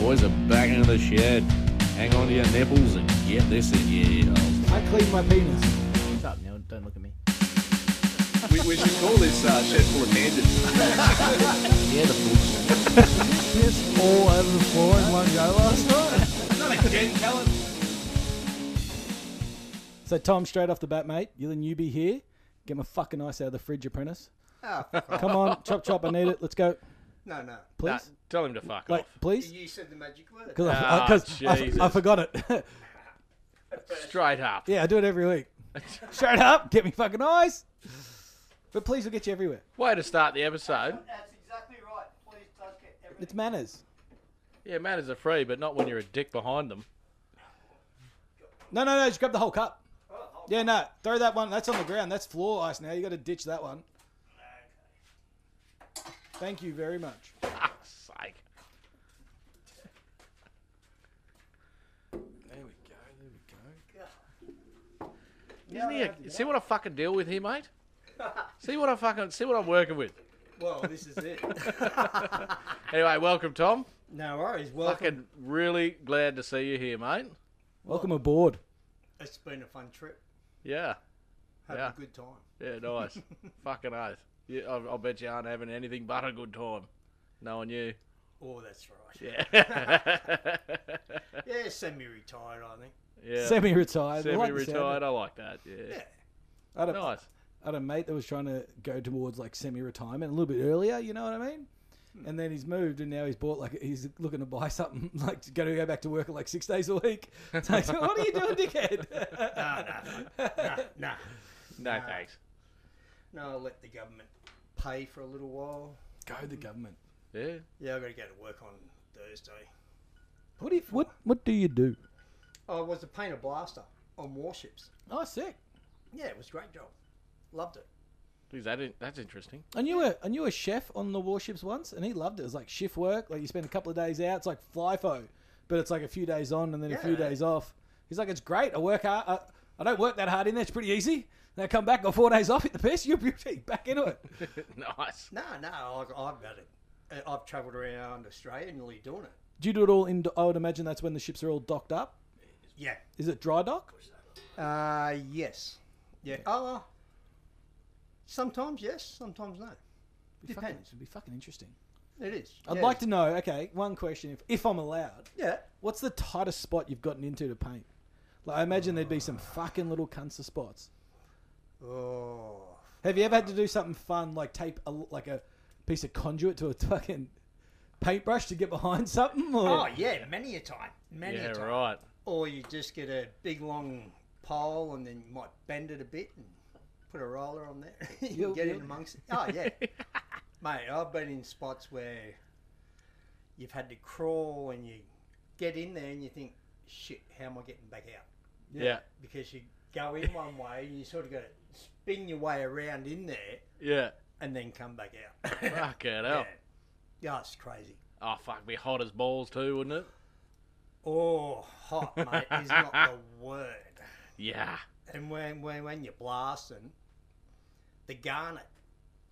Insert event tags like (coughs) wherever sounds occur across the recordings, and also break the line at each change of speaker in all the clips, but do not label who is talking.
boys are back into the shed. Hang on to your nipples and get this in your ears.
I clean my penis.
Stop, no, don't look at me.
We, we should call this uh, shed full of bandits.
Yeah, the bullshit.
Piss all over the floor in one go last night. (laughs) So Tom, straight off the bat, mate, you're the newbie here. Get my fucking ice out of the fridge, apprentice.
Ah,
Come on, chop chop, I need it. Let's go,
no, no.
please.
Nah, tell him to fuck
Wait,
off.
please,
You said the magic word.
because
Ah,
I, I,
Jesus.
forgot
(laughs)
it.
(laughs) Straight up.
yeah, I do it every
(laughs)
week. Straight up, get me fucking ice. But please, will get you everywhere.
Way to start the episode.
That's exactly right. Please does get everything.
It's manners.
Yeah, manners are free, but not when you're a dick behind them.
No, no, no, just grab the whole cup.
Oh,
Yeah, no, throw that one. That's on the ground. That's floor ice now. You got to ditch that one. Thank you very much.
Fuck's sake. Isn't he a, see what I fucking deal with here, mate? see what I fucking see what I'm working with.
Well, this is
(laughs)
it.
Anyway, welcome, Tom.
no worries. Welcome.
Fucking really glad to see you here, mate.
Welcome aboard.
It's been a fun trip.
Yeah,
Having
Yeah.
a good time.
yeah, nice. fucking oath. You, I, I'll bet you aren't having anything but a good time, knowing you.
Oh, that's right.
Yeah.
Yeah, semi-retired, I think.
yeah.
Semi-retired. I like the sound of
Semi-retired.
it.
I like that. Yeah.
I had, a,
Nice.
I had a mate that was trying to go towards like semi-retirement a little bit earlier. You know what I mean?
Hmm.
And then he's moved, and now he's bought like he's looking to buy something (laughs) like to go to go back to work at like six days a
(laughs)
week. It's like, what are you doing, dickhead?
No, no, no, no, no.
No thanks.
No, I'll let the government pay for a little while.
go the government.
Yeah.
Yeah, I've got to go to work on Thursday.
What do you, what what do you do?
I was a painter blaster on warships.
Oh, sick.
Yeah, it was a great job. Loved it.
Geez, that in, that's interesting. (laughs)
I knew a I knew a chef on the warships once, and he loved it. It was like shift work. Like you spend a couple of days out. It's like FIFO, but it's like a few days on and then a few
Yeah.
days off. He's like, it's great. I work hard. I, I don't work that hard in there. It's pretty easy. Then I come back, got four days off, hit the piss. (laughs) You're back into it.
nice.
No, no, I, I've had it. I- I've travelled around Australia nearly doing it.
Do you do it all in? I would imagine that's when the ships are all docked up.
Yeah.
Is it dry dock?
Uh, yes. Yeah. Uh, sometimes yes, sometimes no.
Be fucking-
Depends.
It'd be fucking interesting.
It is.
I'd like to know. Okay, one question, if if I'm allowed.
Yeah.
What's the tightest spot you've gotten into to paint? Like, I imagine there'd be some fucking little cunts of spots.
Oh.
Have you ever had to do something fun, like tape a, like a piece of conduit to a fucking paintbrush to get behind (laughs) something? Or
Oh yeah, many a time. Many
Yeah,
a time.
right.
Or you just get a big long pole and then you might bend it a bit and put a roller on there. (laughs) you
You'll-
can get in
you'll-
amongst it. Oh
(laughs)
yeah. Mate, I've been in spots where you've had to crawl and you get in there and you think, shit, how am I getting back out?
Yeah.
Because you go in
(laughs)
one way and you sort of got to spin your way around in there
Yeah.
and then come back out.
Fuck
(laughs)
it
yeah.
up.
yeah, it's crazy.
Oh fuck, be hot as balls too, wouldn't it?
Oh, hot, mate, is not the word.
Yeah.
And when, when, when you're blasting, the garnet,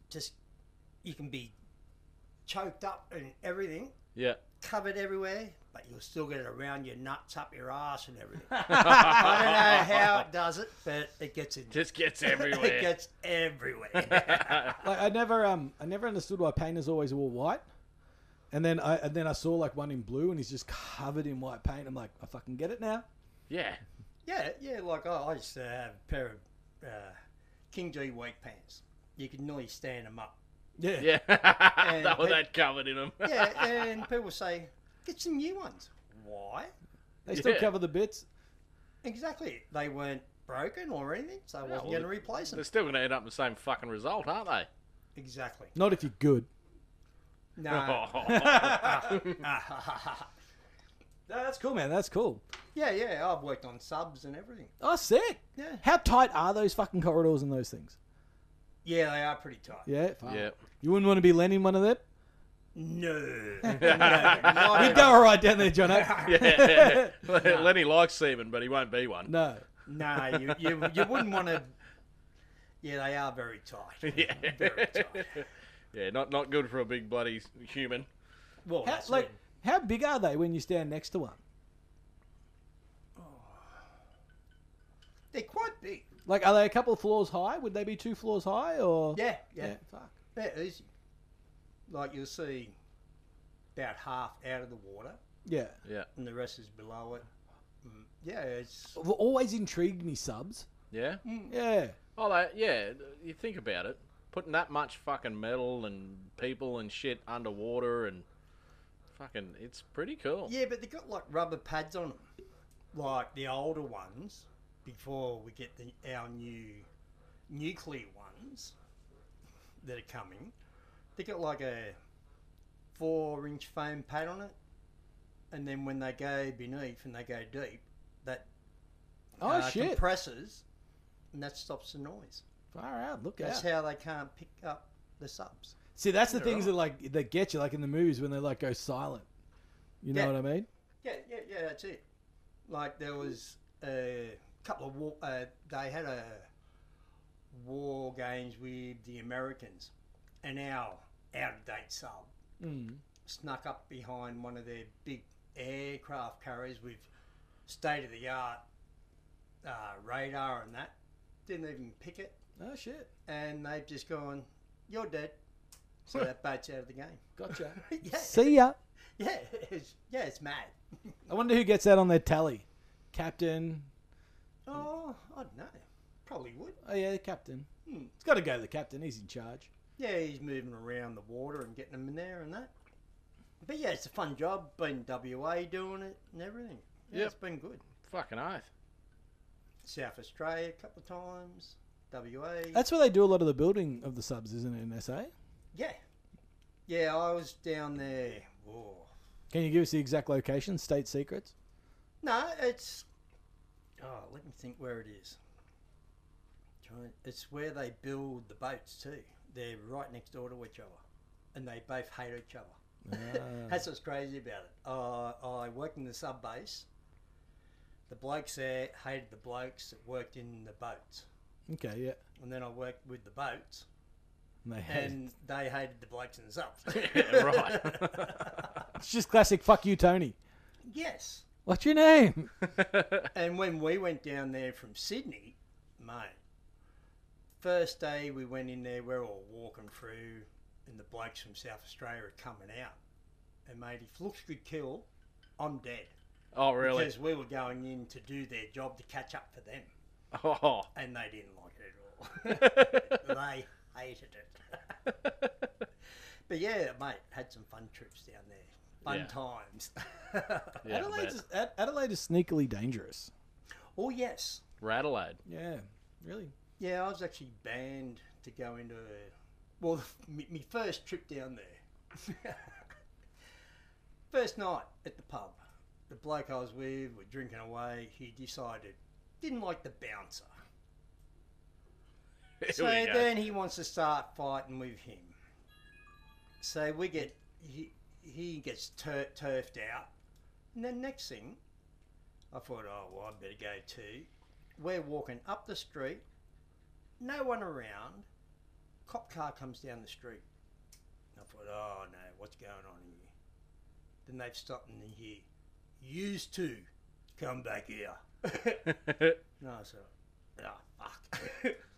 just, you can be choked up and everything,
Yeah. (laughs)
covered everywhere, but you'll still get it around your nuts, up your ass, and everything. I don't
(laughs)
know how it does it, but it gets in.
Just
(laughs)
gets
it (laughs)
everywhere.
gets
(laughs)
everywhere.
like I never um I never understood why painters always wore white. And then I and then I saw like one in blue, and he's just covered in white paint. I'm like, I fucking get it now.
yeah.
yeah, yeah. Like I, I used to have a pair of uh, King G weight pants. You could nearly stand them up.
Yeah,
Yeah. (laughs)
And
that was
pe-
that covered in them.
Yeah, and people say, get some new ones. Why?
they still
Yeah.
cover the bits.
Exactly. They weren't broken or anything, so I wasn't
well,
going to replace them.
(laughs) They're still gonna end up in the same fucking result, aren't they? (laughs)
Exactly.
Not if you're good.
No. (laughs)
No, that's cool, man. That's cool.
yeah, yeah. I've worked on subs and everything.
Oh, sick.
Yeah.
How tight are those fucking corridors and those things?
Yeah, they are pretty tight.
Yeah. fuck.
yeah.
You wouldn't want to be lending one of them.
No.
(laughs)
no not
You'd
at
go
all.
all right down there, (laughs) Jono.
(laughs) Yeah. Lenny likes semen, but he won't be one.
No.
No, you, you, you wouldn't want to. Yeah, they are very tight.
(laughs) Yeah.
Very tight.
yeah, not not good for a big bloody human.
Well,
How,
that's
like,
it.
How big are they when you stand next to one?
They're quite big.
Like, are they a couple of floors high? Would they be two floors high or?
Yeah, yeah,
fuck.
They're easy. Like you'll see about half out of the water
Yeah.
Yeah.
and the rest is below it. Mm, Yeah, it's
Well, Always intrigued me subs.
Yeah.
Uh,
Yeah.
Oh, they, yeah. You think about it. Putting that much fucking metal and people and shit underwater and fucking, it's pretty cool.
yeah, but they got like rubber pads on them, like the older ones before we get the, our new nuclear ones that are coming. They got like a four inch foam pad on it, and then when they go beneath and they go deep, that
Oh
uh,
shit!
compresses, and that stops the noise.
Far out. Look at
That's
that.
how they can't pick up the subs.
See, that's the things that like that get you, like in the movies when they like go silent. You know
Yeah.
what I mean?
Yeah, yeah, yeah. That's it. Like there was a couple of war. Uh, they had a war games with the Americans, and our out of date sub Hmm. snuck up behind one of their big aircraft carriers with state of the art uh, radar and that. Didn't even pick it,
Oh shit!
and they've just gone, "You're dead." (laughs) So that boat's out of the (laughs) game.
Gotcha.
yeah,
See ya.
yeah, (laughs) it's, yeah. It's mad.
I wonder who gets that on their tally. Captain.
Oh, I don't know. Probably would.
Oh yeah, the captain.
Hmm.
It's got to go to the captain. He's in charge.
Yeah, he's moving around the water and getting them in there and that. But yeah, it's a fun job. Been WA doing it and everything. Yeah,
Yep.
it's been good.
Fucking oath.
South Australia a couple of times. WA.
That's where they do a lot of the building of the subs, isn't it? In SA.
yeah. Yeah, I was down there. Whoa.
Can you give us the exact location? State secrets.
No, it's. Oh, let me think where it is. Trying- It's where they build the boats too. They're right next door to each other, and they both hate each other.
Ah.
(laughs) That's what's crazy about it. Uh, I worked in the sub base. The blokes there hated the blokes that worked in the boats,
Okay, yeah.
and then I worked with the boats,
(laughs)
And they hate
and they hated the blokes in the subs.
Yeah, right.
(laughs) It's just classic. Fuck you, Tony.
(laughs) yes.
What's your name?
And when we went down there from Sydney, mate, first day we went in there, we're all walking through, and the blokes from South Australia are coming out. And mate, if looks could kill, I'm dead.
oh, really?
Because we were going in to do their job to catch up for them,
(laughs) Oh.
and they didn't like it
(laughs)
at all. they hated it. but yeah, mate, had some fun trips down there. Fun
Yeah.
times. (laughs)
Yeah, I bet.
Adelaide's, Ad- Adelaide is sneakily dangerous.
oh, yes.
Radelaide.
Yeah, really.
Yeah, I was actually banned to go into. Well, (laughs) my my first trip down there. (laughs) first night at the pub, the bloke I was with were drinking away. He decided didn't like the
(laughs)
bouncer,
Here
so
we go.
then he wants to start fighting with him. So we get he he gets tur- turfed out, and then next thing, I thought, oh well, I better go too. We're walking up the street, no one around. Cop car comes down the street. And I thought, oh no, what's going on here? Then they've stopped and they hear, used to come back here. no, I said, oh fuck.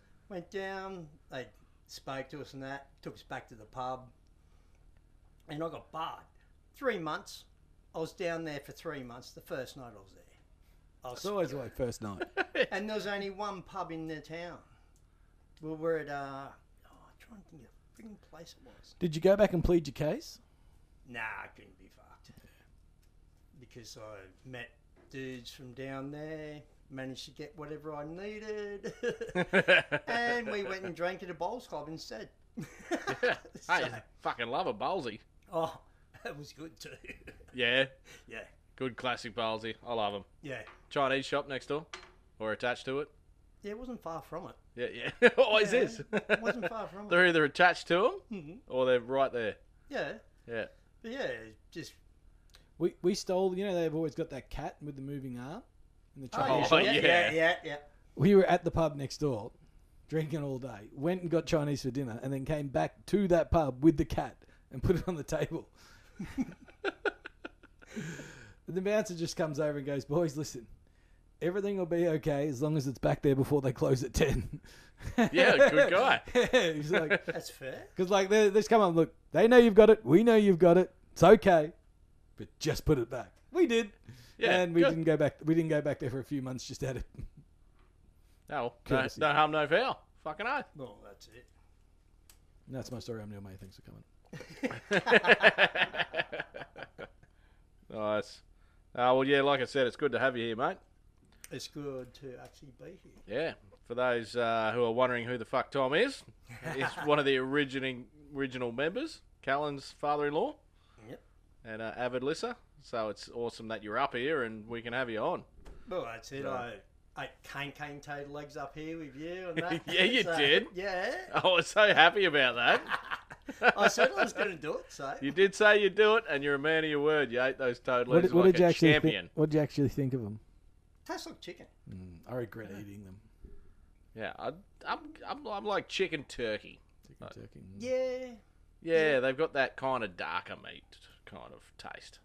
(laughs) Went down, they spoke to us and that, took us back to the pub, and I got barred. Three months. I was down there for three months, the first night I was there. I was
It's always like first night.
and there's only one pub in the town. We were at, uh, oh, I'm trying to think of the freaking place it was.
(laughs) Did you go back and plead your case?
Nah, I couldn't be fucked. Because I met dudes from down there, managed to get whatever I needed, (laughs) (laughs) and we went and drank at a bowls club instead. So-
(laughs) Hey, fucking love a ballsy.
oh, that was good too.
Yeah.
(laughs) yeah,
Good classic ballsy. I love them.
yeah.
Chinese shop next door or attached to it.
Yeah, it wasn't far from it.
Yeah, yeah. (laughs) Always
Yeah,
is.
It wasn't far from
(laughs)
it.
they're either attached to them
Mm-hmm.
or they're right
(laughs)
there.
Yeah,
Yeah.
but yeah, just
We we stole. You know they've always got that cat with the moving arm in the Chinese.
Oh,
yeah,
yeah.
yeah, yeah, yeah.
We were at the pub next door, drinking all day. Went and got Chinese for dinner, and then came back to that pub with the cat and put it on the table. And (laughs) the bouncer just comes over and goes, "Boys, listen, everything will be okay as long as it's back there before they close at 10.
Yeah, good guy.
(laughs) He's like,
That's fair.
because like they, they just come up, and look, they know you've got it, we know you've got it, it's okay, but just put it back. We did,
Yeah,
and we
good. Oh,
didn't go back. We didn't go back there for a few months just out of
No, no,
Courtesy.
no harm, no foul. Fucking
(laughs)
oath.
Well, that's it.
That's my story. I'm Neil May. Thanks for coming.
(laughs)
Nice. Uh, well, yeah, like I said, it's good to have you here, mate.
It's good to actually be here.
Yeah. For those uh, who are wondering who the fuck Tom
(laughs)
is, he's one of the originating original members, Callan's father-in-law
Yep.
and uh, avid listener. So it's awesome that you're up here and we can have you on. (laughs)
Well, that's it. I ate cane cane toad legs up here with you and that.
Yeah, you did.
Yeah.
I was so happy about that.
(laughs) I said I was going to do it, so.
You did say you'd do it, and you're a man of your word. You ate those toad
What,
legs
did- what
like
did you
a
actually?
champion.
Think, what did you actually think of them?
Tastes like chicken.
Mm. I regret eating them.
yeah, I, I'm, I'm, I'm like chicken turkey.
Chicken turkey. mm.
Yeah.
Yeah, they've got that kind of darker meat kind of taste.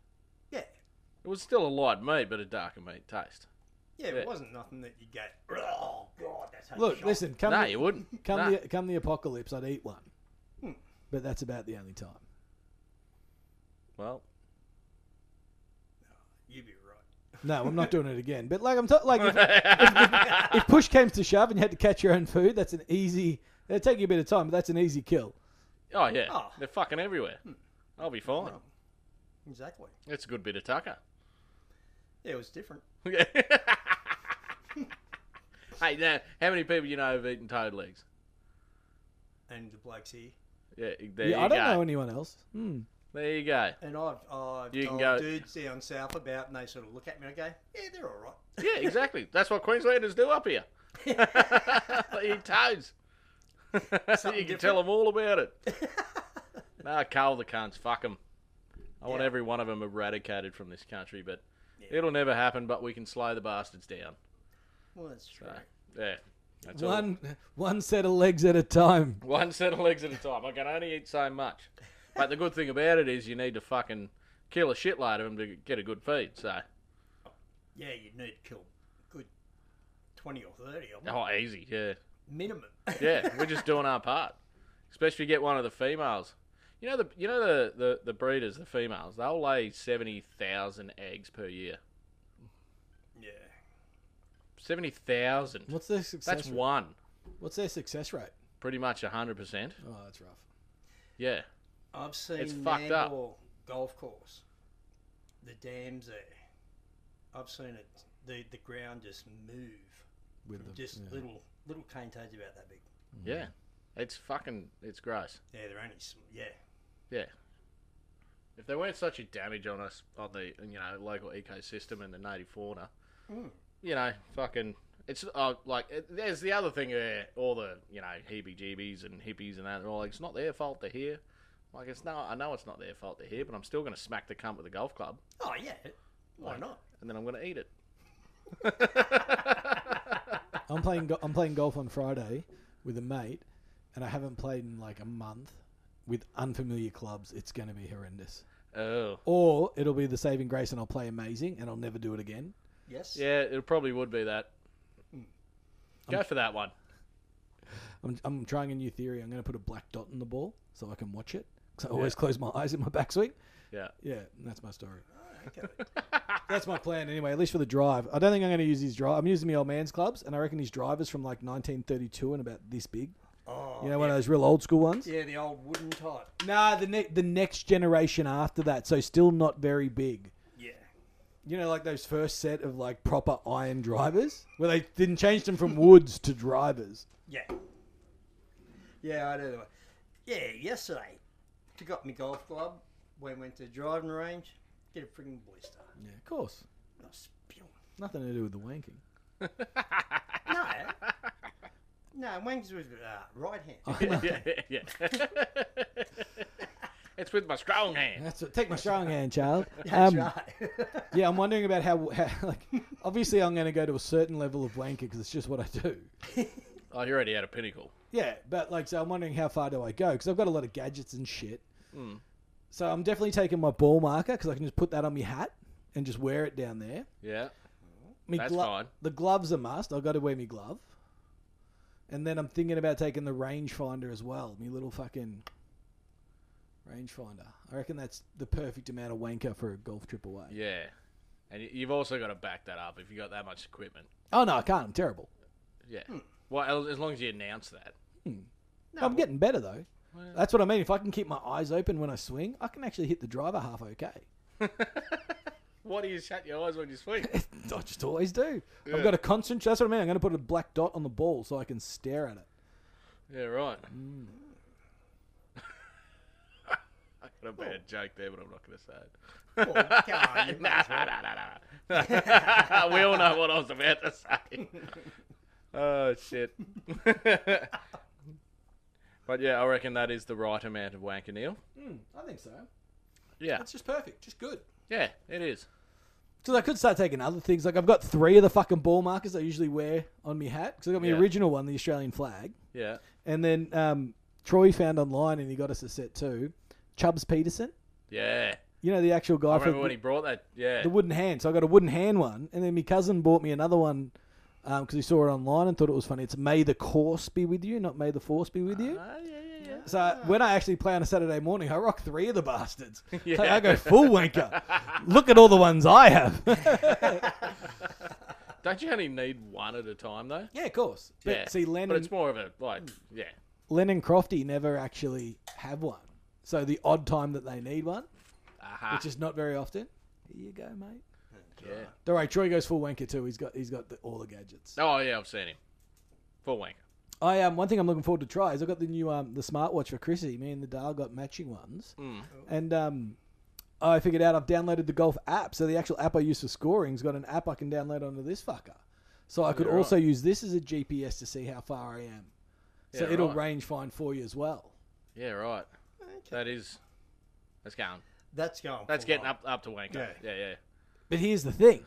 Yeah.
It was still a light meat, but a darker meat taste.
Yeah,
Yeah.
it wasn't nothing that you go, oh, God, that's a
Look,
shock."
listen. Come,
no,
the,
you wouldn't.
(laughs) come,
No.
the, come the apocalypse. I'd eat one, but that's about the only time. (laughs)
Well,
You'd be right.
No, I'm not doing it again. But like I'm t-
(laughs)
like if, if- if push came to shove and you had to catch your own food, that's an easy. It'd take you a bit of time, but that's an easy kill.
oh yeah,
Oh.
they're fucking everywhere.
Hmm.
I'll be fine.
Exactly.
It's a good bit of
(laughs)
tucker. (laughs)
Yeah, it was different.
hey, now, how many people you know have eaten toad legs?
And the blokes here.
Yeah, there
yeah,
you
I don't
go.
know anyone else. Hmm.
There you go.
And I've, I've
You can
told
go-
dudes down south about, and they sort of look at me and I go, yeah, they're all right.
Yeah, exactly. That's what Queenslanders do up here. they eat
(laughs)
toads. so you
Something
can tell
different.
them all about it.
(laughs)
nah, cull the cunts. Fuck them. I want
Yeah.
every one of them eradicated from this country, but
Yeah.
it'll never happen. But we can slow the bastards down.
Well, that's true.
Yeah, that's all.
One one set of legs at a time.
(laughs) One set of legs at a time. I can only eat so much. But the good thing about it is you need to fucking kill a shitload of them to get a good feed. So,
Yeah, you'd need to kill a good 20 or 30 of them.
oh, easy. Yeah.
Minimum.
Yeah, we're just doing our part. Especially if you get one of the females. You know the you know the, the, the breeders, the females, they'll lay seventy thousand eggs per year.
(laughs) yeah.
Seventy thousand.
What's their success?
That's
rate?
one.
What's their success rate?
Pretty much hundred percent.
Oh, that's rough.
Yeah. (laughs)
I've seen
It's fucked up.
Nambour golf course. The dams there. I've seen it. The the ground just move.
With
from
them,
just
yeah.
little little cane toads about that big.
Yeah. It's fucking it's gross.
Yeah, they're only sm- yeah.
Yeah. If there weren't such a damage on us on the you know local ecosystem and the native fauna, you know fucking it's uh, like it, there's the other thing where all the you know heebie-jeebies and hippies and that they're all like it's not their fault they're here. Like it's no, I know it's not their fault they're here, but I'm still gonna smack the cunt with a golf club
Oh yeah. Why not?
and then I'm gonna eat it.
I'm playing. Go- I'm playing golf on Friday with a mate, and I haven't played in like a month with unfamiliar clubs. It's going to be horrendous.
Oh.
Or it'll be the saving grace, and I'll play amazing, and I'll never do it again.
Yes.
Yeah, it probably would be that. Go for that one.
I'm, I'm trying a new theory. I'm going to put a black dot in the ball so I can watch it. 'Cause I always close my (laughs) eyes in my backswing.
Yeah.
Yeah, and that's my story.
Okay.
(laughs)
That's my plan anyway. At least for the drive. I don't think I'm going to use his drive. I'm using my old man's clubs, and I reckon his drive is from like 1932 and about this big.
Oh.
You know, one of those real old school ones.
Yeah, the old wooden type.
Nah, the ne- the next generation after that, so still not very big.
Yeah.
You know, like those first set of like proper iron drivers, where they didn't change them (laughs) from woods to drivers.
Yeah. Yeah, I know the way. Yeah, yesterday, took up my golf club, went went to the driving range, get a frigging blister.
Yeah, of course,
I was spewing.
nothing to do with the (laughs) wanking.
(laughs)
No. No, Wangs was uh, right hand.
yeah, (laughs) yeah. it's with my strong hand.
That's what, take my strong hand,
(laughs)
child.
(laughs) That's
Um,
right.
Yeah, I'm wondering about how. how (laughs) like, obviously, I'm going to go to a certain level of wanking because it's just what I do.
Oh, you're already at a pinnacle.
Yeah, but like, so I'm wondering how far do I go because I've got a lot of
Hmm.
gadgets and shit. So I'm definitely taking my ball marker because I can just put that on my hat and just wear it down there.
Yeah.
Me
That's
glo-
fine.
The gloves a must. I've got to wear me glove. And then I'm thinking about taking the rangefinder as well. Me little fucking rangefinder. I reckon that's the perfect amount of wanker for a golf trip away.
Yeah. And y- you've also got to back that up if you've got that much equipment.
Oh no, I can't. I'm terrible.
Yeah. Well, as- as long as you announce that.
I'm getting better though. That's what I mean. If I can keep my eyes open when I swing, I can actually hit the driver half okay. (laughs)
Why do you shut your eyes when you swing?
I just always do. I've got to concentrate. That's what I mean. I'm going to put a black dot on the ball so I can stare at it.
yeah, right. (laughs) I got a bad joke there, but I'm not going to say it.
Um,
Oh, (laughs) come on, you might as well.
(laughs) we all know what I was about to say. (laughs) oh shit. (laughs) but yeah, I reckon that is the right amount of wanker Neil.
I think so.
Yeah.
That's just perfect. Just good.
Yeah, it is.
Because I could start taking other things. Like I've got three of the fucking ball markers I usually wear on me hat. Because I got my
Yeah.
original one, the Australian flag,
Yeah.
and then um, Troy found online and he got us a set too. Chubbs Peterson,
Yeah.
you know the actual guy
I
from
remember when he brought that. Yeah.
the wooden hand. So I got a wooden hand one, and then my cousin bought me another one because he saw it online and thought it was funny. It's May the Course be with you, not May the Force be with you.
Ah, yeah, yeah, yeah.
So when I actually play on a Saturday morning, I rock three of the bastards.
(laughs) Yeah.
Like, I go full wanker. Look at all the ones I have. (laughs)
Don't you only need one at a time though?
yeah, of course. But
yeah.
see,
But
Lennon,
it's more of a like, yeah,
Lennon Crofty never actually have one. So the odd time that they need one,
aha,
which is not very often. Here you go, mate.
yeah.
Don't worry, Troy goes full wanker too. He's got he's got the, all the gadgets.
Oh yeah, I've seen him. Full wanker.
I um one thing I'm looking forward to try is I got the new um the smartwatch for Chrissy. Me and the Dal got matching ones,
Hmm.
and um I figured out I've downloaded the golf app. So the actual app I use for scoring's got an app I can download onto this fucker. So I could
Yeah,
also use this as a GPS to see how far I am. So
Yeah,
it'll
right.
range find for you as well.
Yeah, right.
Okay.
That is. That's going.
That's going.
That's
for
getting
long.
up up to wanker.
Yeah.
yeah, yeah.
But here's the thing.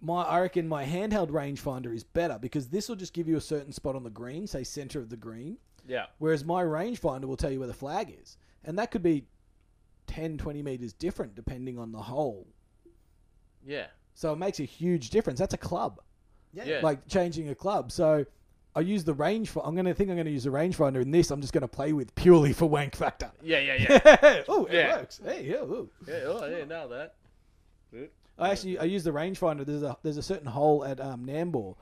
my I reckon my handheld rangefinder is better because this will just give you a certain spot on the green, say center of the green,
yeah.
whereas my rangefinder will tell you where the flag is. And that could be 10, 20 meters different depending on the hole.
Yeah.
So it makes a huge difference. That's a club,
(laughs) Yeah.
Yeah.
like changing a club. So I use the range for, I'm going to think I'm going to use the rangefinder in this. I'm just going to play with purely for wank factor.
Yeah, yeah, yeah.
(laughs) oh, it
Yeah.
works. Hey, yeah, ooh.
yeah, oh, yeah, now that.
I actually I use the rangefinder. There's a there's a certain hole at um, Nambour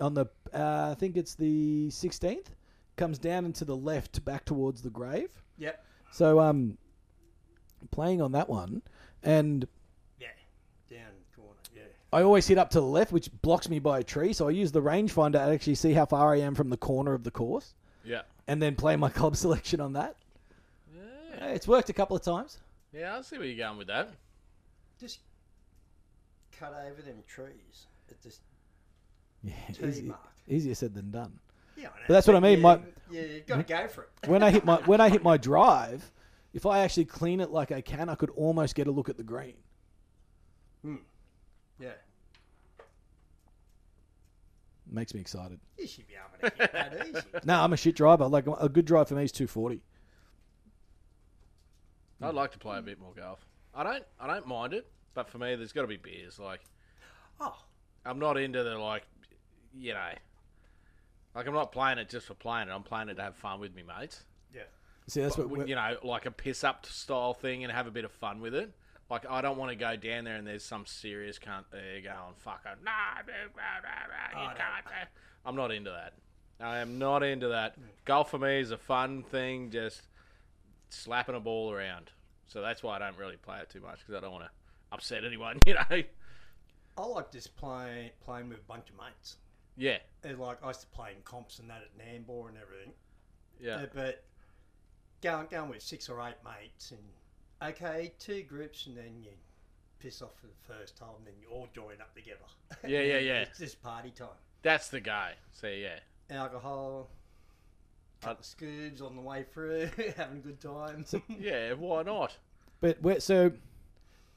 on the uh, I think it's the 16th. Comes down and to the left, back towards the grave.
Yep.
So um, playing on that one, and
Yeah. Down corner. Yeah.
I always hit up to the left, which blocks me by a tree. So I use the rangefinder to actually see how far I am from the corner of the course,
Yeah.
and then play my (laughs) club selection on that. Uh, It's worked a couple of times.
Yeah, I see where you're going with that.
Just cut over them trees at this
Yeah,
Tee
easy-
mark.
easier said than done.
Yeah, I know.
But that's what I mean, my-
yeah, you've got to go for
(laughs)
it.
when I hit my when I hit my drive, if I actually clean it like I can, I could almost get a look at the green.
Yeah,
Makes me excited.
you should be able to hit that
(laughs)
easy.
No, I'm a shit driver. Like a good drive for me is 240.
I'd like to play a bit more golf. I don't I don't mind it, but for me there's gotta be beers. Like
Oh,
I'm not into the like you know like I'm not playing it just for playing it, I'm playing it to have fun with me mates.
yeah.
See, that's what
You know, like a piss up style thing and have a bit of fun with it. Like I don't want to go down there and there's some serious cunt there going fucking no, blah, blah, blah, you
Oh, no.
can't. do-" I'm not into that. I am not into that. Golf for me is a fun thing, just slapping a ball around. So that's why I don't really play it too much because I don't want to upset anyone. (laughs) You know?
I like just playing playing with a bunch of mates.
Yeah,
And like I used to play in comps and that at Nambour and everything.
yeah,
Uh, but going going with six or eight mates and okay, two groups and then you piss off for the first time, and then you all join up together.
Yeah,
(laughs)
yeah, yeah.
It's just party time.
that's the guy. So yeah,
Alcohol. Couple of scoobs on the way through, (laughs) having a good time.
(laughs)
(laughs)
yeah. Why not?
But we're, so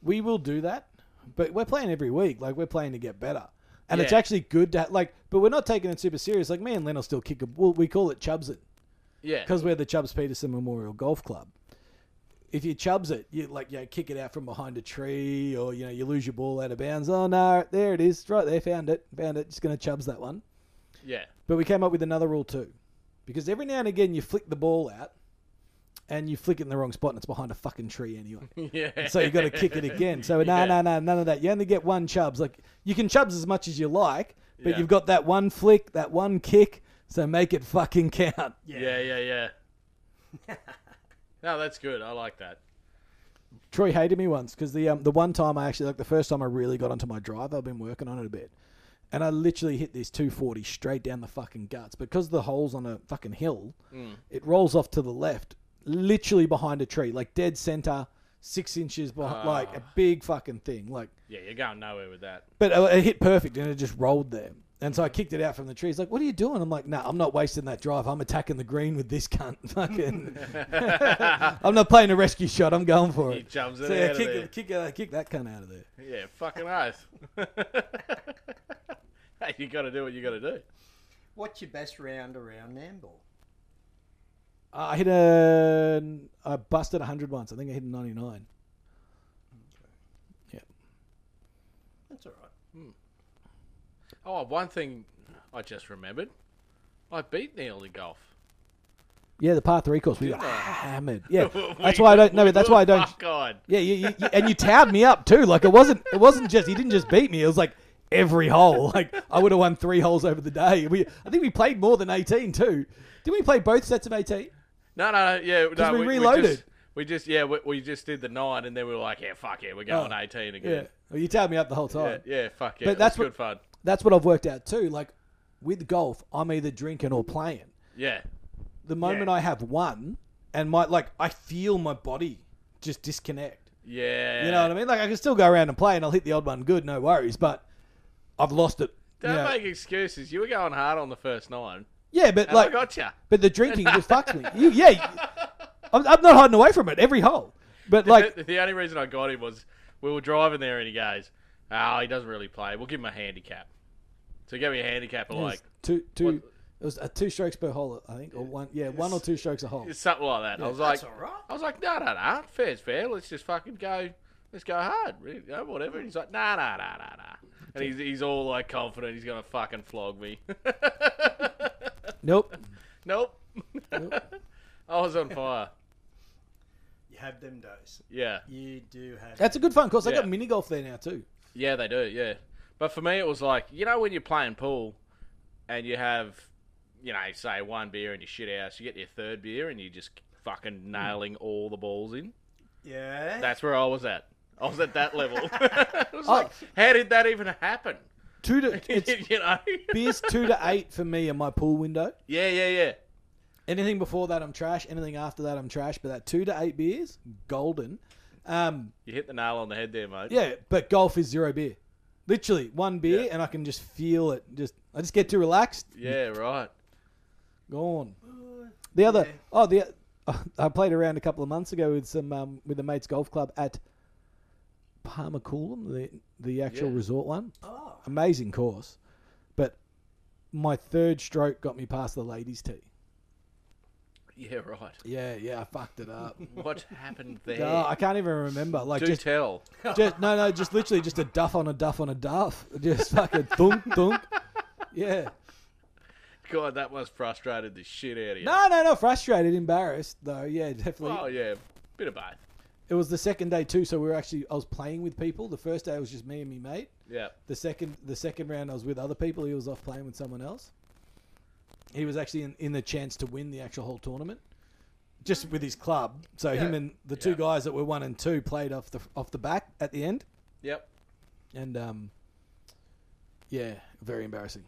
we will do that, but we're playing every week. Like we're playing to get better, and it's
Yeah.
actually good to ha- like. But we're not taking it super serious. Like me and Len will still kick a. Well, we call it Chubbs it
Yeah,
because we're the Chubbs Peterson Memorial Golf Club. if you chubs it, you like you know, kick it out from behind a tree, or you know you lose your ball out of bounds. Oh no, there it is, right there, found it, found it. Just going to chubs that one.
Yeah.
But we came up with another rule too, because every now and again you flick the ball out, and you flick it in the wrong spot, and it's behind a fucking tree anyway.
(laughs)
Yeah.
so you got to kick it again. So no,
Yeah.
no, no, none of that. You only get one chubs. Like you can chubs as much as you like, but
Yeah.
you've got that one flick, that one kick. So make it fucking count. (laughs)
Yeah, yeah, yeah. no, that's good. I like that.
Troy hated me once because the um, the one time I actually like the first time I really got onto my drive, I've been working on it a bit, and I literally hit this 240 straight down the fucking guts because the hole's on a fucking hill.
Mm.
It rolls off to the left, literally behind a tree, like dead center, six inches
Ah.
behind, like a big fucking thing, like.
Yeah, you're going nowhere with that.
But uh, it hit perfect and it just rolled there. And so I kicked it out from the tree. He's like, "What are you doing?" I'm like, "No, I'm not wasting that drive. I'm attacking the green with this cunt. (laughs)
(laughs)
Fucking, I'm not playing a rescue shot. I'm going for it."
He jumps it
So yeah,
out of
kick,
there.
kick, uh, kick that cunt out of there.
Yeah, fucking oath. hey, you got to do what you got to do.
What's your best round around Nambour?
I hit a, I busted 100 once. I think I hit a 99.
That's all right.
Oh, one thing I just remembered. I beat Neil in golf.
Yeah, the par three course we got hammered.
(laughs)
Yeah,
We-
that's why I don't. No,
we
but that's why I
were
don't.
Fuck on.
Yeah, you, you, you- and you tabbed me up too. Like it wasn't it wasn't just he didn't just beat me. It was like every hole. (laughs) Like I would have won three holes over the day. We I think we played more than eighteen too. Did we play both sets of eighteen?
No, no, no. Yeah, no,
we
we,
reloaded.
We just, we just yeah, we, we just did the nine, and then we were like, yeah, fuck yeah, we're going
Oh,
eighteen
Yeah.
again.
Well, you tabbed me up the whole
Yeah,
time.
yeah, fuck yeah.
But
it
that's
was
what-
good fun.
That's what I've worked out too. Like with golf, I'm either drinking or playing.
Yeah,
The moment I have one and my like I feel my body just disconnect.
yeah.
You know what I mean? Like I can still go around and play and I'll hit the odd one good, no worries, but I've lost it.
Don't
you know.
make excuses. You were going hard on the first nine,
yeah, but
and
like
I gotcha.
But the drinking just fucks
(laughs)
me. You, yeah, I'm, I'm not hiding away from it every hole. But like,
the, the only reason I got him was we were driving there, and he goes, "Oh, he doesn't really play. We'll give him a handicap." So he gave me a handicap of
it was
like
two, two,
what-
it was uh, two strokes per hole, I think, or one, yeah, one or two strokes a hole.
something like that. I was like,
That's all right.
I was like, no, no, no, fair's fair. Let's just fucking go. Let's go hard, you know, whatever. And he's like, nah, nah, nah, nah, nah. And he's, he's all like confident. He's gonna fucking flog me. (laughs)
Nope.
nope. (laughs) I was on fire.
You have them days.
Yeah,
You do have.
That's a good fun course. I
Yeah.
got mini golf there now too.
yeah, they do. Yeah, but for me, it was like you know when you're playing pool, and you have, you know, say one beer in your shit house. You get your third beer, and you're just fucking nailing all the balls in.
yeah.
That's where I was at. I was at that level. (laughs) I was like, how did that even happen?
Two to it's
(laughs) you know?
beers two to eight for me in my pool window.
yeah, yeah, yeah.
Anything before that, I'm trash. Anything after that, I'm trash. But that two to eight beers, golden. Um,
You hit the nail on the head there, mate.
yeah, but golf is zero beer. Literally one beer, and I can just feel it. Just I just get too relaxed.
Yeah, right.
Gone. The other
yeah.
oh the (laughs) I played around a couple of months ago with some um, with a mates golf club at Palmer Coolum, the the actual
Yeah.
resort one.
Oh.
Amazing course, but my third stroke got me past the ladies' tee.
Yeah, right.
Yeah, yeah, I fucked it up.
What happened
(laughs)
there?
No, I can't even remember. Like
Do
just,
tell.
just no, no, just literally just a duff on a duff on a duff. (laughs) Just fucking thunk thunk. Yeah.
God, that was frustrated the shit out of you.
No, no, no. Frustrated, embarrassed though. Yeah, definitely.
Oh, yeah. Bit of both.
It was the second day too, so we were actually I was playing with people. The first day was just me and me mate.
Yeah.
The second the second round I was with other people. He was off playing with someone else. He was actually in, in the chance to win the actual whole tournament, just with his club. So him
Yeah.
and the two
Yeah.
guys that were one and two played off the off the back at the end,
Yep.
and um, yeah, very embarrassing,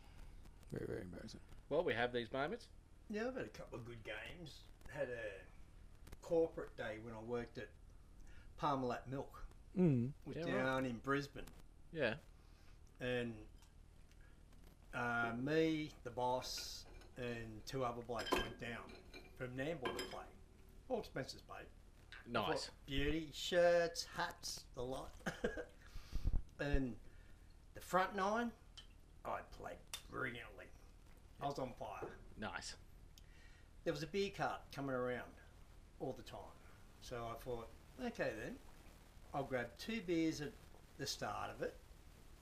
very very embarrassing.
Well, we have these moments.
Yeah, I've had a couple of good games. Had a corporate day when I worked at Parmalat Milk,
Mm.
was
Yeah, right.
down in Brisbane,
Yeah.
and uh, me, the boss, and two other blokes went down from Nambour to play. All expenses paid.
Nice.
Beauty shirts, hats, the lot. (laughs) and the front nine, I played brilliantly. I was on fire.
Nice.
There was a beer cart coming around all the time. So I thought, okay then, I'll grab two beers at the start of it.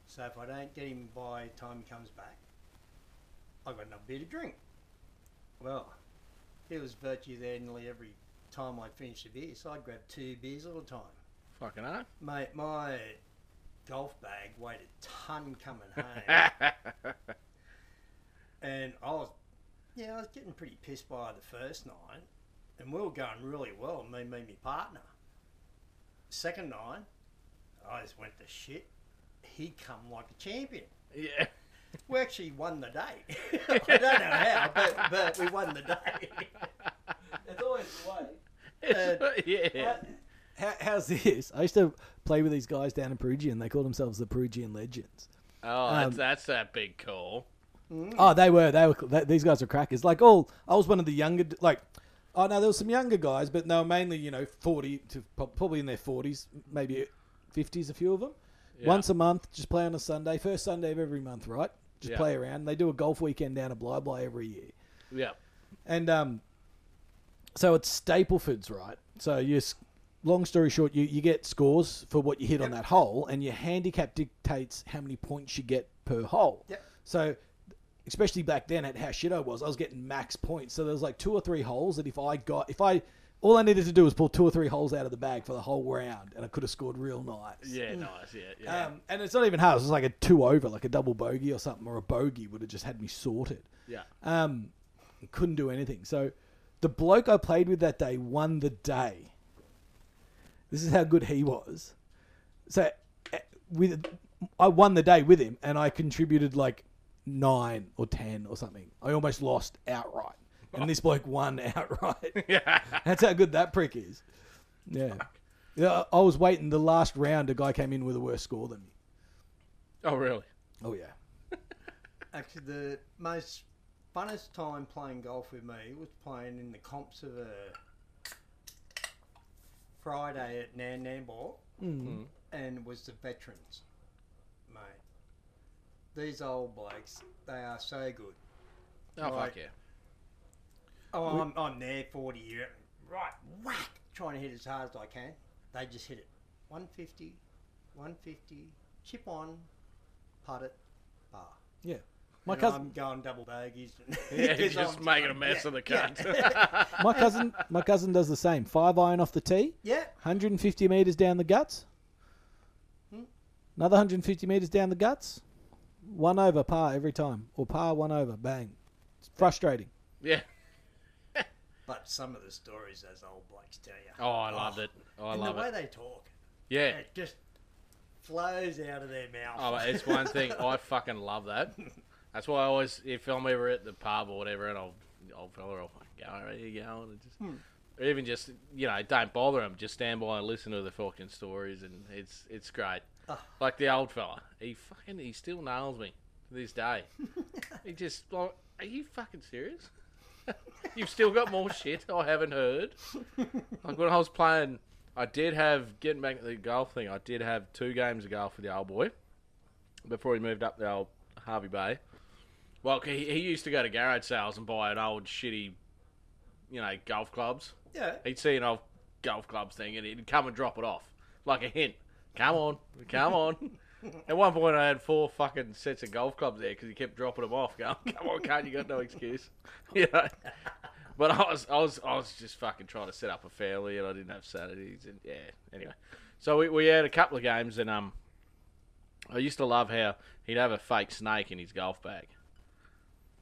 So if I don't get him by the time he comes back, I've got enough beer to drink. Well, there was virtue there nearly every time I finished a beer, so I'd grab two beers all the time.
Fucking hell.
Mate, my golf bag weighed a ton coming home.
yeah,
and I was, yeah, I was getting pretty pissed by the first night, and we were going really well, me, me, my partner. Second night, I just went to shit. He come like a champion.
(laughs)
We actually won the day. (laughs) I don't know how, but, but we won the day.
It's always the way.
Uh,
yeah.
How, how's this? I used to play with these guys down in Perugia, and they called themselves the Perugian Legends.
Oh,
um,
that's, that's that big call.
Oh, they were. They were. Th- these guys were crackers. Like all, I was one of the younger. d- Like, oh no, there was some younger guys, but they were mainly you know forty to prob- probably in their forties, maybe fifties. A few of them. Once a month, just play on a Sunday, first Sunday of every month, right? Just
Yeah.
play around. They do a golf weekend down at Bly Bly every year,
Yeah.
and um, so it's Stapleford's, right? So you, s- long story short, you you get scores for what you hit on that hole, and your handicap dictates how many points you get per hole.
Yep.
So, especially back then at how shit I was, I was getting max points. So there was like two or three holes that if I got, if I, all I needed to do was pull two or three holes out of the bag for the whole round, and I could have scored real nice.
Yeah, nice. Yeah, yeah.
Um, and it's not even hard. It's like a two over, like a double bogey or something, or a bogey would have just had me sorted.
yeah.
Um, couldn't do anything. So the bloke I played with that day won the day. This is how good he was. So eh, with I won the day with him, and I contributed like nine or ten or something. I almost lost outright, and this bloke won (laughs) outright.
Yeah.
That's how good that prick is. Yeah. Yeah, I I was waiting the last round. A guy came in with a worse score than me.
Oh, really?
Oh yeah,
Actually, the most funnest time playing golf with me was playing in the comps of a Friday at Nan Nambour, and was the veterans, mate. These old blokes, they are so good.
Oh,
Right.
fuck yeah.
Oh, I'm, I'm there 40 year, right, whack, trying to hit as hard as I can. They just hit it 150, 150, chip on, putt it, bar.
yeah. My
And
cousin,
I'm going double (laughs)
(laughs)
bogeys.
Yeah,
'cause
he's just
I'm-
making a mess of the
yeah.
cut.
(laughs)
(laughs)
my cousin, my cousin does the same. Five iron off the tee.
Yeah,
150 meters down the guts. Hmm? Another 150 meters down the guts. One over par every time, or par one over. Bang. It's frustrating.
yeah.
but some of the stories those old blokes tell you.
Oh, I loved it. Oh, I
and
love
the way
it.
they talk,
Yeah.
it just flows out of their mouth.
Oh, it's one thing. I fucking love that. That's why I always, if I'm ever at the pub or whatever, and I'll, old fella, I'll fucking go, "All right, here you go," and just, or even just, you know, don't bother him. Just stand by and listen to the fucking stories, and it's it's great. Like the old fella, he fucking, he still nails me to this day. he just, like, are you fucking serious? (laughs) You've still got more shit I haven't heard. Like when I was playing, I did have getting back to the golf thing. I did have two games of golf with the old boy before he moved up the old Harvey Bay. Well, he, he used to go to garage sales and buy an old shitty, you know, golf clubs.
(laughs) yeah.
He'd see an old golf clubs thing and he'd come and drop it off like a hint. Come on, come on. At one point, I had four fucking sets of golf clubs there because he kept dropping them off. Going, come on, can't you got no excuse? (laughs) You know? But I was, I was, I was just fucking trying to set up a family, and I didn't have Saturdays, and yeah. Anyway, so we, we had a couple of games, and um, I used to love how he'd have a fake snake in his golf bag,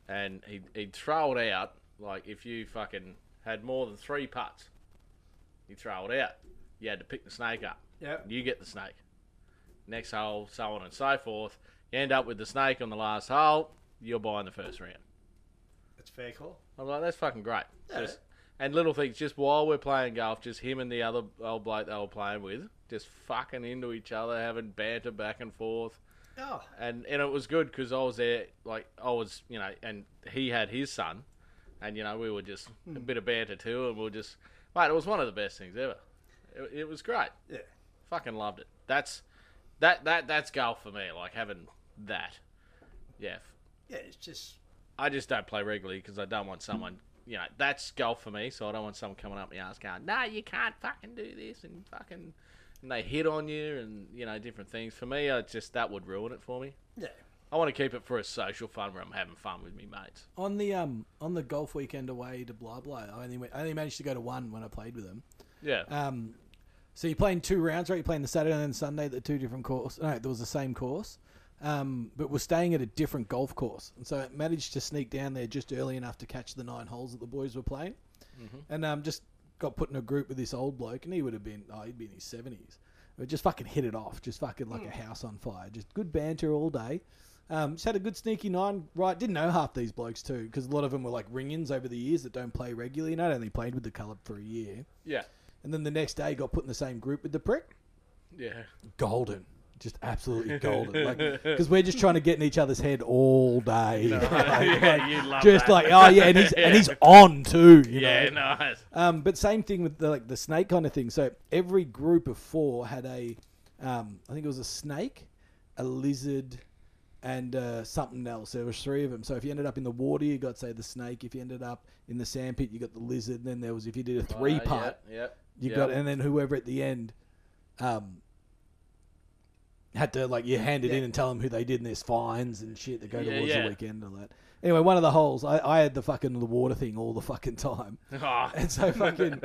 and he'd, he'd throw it out like if you fucking had more than three putts, you throw it out. You had to pick the snake up.
Yep.
You get the snake. Next hole, so on and so forth. You end up with the snake on the last hole. You're buying the first round.
That's fair call.
I'm like, that's fucking great.
Yeah.
Just- and little things, just while we're playing golf, just him and the other old bloke they were playing with, just fucking into each other, having banter back and forth.
Oh,
And and it was good because I was there, like, I was, you know, and he had his son, and, you know, we were just a bit of banter too, and we were just, mate, it was one of the best things ever. It, it was great.
yeah.
Fucking loved it. That's, that, that, that's golf for me, like, having that. Yeah.
Yeah, it's just,
I just don't play regularly because I don't want someone you know, that's golf for me. So I don't want someone coming up my ass going, "No, you can't fucking do this," and fucking, and they hit on you, and you know, different things. For me, I just that would ruin it for me. (laughs)
Yeah.
I want to keep it for a social fun where I'm having fun with me mates.
On the um on the golf weekend away to blah blah, I only went, I only managed to go to one when I played with them.
Yeah,
Um, so you're playing two rounds, right? You're playing the Saturday and then Sunday at the two different course. No, there was the same course, um, but we're staying at a different golf course, and so I managed to sneak down there just early enough to catch the nine holes that the boys were playing, and um, just got put in a group with this old bloke, and he would have been, oh, he'd be in his seventies. We just fucking hit it off, just fucking like a house on fire, just good banter all day. Um, just had a good sneaky nine, right? Didn't know half these blokes too, because a lot of them were like ring-ins over the years that don't play regularly, and I'd only played with the club for a year.
yeah,
And then the next day got put in the same group with the prick.
yeah.
Golden. Just
(laughs)
absolutely golden. Like, because we're just trying to get in each other's head all day. (laughs) Like,
yeah, you love
just
that.
like, oh yeah, and he's, and
(laughs)
he's on too, you
yeah,
know.
(laughs) nice.
Um, but same thing with the, like the snake kind of thing. So every group of four had a, um, I think it was a snake, a lizard, and uh, something else. There was three of them. So if you ended up in the water, you got say the snake. If you ended up in the sandpit, you got the lizard. And then there was if you did a three part,
Yeah,
you got, and then whoever at the end, um, had to like you hand it in and tell them who they did and there's fines and shit that go
Yeah,
towards
yeah.
the weekend and all that. Anyway, one of the holes, I, I had the fucking the water thing all the fucking time,
Oh,
and (laughs) so fucking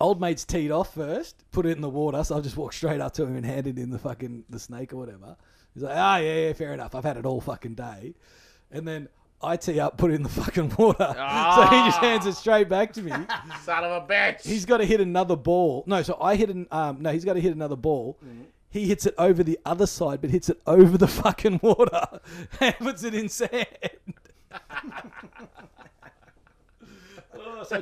old mate's teed off first, put it in the water, so I just walked straight up to him and handed in the fucking the snake or whatever. He's like, ah, yeah, yeah, fair enough. I've had it all fucking day, and then. I tee up, put it in the (laughs) fucking water. So he
Ah.
just hands it straight back to me.
son of a bitch.
He's got to hit another ball. No, so I hit an. Um, no, he's got to hit another ball.
Mm-hmm.
He hits it over the other side, but hits it over the fucking (laughs) water and puts it in sand. (laughs)
so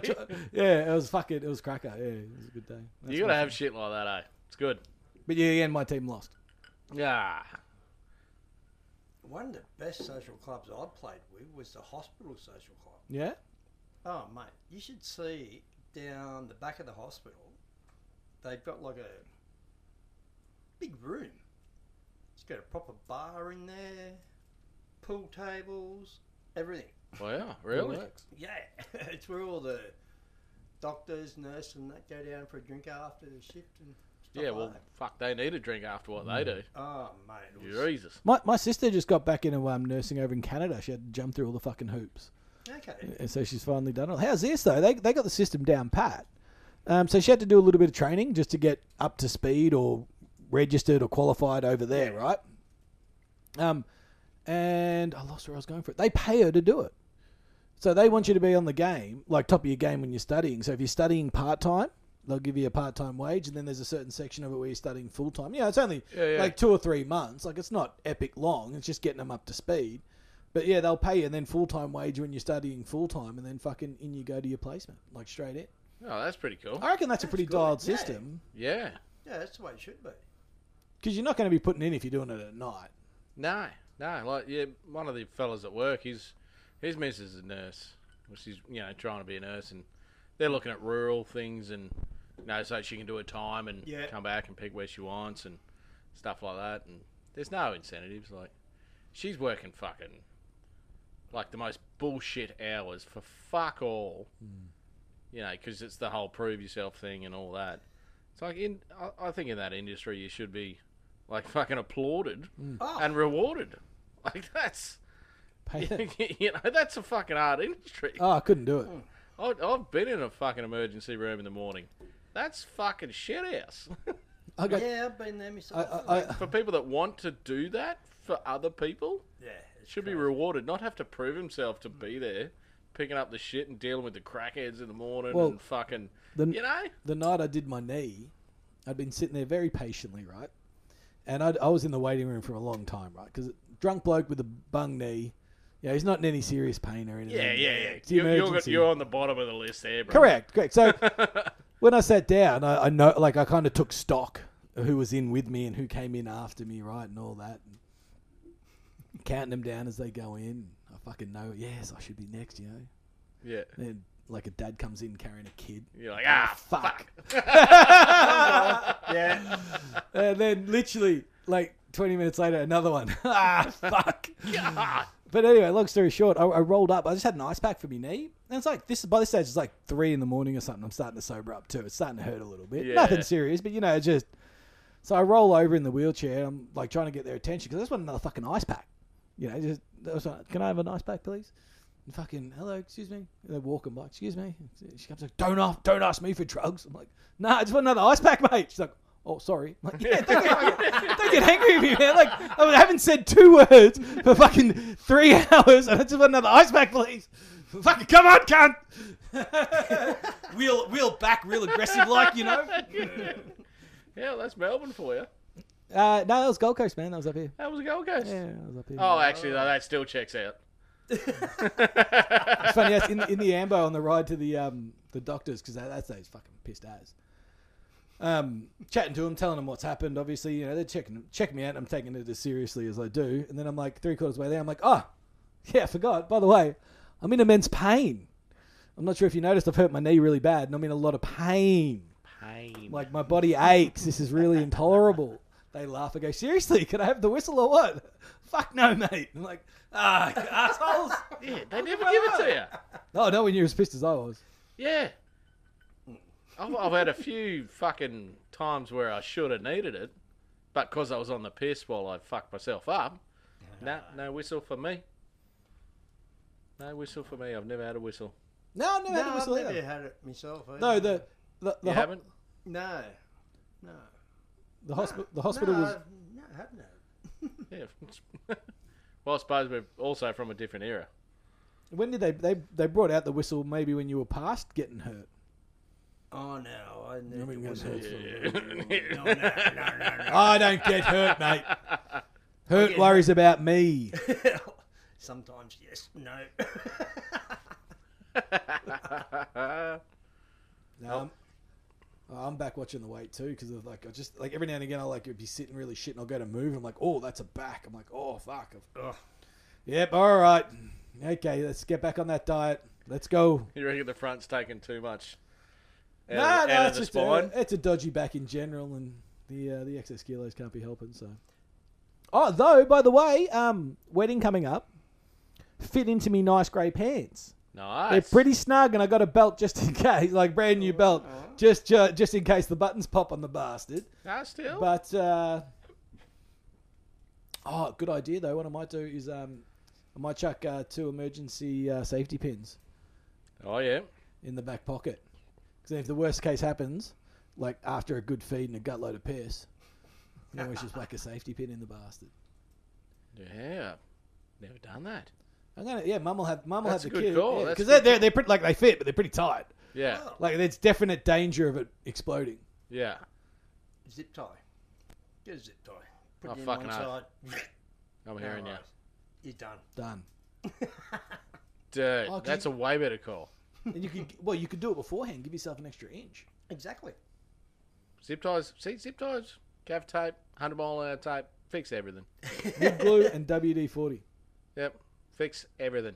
yeah, it was fucking. It was cracker. Yeah, it was a good day. That's
you gotta
my-
have shit like that, eh? It's good.
But yeah, again, my team lost.
Yeah.
One of the best social clubs I played with was the hospital social club.
Yeah,
Oh, mate, you should see down the back of the hospital, they've got like a big room. It's got a proper bar in there, pool tables, everything.
Well, yeah, really.
Yeah, (laughs) it's where all the doctors, nurses, and that go down for a drink after the shift and stuff
Yeah,
like
well,
that.
fuck, they need a drink after what they do.
Oh, mate, it was,
Jesus.
my my sister just got back into um, nursing over in Canada. She had to jump through all the fucking hoops.
okay.
And so she's finally done it. How's this though? They they got the system down pat. Um, so she had to do a little bit of training just to get up to speed or registered or qualified over there, right? Um, and I lost where I was going for it. They pay her to do it. So they want you to be on the game, like top of your game when you're studying. So if you're studying part time, they'll give you a part time wage, and then there's a certain section of it where you're studying full time. You know, it's only
Yeah, yeah.
like two or three months. Like it's not epic long. It's just getting them up to speed. But yeah, they'll pay you and then full time wage when you're studying full time, and then fucking in you go to your placement, like straight in.
Oh, that's pretty cool.
I reckon that's, a
That's
pretty
good,
dialed
yeah.
system
Yeah.
Yeah, that's the way it should be.
because you're not going to be putting in if you're doing it at night.
No, no. Like, yeah, one of the fellas at work, he's, his missus is a nurse, which she's, you know, trying to be a nurse, and they're looking at rural things and, you know, so she can do her time and
Yeah.
come back and pick where she wants and stuff like that. And there's no incentives. Like, she's working fucking, like, the most bullshit hours for fuck all, you know, because it's the whole prove yourself thing and all that. It's like, in, I, I think in that industry, you should be, like, fucking applauded
Hmm.
Oh,
(laughs) and rewarded. Like that's (laughs)
(laughs)
Pay them.
you know that's a fucking hard industry.
oh, I couldn't do it.
I, I've been in a fucking emergency room in the morning. That's fucking shit house
I got.
yeah, I've been there
I,
myself.
I, I,
(laughs) for people that want to do that for other people.
yeah, it's
Should be
crazy.
rewarded, not have to prove himself to be there, picking up the shit and dealing with the crackheads in the morning
Well,
and fucking
the-
you know.
the night I did my knee, I'd been sitting there very patiently, right? And I'd, I was in the waiting room for a long time, right? Because drunk bloke with a bung knee, yeah, he's not in any serious pain or anything.
Yeah, yeah, yeah.
It's the
You're, you're,
emergency.
you're on the bottom of the list there, bro.
Correct, correct.
(laughs)
So when I sat down, I, I know, like, I kind of took stock of who was in with me and who came in after me, right, and all that, and counting them down as they go in. I fucking know, yes, I should be next, you know.
Yeah.
Then, like, a dad comes in carrying a kid.
You're like, ah,
Fuck. (laughs)
Yeah,
(laughs) And then literally, like twenty minutes later, another one. ah, fuck.
God
But anyway, long story short, I, I rolled up. I just had an ice pack for my knee, and it's like this. By this stage, it's like three in the morning or something. I'm starting to sober up too. It's starting to hurt a little bit.
Yeah.
Nothing serious, but you know, it's just. So I roll over in the wheelchair. and I'm like trying to get their attention because I just want another fucking ice pack. You know, just I was like, can I have an ice pack, please? And fucking hello, excuse me. And they're walking by. Excuse me. She comes like, don't ask, don't ask me for drugs. I'm like, no, nah, I just want another ice pack, mate. She's like. Oh, sorry. I'm like, yeah, don't get, (laughs) don't get angry at me, man. Like, I haven't said two words for fucking three (laughs) hours, and I just want another ice pack, please. Fucking come on, cunt. (laughs) wheel, wheel back, real aggressive, like you know.
(laughs) Yeah, that's Melbourne for you.
Uh, no, that was Gold Coast, man. That was up here.
That was a Gold Coast.
Yeah, that was up here.
Oh, actually, no, that still checks out.
It's funny, yes, in, in the ambo on the ride to the um, the doctors because that, that stage fucking pissed as. Um, chatting to them, telling them what's happened. Obviously, you know they're checking checking me out. and I'm taking it as seriously as I do, and then I'm like three quarters way there. I'm like, oh, yeah, I forgot. By the way, I'm in immense pain. I'm not sure if you noticed, I've hurt my knee really bad, and I'm in a lot of pain.
Pain.
Like my body aches. This is really intolerable. They laugh. I go, seriously? Can I have the whistle or what? (laughs) Fuck no, mate. I'm like, ah, (laughs) assholes.
Yeah, they never give it to you.
Oh, no, when you're as pissed as I was.
Yeah. I've, I've had a few fucking times where I should have needed it, but because I was on the piss while I fucked myself up, no, no whistle for me. No whistle for me. I've never had a whistle.
No, I never
No,
had a
I've
whistle
never
either.
had it myself. either.
No, the the, the,
You
ho-
haven't?
no, no.
the hospital the hospital
no,
was
I've- no, I haven't. had it.
Yeah. (laughs) well, I suppose we're also from a different era.
when did they they they brought out the whistle maybe when you were past getting hurt.
Oh no, I never.
mean,
was
what's
no,
(laughs)
no, no, no, no.
I don't get hurt,
(laughs)
mate. Hurt
Yeah.
worries about me. Ah.
(laughs) Sometimes yes, no. (laughs)
Um, I'm back watching the weight too because of like I just like every now and again I like would be sitting really shit and I'll go to move. I'm like, oh, that's a back. I'm like, oh fuck. I've-
Ugh.
Yep. All right. Okay. Let's get back on that diet. Let's go.
you reckon the front's taken too much out,
No,
of,
no,
out of
it's
the
just uh,
spine?
A, it's a dodgy back in general, and the uh, the excess kilos can't be helping. So, oh, though, by the way, um, wedding coming up, fit into me nice grey pants.
nice.
They're pretty snug, and I got a belt just in (laughs) case, like brand new belt,
Oh.
just ju- just in case the buttons pop on the bastard.
Nah, still.
But uh, oh, good idea though. What I might do is um, I might chuck uh, two emergency uh, safety pins
oh, yeah.
in the back pocket. Because if the worst case happens, like after a good feed and a gutload of piss, you always just whack a safety pin in the bastard.
Yeah. Never done that.
I'm gonna, yeah, mum will have mum will
That's
have
a
the
good
kid
call, that's a
because
good
they're, they're they're pretty like they fit, but they're pretty tight.
Yeah.
Like there's definite danger of it exploding.
Yeah.
zip tie. Get a zip tie. Put
Oh,
it in
fucking
one side.
hell. I'm hearing you.
You're done.
Done.
Dude,
Oh, 'cause
uh, that's a way better call.
And you could well, you could do it beforehand. Give yourself an extra inch.
Exactly.
Zip ties. See, zip ties. Gav tape, 100 mile an hour tape. Fix everything.
Wood glue and WD forty.
Yep. Fix everything.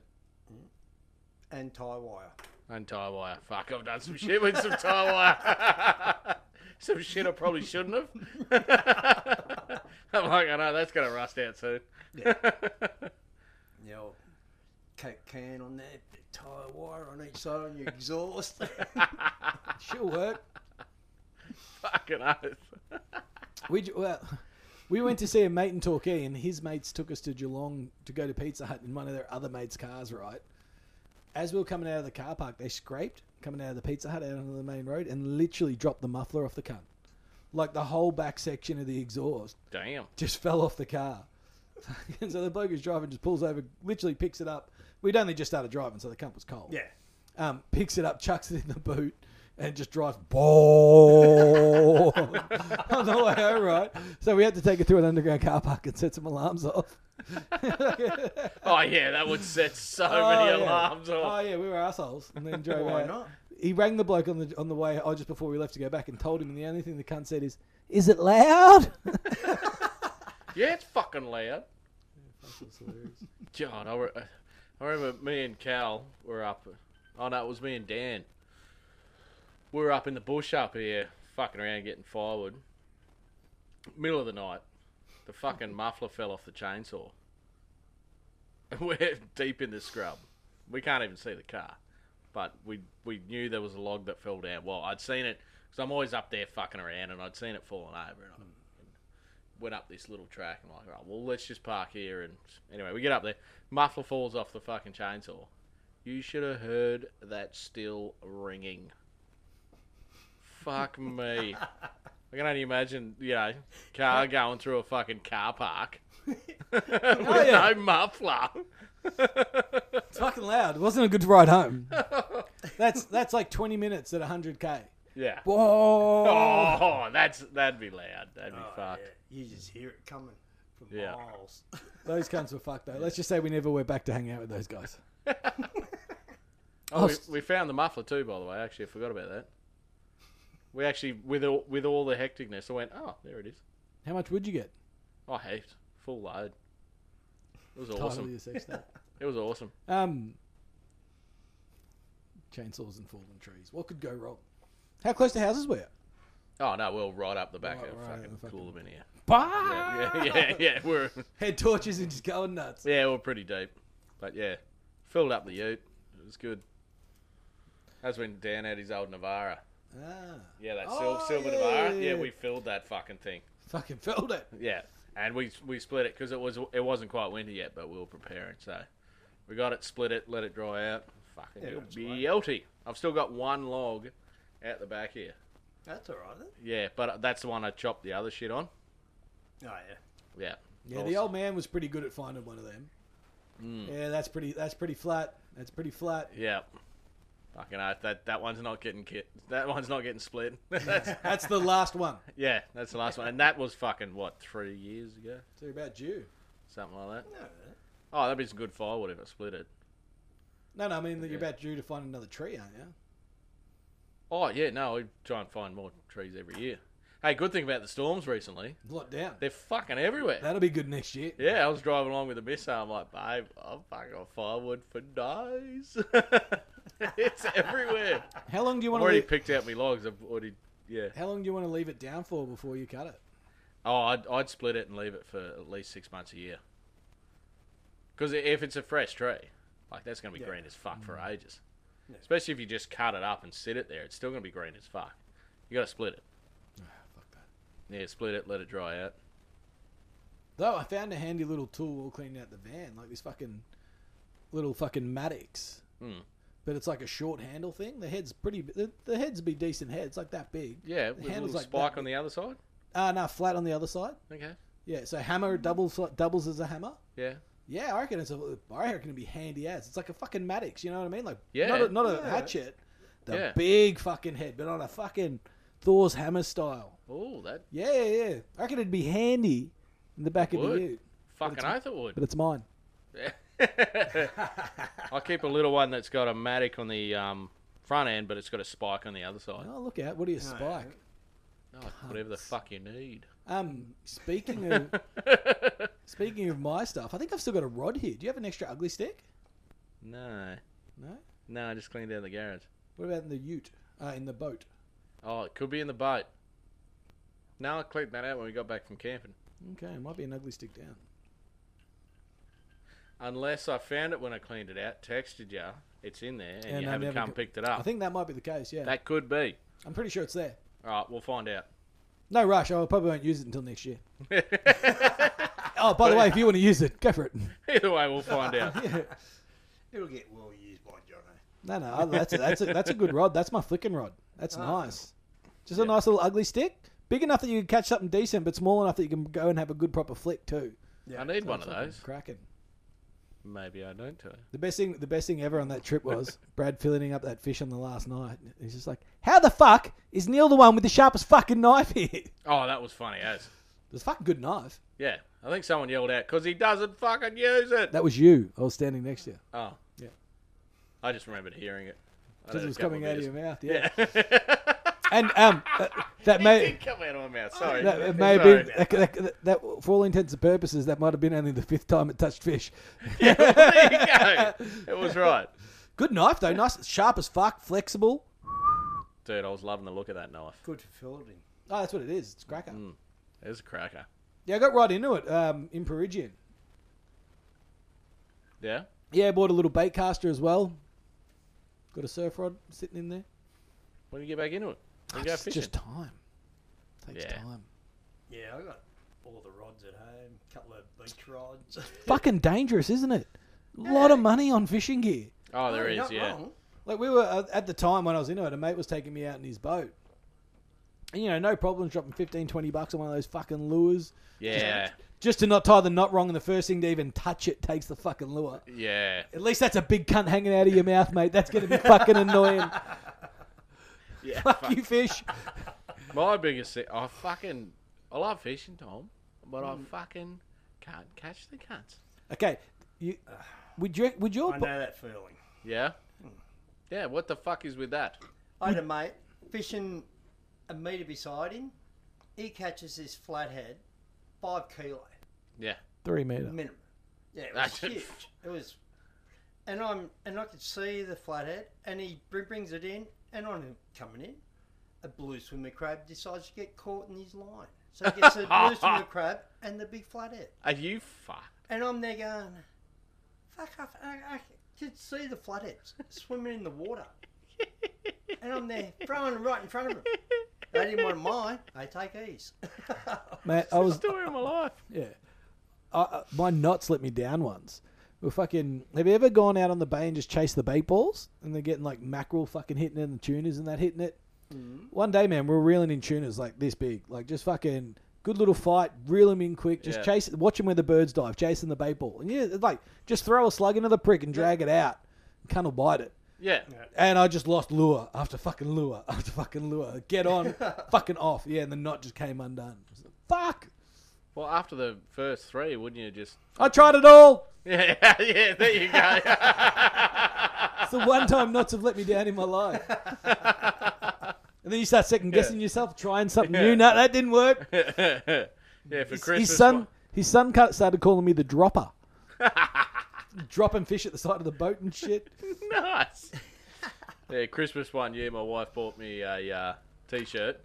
And tie wire.
And tie wire. Fuck, I've done some shit with some tie wire. (laughs) some shit I probably shouldn't have. (laughs) I'm like, I know, that's going to rust out soon.
The old coke can on there. bit of Tie wire on each side
(laughs)
on your (laughs) exhaust.
Sure work.
(laughs) Fucking oath.
We ju- well, (laughs) we went to see a mate in Torquay, and his mates took us to Geelong to go to Pizza Hut in one of their other mates' cars. Right, as we were coming out of the car park, they scraped coming out of the Pizza Hut out onto the main road and literally dropped the muffler off the cunt. Like the whole back section of the exhaust
Damn.
just (laughs) fell off the car. and so the bloke who's driving just pulls over, literally picks it up. We'd only just started driving, so the cunt was cold
yeah.
um, picks it up, chucks it in the boot, and just drives ball (laughs) on the way home, right? So we had to take it through an underground car park and set some alarms
(laughs)
off.
Oh, yeah, that would set so many alarms
Oh, yeah.
off.
Oh yeah, we were assholes. And then drove
Why
out.
not?
He rang the bloke on the on the way, oh, just before we left to go back, and told him. And the only thing the cunt said is, "Is it loud?" (laughs) Oh.
Yeah, it's fucking loud.
That's hilarious.
God, I, re- I remember me and Cal were up. Oh no, it was me and Dan. We were up in the bush up here, fucking around getting firewood. Middle of the night, the fucking muffler fell off the chainsaw. (laughs) we're deep in the scrub. We can't even see the car, but we we knew there was a log that fell down. Well, I'd seen it because I'm always up there fucking around, and I'd seen it falling over, and I went up this little track and like, right, well, let's just park here. And anyway, we get up there. Muffler falls off the fucking chainsaw. You should have heard that still ringing. Fuck me. I can only imagine, you know, car going through a fucking car park (laughs) with
yeah.
no muffler.
It's fucking loud. It wasn't a good ride
(laughs)
home. that's that's like 20 minutes at 100k.
(laughs) Yeah.
Whoa.
Oh, that's that'd be loud. That'd be
Oh,
fucked.
yeah, You just hear it coming from
Yeah.
miles. (laughs)
Those cunts were fucked though. Let's just say we never went back to hang out with those guys.
(laughs) Oh,
Oh,
we, we found the muffler too, by the way. Actually, I forgot about that. We actually, with all, with all the hecticness, I went, oh, there it is.
How much would you get?
I heaped full load. It was
Title of
awesome.
your sex tape.
It was awesome.
Um, chainsaws and fallen trees. What could go wrong? How close to houses were you?
Oh no, we'll right up the back
Right,
of
right,
fucking
the fucking-
cool in here.
Bah!
(laughs) Yeah, yeah,
(laughs)
yeah, yeah. We're
Head torches and just going nuts.
yeah, we're pretty deep, but yeah, filled up the ute. It was good. That's when Dan had his old Navara.
Ah,
Yeah, that
Oh,
sil- silver
yeah,
Navara.
yeah,
Yeah,
yeah.
we filled that fucking thing.
fucking filled it.
Yeah, and we we split it because it was it wasn't quite winter yet, but we were preparing. So we got it, split it, let it dry out. Fucking
Yeah,
yeah,
that's right.
beauty. I've still got one log out the back here.
That's all right. Then.
Yeah, but uh, that's the one I chopped the other shit on.
Oh yeah.
Yeah.
Yeah,
Awesome. Mm.
the old man was pretty good at finding one of them. Yeah, that's pretty. That's pretty flat. That's pretty flat.
Yeah. Fucking oath, that that one's not getting kit. That one's not getting split. (laughs) that's,
That's the last
(laughs)
one.
yeah, that's the last one, and that was fucking what three years ago,
So about you.
something like that.
No,
Oh, that'd be some good firewood if I split it.
No, no, I mean that you're
Yeah.
about due to find another tree, aren't you?
Oh yeah, no, we try and find more trees every year. Hey, good thing about the storms recently,
Lock down.
they're fucking everywhere.
That'll be good next year.
Yeah, I was driving along with a missile. I'm like, babe, I've fucking got firewood for days. (laughs) it's
(laughs)
everywhere.
How long do you
I've
want to?
already
Leave,
picked out my logs. I've already, yeah.
how long do you want to leave it down for before you cut it?
Oh, I'd, I'd split it and leave it for at least six months a year. Because if it's a fresh tree, like that's going to be
Yeah. Mm.
green as fuck for ages.
Yeah.
Especially if you just cut it up and sit it there, it's still going to be green as fuck. You got to split it.
fuck that.
Yeah, split it, let it dry out.
Though I found a handy little tool while cleaning out the van, like this fucking little fucking Maddox.
Hmm.
But it's like a short handle thing. The head's pretty. The, the head's be decent head. It's like that big.
Yeah,
The
with a
handle's
little
like
spike
that
on the other side.
Ah, uh, no, flat on the other side.
Okay.
Yeah. So hammer doubles doubles as a hammer.
Yeah.
Yeah, I reckon it's. A, I reckon it'd be handy as. It's like a fucking Maddox. You know what I mean? Like
Yeah.
not a, not a
Yeah.
hatchet. The
Yeah.
big fucking head, but on a fucking Thor's hammer style.
Oh, that
Yeah, yeah, yeah. I reckon it'd be handy in the back of the
Would.
ute,
fucking oath it would.
but it's mine. (laughs)
I keep a little one that's got a matic on the um, front end, but it's got a spike on the other side.
Oh, look out! What are you spike?
Oh, whatever the fuck you need. (laughs)
Um, speaking of speaking of my stuff, I think I've still got a rod here. Do you have an extra ugly stick?
No.
No.
No, I just cleaned out the garage.
What about in the ute? Uh, in the boat.
Oh, it could be in the boat. No, I cleaned that out when we got back from camping.
Okay, might be an ugly stick down.
Unless I found it when I cleaned it out, texted you, it's in there, and,
And
you
I
haven't
never
come
got-
picked it
I
up.
think that might be the case. Yeah,
That could be.
I'm pretty sure it's there.
All right, we'll find out. (laughs)
No rush. I probably won't use it until (laughs) next year. oh, by the way, if you want to use it, go for it.
Either way, we'll find
(laughs)
out.
Yeah.
it'll get well used by Jono.
No, no, I- that's a, that's a, that's a good rod. That's my flicking rod. That's nice. Just a nice little ugly stick, big enough that you can catch something decent, but small enough that you can go and have a good proper flick too.
I need one of
Fucking
those.
cracking.
Maybe I don't. Too.
The best thing, the best thing ever on that trip was Brad filling up that fish on the last night. He's just like, "How the fuck is Neil the one with the sharpest fucking knife here?" (laughs) It
Oh, that was funny as.
was a fucking good knife.
Yeah, I think someone yelled out because he doesn't fucking use it.
That was you. I was standing next to you
Oh,
Yeah.
I just remembered hearing it.
because
I had
it
a
was
couple
coming out of
beers.
your mouth. Yeah,
(laughs)
and um, that, that
It
may
did come out of my mouth. Sorry.
that it may have
Sorry. (laughs)
been that, that, that, for all intents and purposes, that might have been only the fifth time it touched fish.
there you go. It was right.
Good knife though, nice, sharp as fuck, flexible.
Dude, I was loving the look of that knife.
Good for fielding.
Oh, that's what it is. It's cracker.
Mm. It was a cracker.
Yeah, I got right into it um, in Perigian.
Yeah.
Yeah, bought a little bait caster as well. Got a surf rod sitting in there.
When do you get back into it? When do you go
It's
fishing?
just time. Takes
Yeah.
time.
Yeah, I got all the rods at home, couple of beach rods. (laughs)
Fucking dangerous, isn't it? A lot of
Yeah.
money on fishing gear.
Oh, there
You're
is.
not
yeah.
wrong.
Like we were uh, at the time when I was into it, a mate was taking me out in his boat. And, you know, no problems dropping 15, 20 bucks on one of those fucking lures.
Yeah.
Just to not tie the knot wrong and the first thing to even touch it takes the fucking lure.
Yeah.
At least that's a big cunt hanging out of your mouth, mate. That's
(laughs)
going to be fucking annoying.
(laughs) Yeah.
Fuck you, fish.
My biggest thing, I fucking, I love fishing, Tom, but
Mm.
I fucking can't catch the cunts.
Okay. You, would, you, would your
I know that feeling.
Yeah. Yeah. What the fuck is with that?
I had a mate fishing a metre beside him. He catches this flathead, five kilo
Yeah.
three meter?
minimum. Yeah, (laughs) it was
That's it.
huge. It was, and I'm and I could see the flathead, and he br- brings it in, and on him coming in, a blue swimmer crab decides to get caught in his line, so he (laughs) gets a blue swimmer crab and the big flathead,
Are you fuck?
and I'm there going, fuck off! I, I could see the flatheads swimming in the (laughs) water, and I'm there throwing it right in front of him. They didn't want mine. They take ease. (laughs)
Mate, I was
Story of my life.
Yeah. I, I, my knots let me down once. We We're fucking. Have you ever gone out on the bay and just chased the bait balls? And they're getting like mackerel fucking hitting it and the tunas and that hitting it? One day, man, we we're reeling in tunas like this big. Like just fucking good little fight, reel them in quick, just
Yeah.
chase, watch them where the birds dive, chasing the bait ball. And yeah, it's like just throw a slug into the prick and drag it out. Cunt will bite it.
Yeah.
And I just lost lure after fucking lure (laughs) after fucking lure. Get on, fucking off. Yeah, and the knot just came undone. I was like, Fuck!
Well, after the first three, wouldn't you just? (laughs)
I tried it all.
Yeah. Yeah. There you go.
It's the one time knots have let me down in my life. And then you start second guessing yourself, trying something new. No, that didn't work.
yeah. For
His,
Christmas.
his son,
what-
his son cut- started calling me the dropper, (laughs) dropping fish at the side of the boat and shit.
(laughs) nice. yeah, Christmas one year, my wife bought me a uh, t-shirt,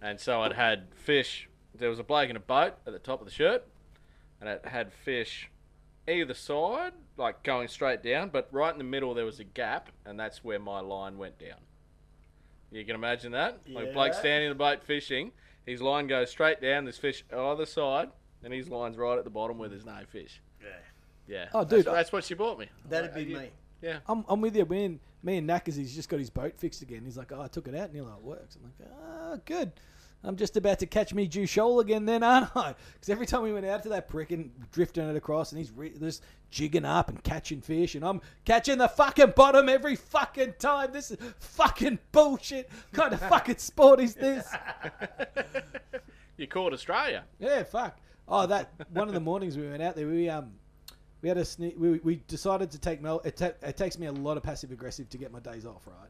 and so it had fish. There was a bloke in a boat at the top of the shirt, and it had fish either side, like going straight down, but right in the middle there was a gap, and that's where my line went down. You can imagine that. Like a bloke
Yeah.
standing in the boat fishing, his line goes straight down. There's fish either side, and his line's right at the bottom where there's no fish.
yeah.
Yeah.
Oh,
that's-
dude, I-
that's, what she bought me.
That'd be
you-
me.
Yeah.
I'm, I'm with you. Me and, me and Knackers, he's just got his boat fixed again. He's like, oh, I took it out. And you're like, it works. I'm like, ah, good. I'm just about to catch me Jew shoal again then, aren't I? Because every time we went out to that prick and drifting it across and he's re- just jigging up and catching fish and I'm catching the fucking bottom every fucking time. This is fucking bullshit. kind of (laughs) fucking sport is this?
You caught Australia.
Yeah, fuck. Oh, that one of the mornings we went out there, we um, we had a sneak. We, we decided to take Mel. It, ta- it takes me a lot of passive aggressive to get my days off, right?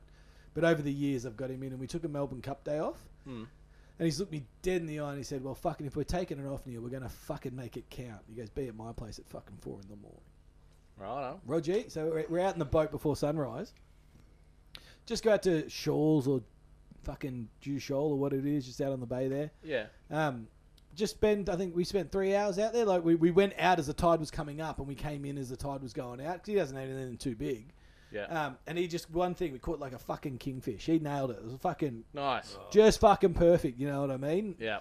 But over the years, I've got him in, and we took a Melbourne Cup day off. And he's looked me dead in the eye, and he said, "Well, fucking, if we're taking it off, Neil, we're gonna fucking make it count." He goes, "Be at my place at fucking four in the morning."
Right on.
Roger. So we're, we're out in the boat before sunrise. Just go out to Shoals or fucking Dew Shoal or what it is, just out on the bay there.
Yeah.
Um, just spend, I think we spent three hours out there. Like we, we went out as the tide was coming up, and we came in as the tide was going out 'cause he doesn't have anything too big.
Yeah.
Um, and he just one thing we caught like a fucking kingfish. He nailed it. It was fucking
nice.
just fucking perfect. You know what I mean?
Yeah.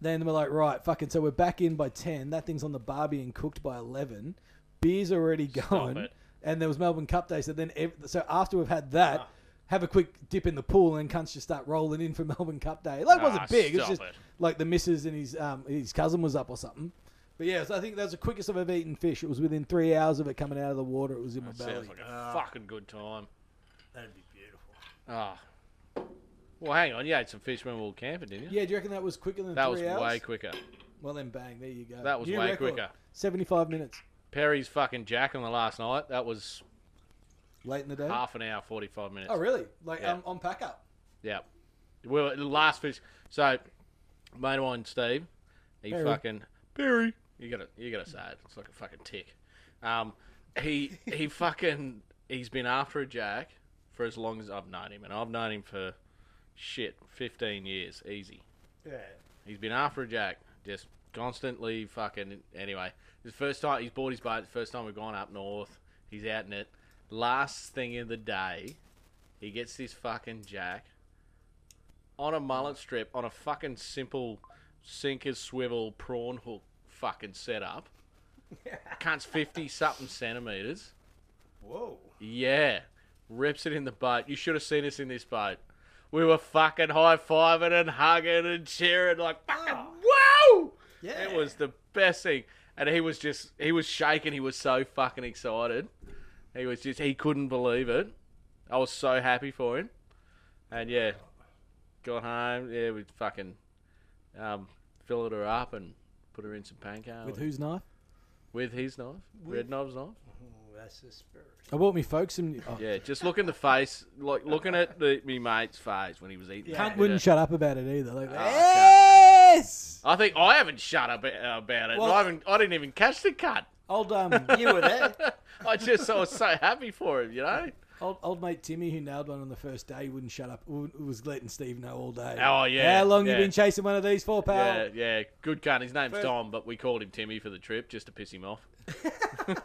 Then we're like, right, fucking. So we're back in by ten. That thing's on the bar being cooked by eleven. Beer's already gone,
it.
and there was Melbourne Cup day. So then, ev- so after we've had that,
Ah.
have a quick dip in the pool, and cunts just start rolling in for (laughs) Melbourne Cup day. Like it
Ah,
wasn't big. It's
stop
just
it.
like the missus and his um, his cousin was up or something. But yeah, so I think that was the quickest I've ever eaten fish. It was within three hours of it coming out of the water. It was in my belly. Ah.
Sounds like a fucking good time.
That'd be beautiful.
Ah. Well, hang on. You ate some fish when we were camping, didn't you?
yeah, do you reckon that was quicker than
That was
three hours?
way quicker.
well, then bang, there you go.
That was
New
way
record.
quicker.
Seventy-five minutes
Perry's fucking jack on the last night. That was
late in the day.
half an hour, forty-five minutes.
Oh, really? Like
Ah. Yeah.
um, on pack up.
Yeah. Well, the last fish. So, mate of mine, Steve, he
Perry.
fucking Perry. You gotta, you gotta say it. It's like a fucking tick. Um, he he fucking he's been after a jack for as long as I've known him, and I've known him for shit fifteen years, easy.
Yeah.
He's been after a jack, just constantly fucking. Anyway, his first time he's bought his boat. First time we've gone up north. He's out in it. Last thing of the day, he gets this fucking jack on a mullet strip on a fucking simple sinker swivel prawn hook fucking setup. Cuts fifty something centimeters.
Whoa.
Yeah. Rips it in the boat. You should have seen us in this boat. We were fucking high fiving and hugging and cheering like fucking whoa!
Yeah.
It was the best thing. And he was just he was shaking, he was so fucking excited. He was just he couldn't believe it. I was so happy for him. And yeah. Got home, yeah, we fucking um filled her up and put her in some panko
With whose knife?
with his knife. Red knob's knife.
Oh, that's the spirit.
I bought me folks some. Oh,
Yeah, just look in the face, like looking at the, me mate's face when he was eating.
Cunt
that.
Wouldn't shut up about it either.
Ah,
Like, yes,
I think I haven't shut up a- about it.
Well-
I haven't. I didn't even catch the cut.
old
(laughs)
um,
You were there.
I just I was so happy for him, you know.
old old mate Timmy who nailed one on the first day wouldn't shut up. w- Was letting Steve know all day.
Oh, yeah,
How long
yeah.
you been chasing one of these for, pal?
Yeah, yeah, good cunt. His name's Tom, but we called him Timmy for the trip just to piss him off. (laughs)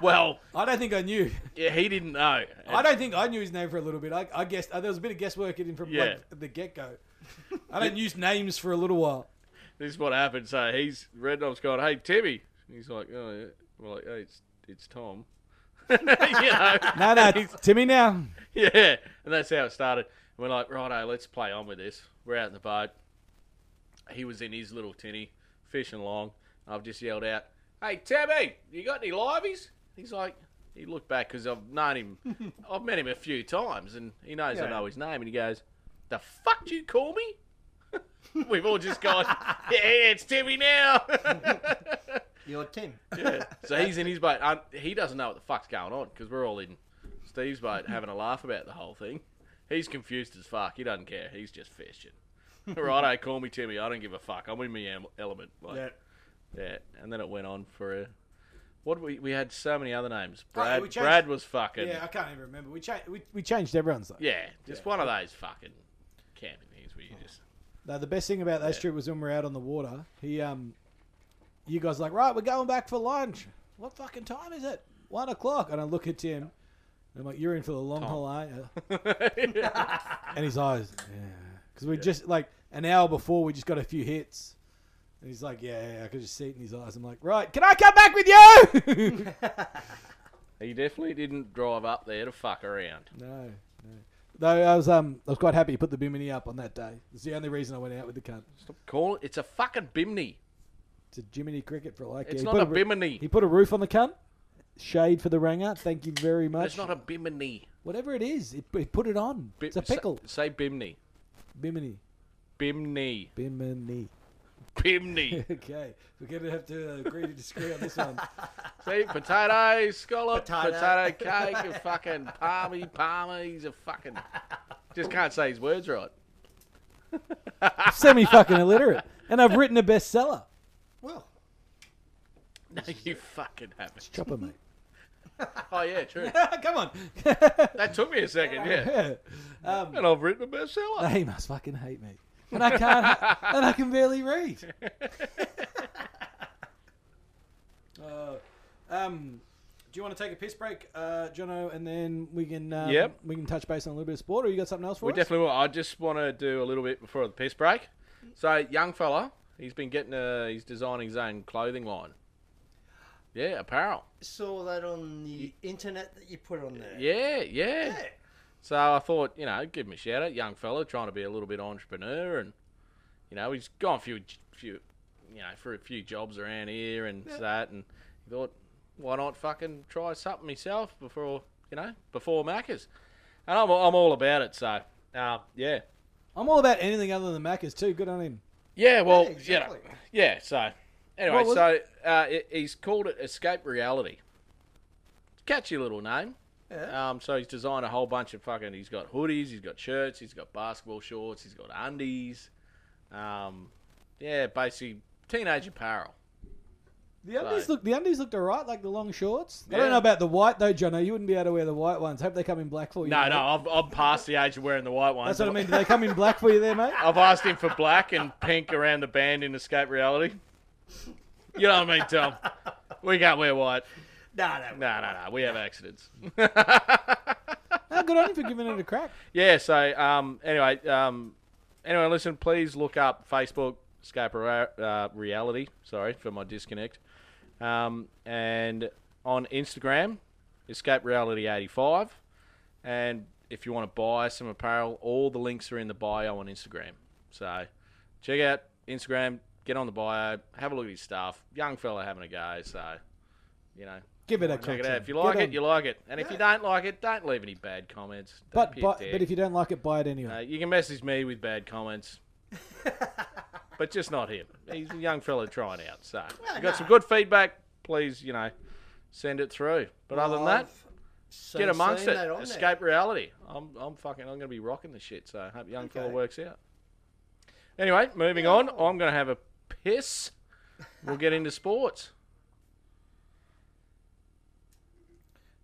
well,
I don't think I knew.
yeah, he didn't know.
I don't think I knew his name for a little bit. I, I guessed uh, there was a bit of guesswork in him from
Yeah.
like, the get
(laughs)
go. I don't use names for a little while.
This is what happened. So he's Red Knob's going, "Hey, Timmy," and he's like, "Oh, yeah." we're like, "Hey, it's it's Tom." (laughs) you know,
No, no, Timmy now.
(laughs) Yeah, and that's how it started. And we're like, righto, let's play on with this. We're out in the boat. He was in his little tinny, fishing along. I've just yelled out, hey, Tabby, you got any liveys? He's like, he looked back because I've known him, I've met him a few times, and he knows I
Yeah.
know his name, and he goes, the fuck do you call me? (laughs) We've all just gone, yeah, it's Timmy now. (laughs)
You're Tim.
Yeah. So he's in his boat. Um, he doesn't know what the fuck's going on because we're all in Steve's boat having a laugh about the whole thing. He's confused as fuck. He doesn't care. He's just fishing. (laughs) Righto, call me Timmy. I don't give a fuck. I'm in my em- element. Like, yeah. And then it went on for a. What we we had so many other names.
Right,
Brad
we changed-
Brad was fucking.
Yeah,
Yeah.
I can't even remember. We, cha- we, we changed everyone's though.
just one of those fucking camping things where you just.
No, the best thing about that trip was when we were out on the water. He, um, you guys like, right, we're going back for lunch. What fucking time is it? One o'clock. And I look at Tim, and I'm like, you're in for the long haul, aren't
(laughs)
you? and his eyes, yeah, because we just like an hour before we just got a few hits. And he's like, yeah, yeah, yeah, I could just see it in his eyes. I'm like, right, can I come back with you? (laughs)
He definitely didn't drive up there to fuck around.
no, no. Though I was, um, I was quite happy he put the bimini up on that day. It's the only reason I went out with the cunt.
Stop calling. It's a fucking bimini.
It's a Jiminy cricket for like.
It's
he
not
put
a bimini.
He put a roof on the cunt. Shade for the ranger. Thank you very much.
It's not a bimini.
Whatever it is, it, it put it on.
Bi-
it's a pickle.
Say, say bimini.
Bimini.
Bimini.
Bimini. (laughs)
Bimini.
Okay. We're going to have to uh, agree to disagree on this one.
See, potato, scallop, potato,
Potato.
cake, a fucking palmy, palmy. He's a fucking. Just can't say his words right.
Semi fucking illiterate. And I've written a bestseller.
Well,
No, you fucking haven't.
Chopper, mate.
Oh, yeah, true.
Come on.
That took me a second, yeah.
(laughs) Yeah. Um,
And I've written a bestseller.
they must fucking hate me. And I can't. and I can barely read. (laughs) Uh, um, do you want to take a piss break, uh, Jono, and then we can um,
Yep.
we can touch base on a little bit of sport, or you got something else for
We
us?
definitely will. I just want to do a little bit before the piss break. So, young fella, he's been getting a. He's designing his own clothing line. Yeah, apparel.
saw that on the internet that you put on there.
Yeah, yeah.
Yeah.
So I thought, you know, give him a shout out, young fella, trying to be a little bit entrepreneur, and you know, he's gone few, few, you know, for a few jobs around here and that, and he thought, why not fucking try something myself before, you know, before Macca's, and I'm, I'm all about it. So, um, yeah,
I'm all about anything other than Macca's too. Good on him.
yeah, well,
Yeah, exactly.
you know, yeah. So, anyway,
What was-
so uh, it, he's called it Escape Reality. Catchy little name.
Yeah.
Um, so he's designed a whole bunch of fucking. He's got hoodies, he's got shirts, he's got basketball shorts, he's got undies. Um, yeah, basically teenage apparel.
The undies
So-
look the undies looked alright, like the long shorts. I
Yeah.
don't know about the white though, Jono. You wouldn't be able to wear the white ones. Hope they come in black for you.
No,
mate.
no, I'm, I'm past the age of wearing the white ones.
That's what I
(laughs)
mean. Do they come in black for you there, mate?
I've asked him for black and pink around the band in Escape Reality. You know what I mean, Tom? We can't wear white.
No, no,
No, no, no. We have accidents.
Oh, good on you for giving it a crack.
Yeah. So, um, anyway, um, anyway, listen. Please look up Facebook Escape Ra- uh, Reality. Sorry for my disconnect. Um, and on Instagram, Escape Reality eighty five. And if you want to buy some apparel, all the links are in the bio on Instagram. So, check out Instagram. Get on the bio. Have a look at his stuff. Young fella having a go. So, you know.
Give it a
Check
crack.
it out.
Sam.
If you
Get
like
on.
it, you like it. And if you don't like it, don't leave any bad comments. Don't
but,
be a
but,
dick.
but if you don't like it, buy it anyway.
Uh, you can message me with bad comments, but just not him. He's a young fella trying out. So if you got some good feedback. Please, you know, send it through. But other than that, get amongst it. Escape reality. I'm, I'm fucking. I'm going to be rocking the shit. So I hope young fella
Okay.
works out. Anyway, moving on. I'm going to have a piss. We'll get into sports.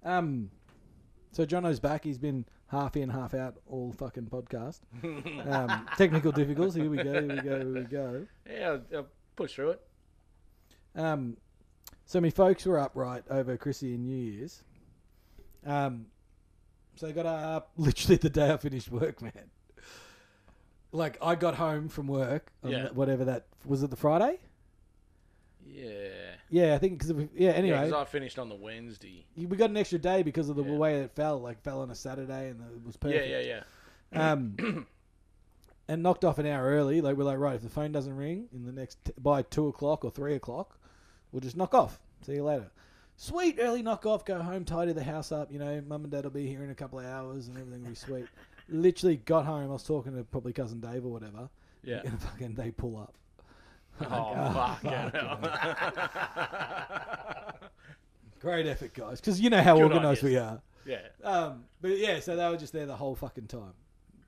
Um, so Jono's back. He's been half in, half out all fucking
(laughs)
podcast. um, technical difficulties. Here we go. Here we go. Here we go.
Yeah, I'll, I'll push through it.
Um, so me folks were upright over Chrissy and New Year's. Um, so they got up (laughs) literally the day I finished work, man. Like I got home from work on
Yeah.
that- whatever that was. It the Friday.
Yeah.
Yeah, I think because yeah. Anyway,
Yeah, 'cause I finished on the Wednesday.
you- we got an extra day because of the
Yeah.
way it fell. Like fell on a Saturday and it was perfect.
Yeah, yeah, yeah. (clears throat)
um, and knocked off an hour early. Like we're like, right, if the phone doesn't ring in the next by two o'clock or three o'clock, we'll just knock off. See you later. Sweet early knock off. Go home, tidy the house up. You know, mum and dad will be here in a couple of hours, and everything will be
(laughs)
sweet. Literally got home. I was talking to probably cousin Dave or whatever.
(laughs) Yeah.
And (laughs) fucking they pull up.
Oh, fuck.
Great effort, guys, because you know how
Good
organised
on
we
yous.
are.
(laughs) yeah.
Um, but yeah, so they were just there the whole fucking time.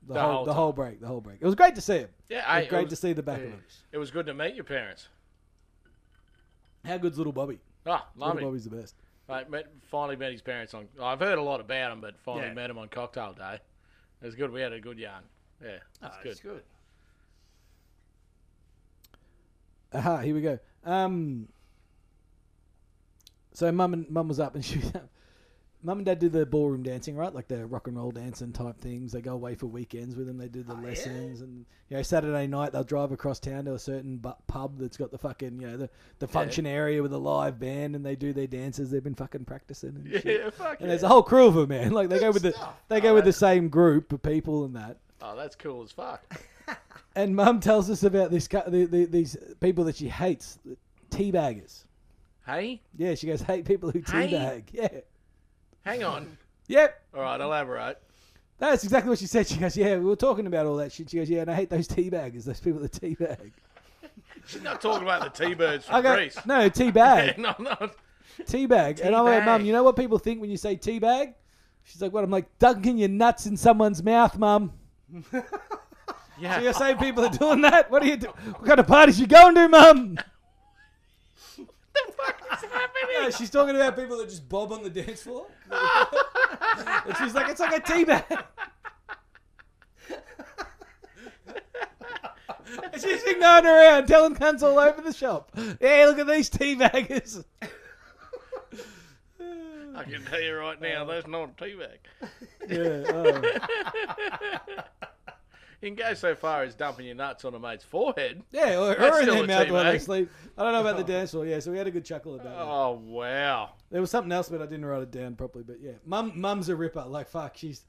The,
The
whole,
whole
the whole break, the whole break. It was great to see them.
Yeah, hey,
great
it,
to
was,
see the back of them.
it was good to meet your parents.
How good's little Bobby?
Ah, love
Little
him.
Bobby's the best.
Mate, met, finally met his parents on. I've heard a lot about him, but finally
Yeah.
met him on cocktail day. It was good. We had a good yarn. Yeah, that's good.
Ah, It's good.
Aha, here we go. Um, so mum and mum was up and (laughs) she, mum and dad do the ballroom dancing, right? Like the rock and roll dancing type things. They go away for weekends with them. They
Oh,
do the lessons and you know Saturday night they'll drive across town to a certain bu- pub that's got the fucking you know the, the function area with a live band and they do their dances. They've been fucking practicing. And shit.
(laughs) Yeah, fuck
And
yeah.
there's a whole crew of them, man. (laughs) Like they go with the
stuff.
they go with the same group of people and that.
Oh, that's cool as fuck.
And Mum tells us about this cu- the, the, these people that she hates, the teabaggers.
hey,
Yeah, she goes, hate people who
Hey?
teabag. (laughs) Yeah.
hang on.
Yep.
All right, elaborate.
That's exactly what she said. She goes, yeah, we were talking about all that shit. She goes, yeah, and I hate those teabaggers, those people that teabag.
She's not talking about the T-birds
I
from
go,
Greece.
no, teabag,
(laughs) No, I'm not.
teabag. And I went,
Teabag.
Mum, you know what people think when you say teabag? She's like, what? I'm like, dunking your nuts in someone's mouth, Mum.
Yeah.
So you're saying people are doing that? What are you do? What kind of parties you going to, Mum? Yeah, she's talking about people that just bob on the dance floor. (laughs) and she's like, it's like a teabag. (laughs) and she's ignoring around, telling cunts all over the shop. Hey, look at these teabaggers.
I can tell you right now, that's not a teabag.
(laughs) Yeah, oh.
You can go so far as dumping your nuts on a mate's forehead.
yeah or,
That's
or in
still
their
a
mouth while they
teabag.
sleep. I don't know about the dance floor, yeah, so we had a good chuckle about it.
Oh wow!
There was something else, but I didn't write it down properly. But yeah, mum, mum's a ripper. Like fuck, she's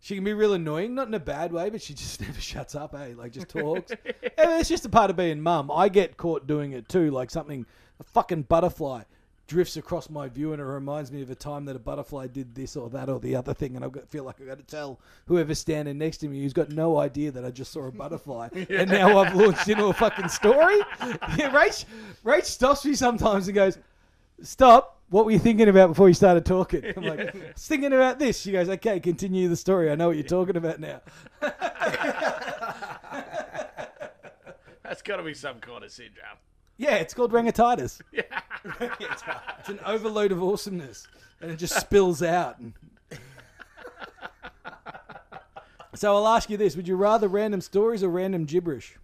she can be real annoying, not in a bad way, but she just (laughs) never shuts up. Hey, like just talks. and it's just a part of being mum. I get caught doing it too. Like something, a fucking butterfly drifts across my view, and it reminds me of a time that a butterfly did this or that or the other thing, and I feel like I got to tell whoever's standing next to me who's got no idea that I just saw a butterfly, and now I've launched into a fucking story. (laughs) yeah, Rach, Rach stops me sometimes and goes stop. What were you thinking about before you started talking? I'm
(laughs)
like, I was thinking about this. She goes, okay, continue the story. I know what you're talking about now.
That's got to be some kind of syndrome.
Yeah, it's called
(laughs)
rangatitis. Yeah. (laughs) it's an overload of awesomeness, and it just spills out. (laughs) so I'll ask you this: Would you rather random stories or random gibberish?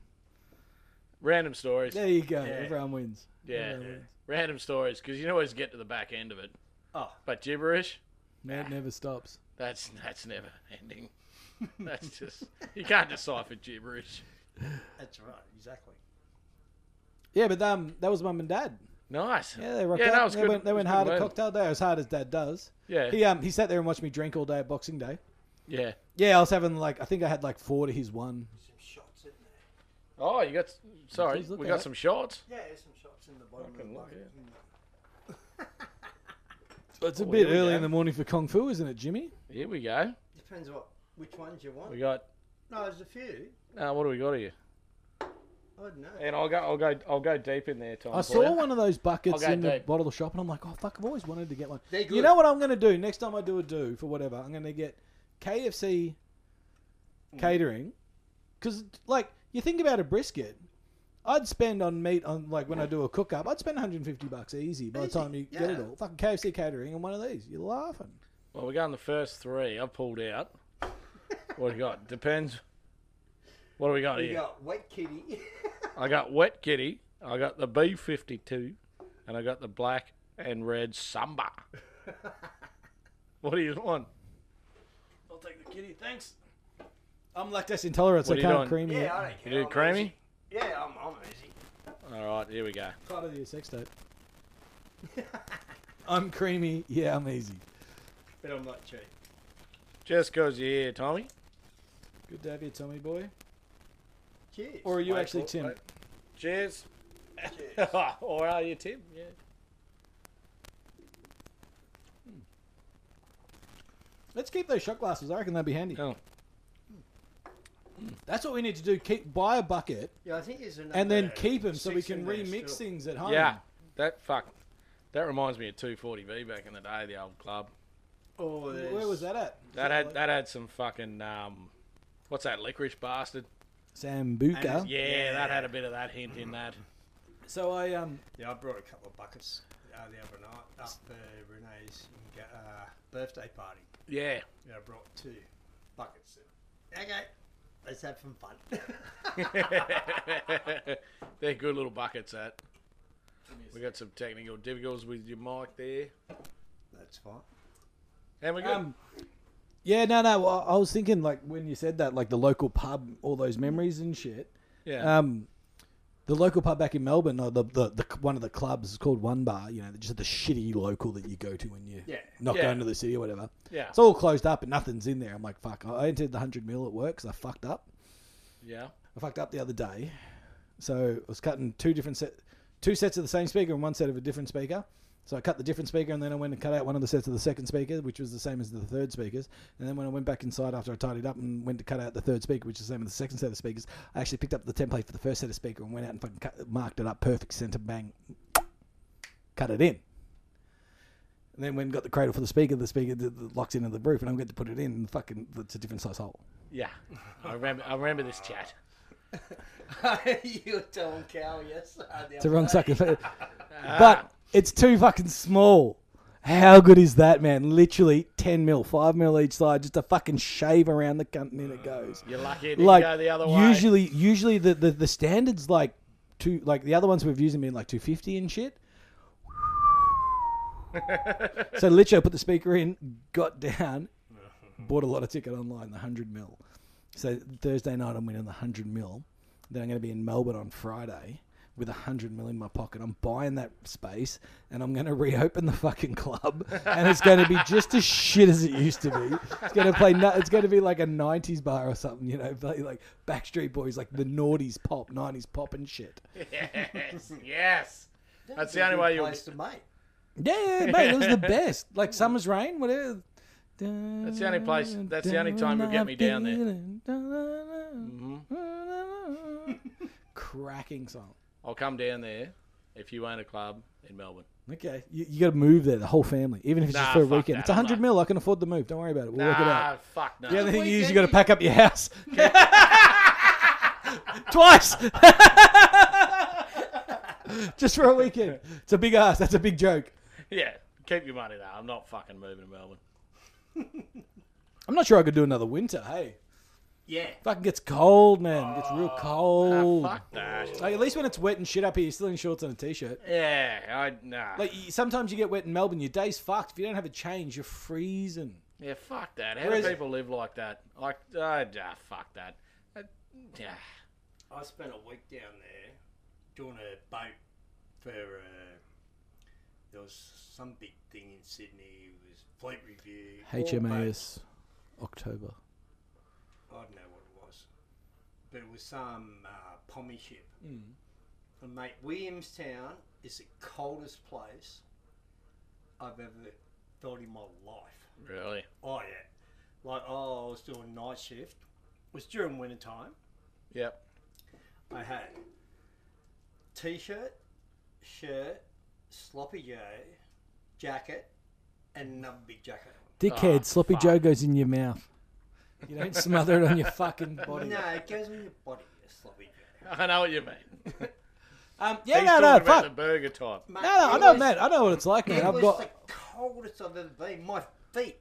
Random stories.
There you go.
Yeah.
Everyone wins.
Yeah.
Everyone wins.
Random stories, because you always get to the back end of it.
Oh,
But gibberish,
No, it never stops.
that's that's never (laughs) ending. That's just you can't decipher gibberish.
that's right, exactly.
Yeah, but um, that was mum and dad.
Nice.
Yeah, they rocked
yeah,
out.
No, it's
they
good.
went, they
it's
went
good
hard at
learning.
cocktail day, as hard as dad does.
Yeah.
He um he sat there and watched me drink all day at Boxing Day.
Yeah.
Yeah, I was having like I think I had like four to his one.
Some shots in there.
Oh, you got s- sorry,
Please look
we
at
got
it.
some shots.
Yeah, there's some shots in the bottom of the
Fucking look,
bucket.
Hmm.
But it's a
Oh,
bit
here we
early
go.
in the morning for kung fu, isn't it, Jimmy?
Here we go.
Depends what which ones you want.
We got.
No, there's a few.
Uh, what do we got here?
I don't know.
And I'll go. I'll go. I'll go deep in there, Tom.
I
for
saw
you.
one of those buckets
Oh, Okay,
in the
Dave.
bottle shop, and I'm like, oh fuck, I've always wanted to get one.
They're
You
good.
know what I'm going to do next time I do a do for whatever? I'm going to get KFC catering because, like, you think about a brisket. I'd spend on meat on like when I do a cook up. I'd spend 150 bucks easy by the
Easy,
time you get it
yeah.
all. Fucking KFC catering and one of these, you're laughing.
Well, we're going the first three. I pulled out. What do we got? Depends. What do we got
we
here?
got wet kitty. (laughs)
I got Wet Kitty. I got the B fifty two, and I got the black and red Samba. what do you want? I'll take the kitty. Thanks.
I'm lactose intolerant, so I
What are you
can't
doing?
cream it.
Yeah, I don't
You
care.
do
I'm
creamy.
easy. Yeah, I'm, I'm easy.
All right, here we go.
Part of your sex tape. I'm creamy. Yeah, I'm easy.
but I'm not cheap.
Just cause you're here, Tommy.
Good to have you, Tommy boy.
Cheers.
Or are you
Wait,
actually
wait,
Tim?
wait. Cheers.
Cheers.
(laughs) or are you Tim? Yeah.
Let's keep those shot glasses. I reckon they'd be handy.
Oh.
That's what we need to do. Keep buy a bucket
yeah, I think there's another.
and then keep them so we
six
can
in there
remix
still.
things at home.
Yeah. That fuck. That reminds me of 240V back in the day, the old club.
Oh, there's,
Where was that at?
That had that had some fucking um, what's that licorice bastard?
Sambuca.
And-
Yeah, that had a bit of that hint in that.
So I um
Yeah, I brought a couple of buckets uh, the other night up for Renee's enga- uh, birthday party.
Yeah.
Yeah, I brought two buckets. Okay, let's have some fun. (laughs)
(laughs) They're good little buckets. That we got some technical difficulties with your mic there,
That's fine. (laughs)
and we got
um. Yeah, no, no. I I was thinking, like, when you said that, like the local pub, all those memories and shit.
yeah.
Um, the local pub back in Melbourne, or the, the, the one of the clubs is called One Bar. You know, just the shitty local that you go to when you
Yeah.
not
Yeah.
going to the city or whatever.
Yeah.
it's all closed up and nothing's in there. I'm like, fuck. I entered the hundred mil at work 'cause I fucked up.
yeah.
I fucked up the other day, so I was cutting two different set, two sets of the same speaker and one set of a different speaker. So I cut the different speaker and then I went and cut out one of the sets of the second speaker, which was the same as the third speakers. And then when I went back inside after I tidied up and went to cut out the third speaker, which is the same as the second set of speakers, I actually picked up the template for the first set of speaker and went out and fucking cut, marked it up perfect center bang, cut it in. And then when got the cradle for the speaker, the speaker d- d- locks into the roof and I'm going to put it in and fucking it's a different size hole.
Yeah. I remember. I remember this chat.
you were telling Cal yes. uh, the
It's a
other
wrong
day.
sucker. but it's too fucking small. How good is that, man? Literally 10 mil, 5 mil each side, just a fucking shave around the cunt and in it goes.
You're lucky it didn't
Like,
go the other way.
usually, usually the, the, the standard's like two, like the other ones we've used have been like 250 and
(laughs)
shit. so literally, I put the speaker in, got down, bought a lot of ticket online, the 100 mil. So Thursday night, I'm winning the 100 mil. Then I'm going to be in Melbourne on Friday with 100 mil in my pocket. I'm buying that space and I'm going to reopen the fucking club. And it's going to be just as shit as it used to be. It's going to play, no- it's going to be like a 90s bar or something, you know, play like Backstreet Boys, like the noughties pop, 90s pop and shit.
(laughs) yes. Yes.
That'd
That's
be
the
a
only
good
way you'll
place to mate.
Yeah, yeah, mate, it was
(laughs)
the best. Like Summer's Rain, whatever. That's
the only place- that's the only time you'll get me down there.
Mm-hmm. Cracking song.
I'll come down there if you own a club in Melbourne.
Okay, you, you got to move there, the whole family, even if it's
Nah,
just for a
fuck
weekend.
that,
It's a hundred
I'm
mil. I can afford the move. Don't worry about it. We'll work it
Ah,
out.
fuck no.
The only thing is, you got to pack up your house (laughs) twice, (laughs) just for a weekend. It's a big ass. That's a big joke.
Yeah, keep your money there. I'm not fucking moving to Melbourne.
I'm not sure I could do another winter. Hey,
Yeah.
Fucking gets cold, man. Gets real cold.
Ah, fuck that.
Like at least when it's wet and shit up here, you're still in shorts and a t-shirt.
Yeah, I nah.
Like you, sometimes you get wet in Melbourne, your day's fucked. If you don't have a change, you're freezing.
yeah, fuck that. How
Whereas-
do people live like that? Like, ah, nah, fuck that. Uh, yeah.
I spent a week down there doing a boat for. Uh, there was some big thing in Sydney. It was fleet review. all boats.
HMAS October.
I don't know what it was, but it was some uh, pommy ship. And mate, Williamstown is the coldest place I've ever felt in my life.
Really?
Oh yeah, like oh, I was doing night shift. It was during winter time.
Yep.
I had t-shirt, shirt, sloppy Joe, jacket, and another big jacket.
Dickhead,
Ah,
sloppy
fuck.
Joe goes in your mouth. You don't smother it on your
(laughs)
fucking body.
No, it goes on your body, a sloppy Joe.
I know what
(laughs)
you mean.
Um, yeah,
He's
no,
talking
no,
about
fuck.
the burger type.
Mate,
No, no, I
it
know,
was-
man. I know what it's like, man.
It
I've
was
got.
the coldest I've ever been. My feet,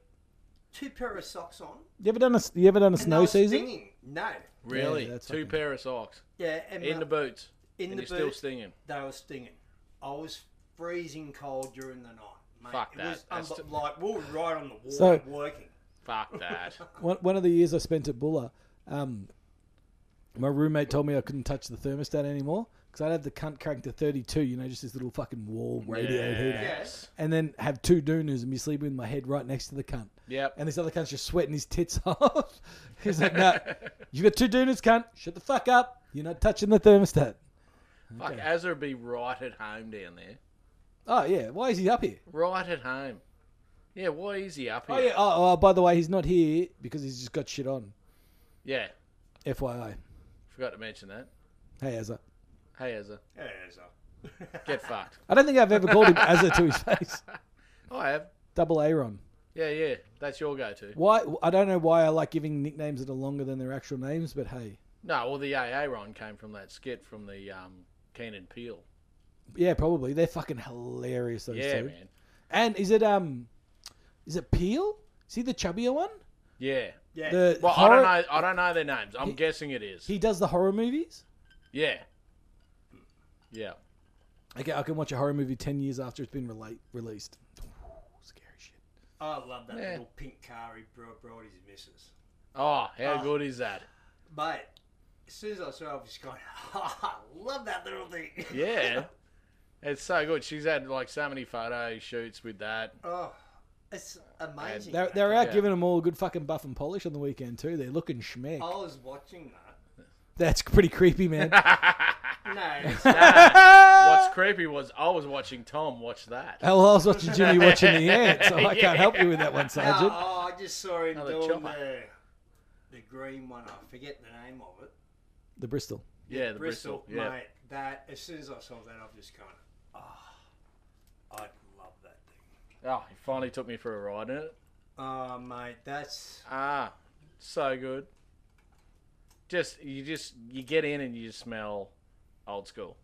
two pair of socks on.
You ever done a? You ever done a
and
snow
I was
season?
Stinging. No.
Really?
Yeah, that's
Two
fucking-
pair of socks
Yeah, and
in
my-
the boots,
in
and
the
you're still
boot,
stinging.
they were stinging. I was freezing cold during the night. Mate.
Fuck
it
that.
Was
That's
unbe-
t-
like we were right on the wall
So-
working.
(laughs)
Fuck that.
One, one of the years I spent at Bulla, um, my roommate told me I couldn't touch the thermostat anymore because I'd have the cunt crank to 32, you know, just this little fucking wall radiator heater.
yes.
And then have two doonas and be sleeping with my head right next to the cunt.
Yep.
And this other cunt's just sweating his tits (laughs) off. He's like, no, you've got two doonas, cunt. Shut the fuck up. You're not touching the thermostat.
Fuck, Azza would be right at home down there.
Oh, yeah. Why is he up here?
Right at home. Yeah, why is he up here?
Oh, yeah. Oh, oh, by the way, he's not here because he's just got shit on.
Yeah,
FYI.
forgot to mention that.
Hey, Azza.
Hey, Azza,
Yeah, uh, (laughs) so.
get fucked.
I don't think I've ever called him Azza to his face.
I have.
Double Aaron.
Yeah, yeah, that's your go-to.
Why? I don't know why I like giving nicknames that are longer than their actual names, but hey,
No, well, the AA Ron came from that skit from the um, Keenan Peel.
yeah, probably they're fucking hilarious. Those
Yeah,
two.
man.
And is it um, is it Peel? Is he the chubbier one?
Yeah.
yeah.
The
Well,
horror,
I don't know. I don't know their names. I'm guessing it is.
He does the horror movies.
yeah. Yeah.
Okay, I can watch a horror movie ten years after it's been relate, released. Scary shit.
I love that
Yeah.
little pink car he brought, brought his missus.
Oh, how
Ah.
good is that?
Mate, as soon as I saw it, I was just going, (laughs) ha, ha, love that little thing.
(laughs)
Yeah. it's so good. She's had like so many photo shoots with that.
(laughs) oh, it's amazing.
They're,
mate.
they're out
Yeah.
giving them all a good fucking buff and polish on the weekend too. They're looking schmeck.
I was watching
(laughs)
that.
That's pretty creepy,
(laughs)
man.
No, it's
Ah.
What's creepy was I was watching Tom
(laughs)
watch that.
Hell, I was watching Jimmy watching the ant, so
(laughs)
I can't help you with that one,
No,
Sergeant.
oh, I just saw him
Another
doing
chopper.
the the green one. I forget the name of it.
The Bristol.
Yeah, the Bristol. yeah.
mate. That as soon as I saw that, I've just gone, oh, I love that thing.
Oh, he finally took me for a ride in it.
Oh, mate, that's
Ah, so good. Just you just you get in and you just smell old school,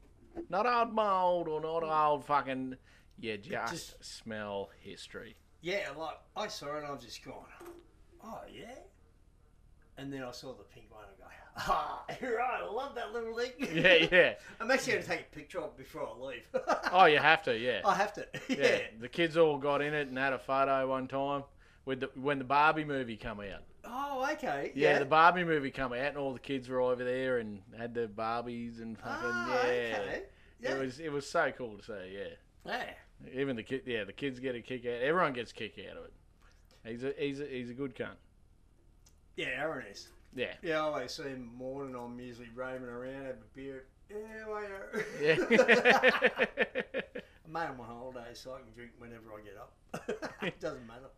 not old mold or not old fucking. You just,
just-
smell history. (laughs)
yeah. Like I saw it, and I've just gone, oh yeah. And then I saw the pink one, and I go, (laughs) ah, right, I love that little thing.
(laughs) Yeah, yeah.
(laughs) I'm actually gonna take a picture of it before I leave. (laughs)
Oh, you have to. Yeah.
I have to. (laughs)
yeah.
yeah.
The kids all got in it and had a photo one time with the when the Barbie movie come out.
Oh, okay.
Yeah, the Barbie movie come out, and all the kids were over there and had their Barbies and fucking
Ah,
yeah.
okay. Yeah.
It was it was so cool to see. Yeah,
yeah.
even the kid. Yeah, the kids get a kick out. Everyone gets a kick out of it. He's a he's a, he's a good cunt.
Yeah, Aaron is.
Yeah.
Yeah, I always see him morning. I'm usually roaming around, have a beer. Yeah, well,
Yeah.
(laughs)
(laughs)
I'm out on my holiday, so I can drink whenever I get up. (laughs)
(laughs)
it doesn't matter.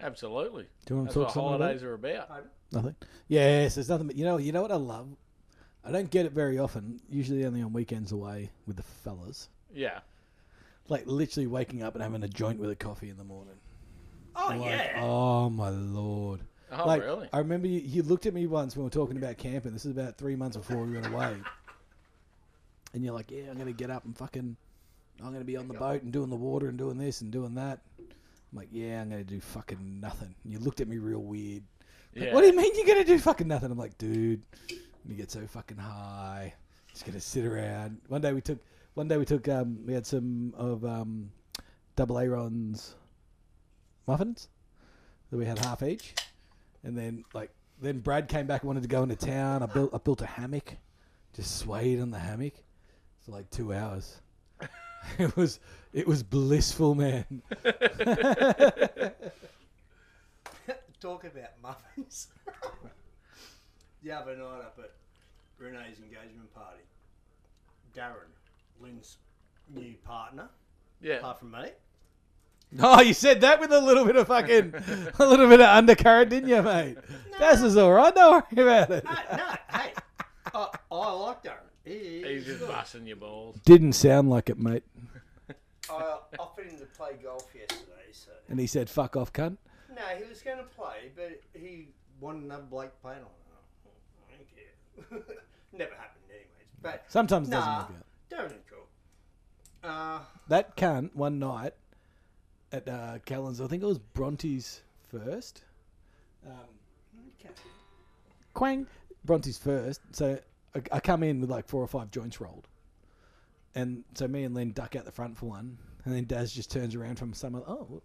Absolutely.
Do you want to talk
That's what
something about
holidays are about.
Pardon?
Nothing. Yes, there's nothing. But you know, you know what I love. I don't get it very often. Usually, only on weekends away with the fellas.
Yeah.
Like literally waking up and having a joint with a coffee in the morning.
Oh,
Like,
yeah.
Oh my lord.
Oh
like,
really?
I remember you, you looked at me once when we were talking about camping. This is about three months before we went away. And you're like, yeah, I'm gonna get up and fucking, I'm gonna be on the boat and doing the water and doing this and doing that. I'm like, yeah, I'm gonna do fucking nothing. And you looked at me real weird.
Yeah.
What do you mean you're gonna do fucking nothing? I'm like, dude, when you get so fucking high, just gonna sit around. One day we took, one day we took, um, we had some of um, double A Ron's muffins that we had half each, and then like then Brad came back and wanted to go into town. I built I built a hammock, just swayed on the hammock for like two hours. (laughs) it was it was blissful, man.
(laughs) Talk about muffins. (laughs) the other night up at Renee's engagement party, Darren, Lynn's new partner,
Yeah.
apart from
(laughs)
me,
Oh, you said that with a little bit of fucking, a little bit of undercurrent, didn't you, mate? This is all right. Don't worry about it.
no, Ah, no, hey, I, I like Darren. He-
He's
he's (laughs)
just
good.
busting your balls.
Didn't sound like it, mate.
I offered him to play golf yesterday, so
And he said, "Fuck off, cunt."
no, he was going to play, but he wanted another Blake playing on. I don't care. (laughs) Never happened, anyways. But
Sometimes it doesn't
nah,
work out.
Darren's cool. Uh,
That cunt one night at uh, Callan's, I think it was Bronte's first. Um,
okay.
quang bronte's first so I, I come in with like four or five joints rolled and so me and len duck out the front for one and then daz just turns around from somewhere oh what-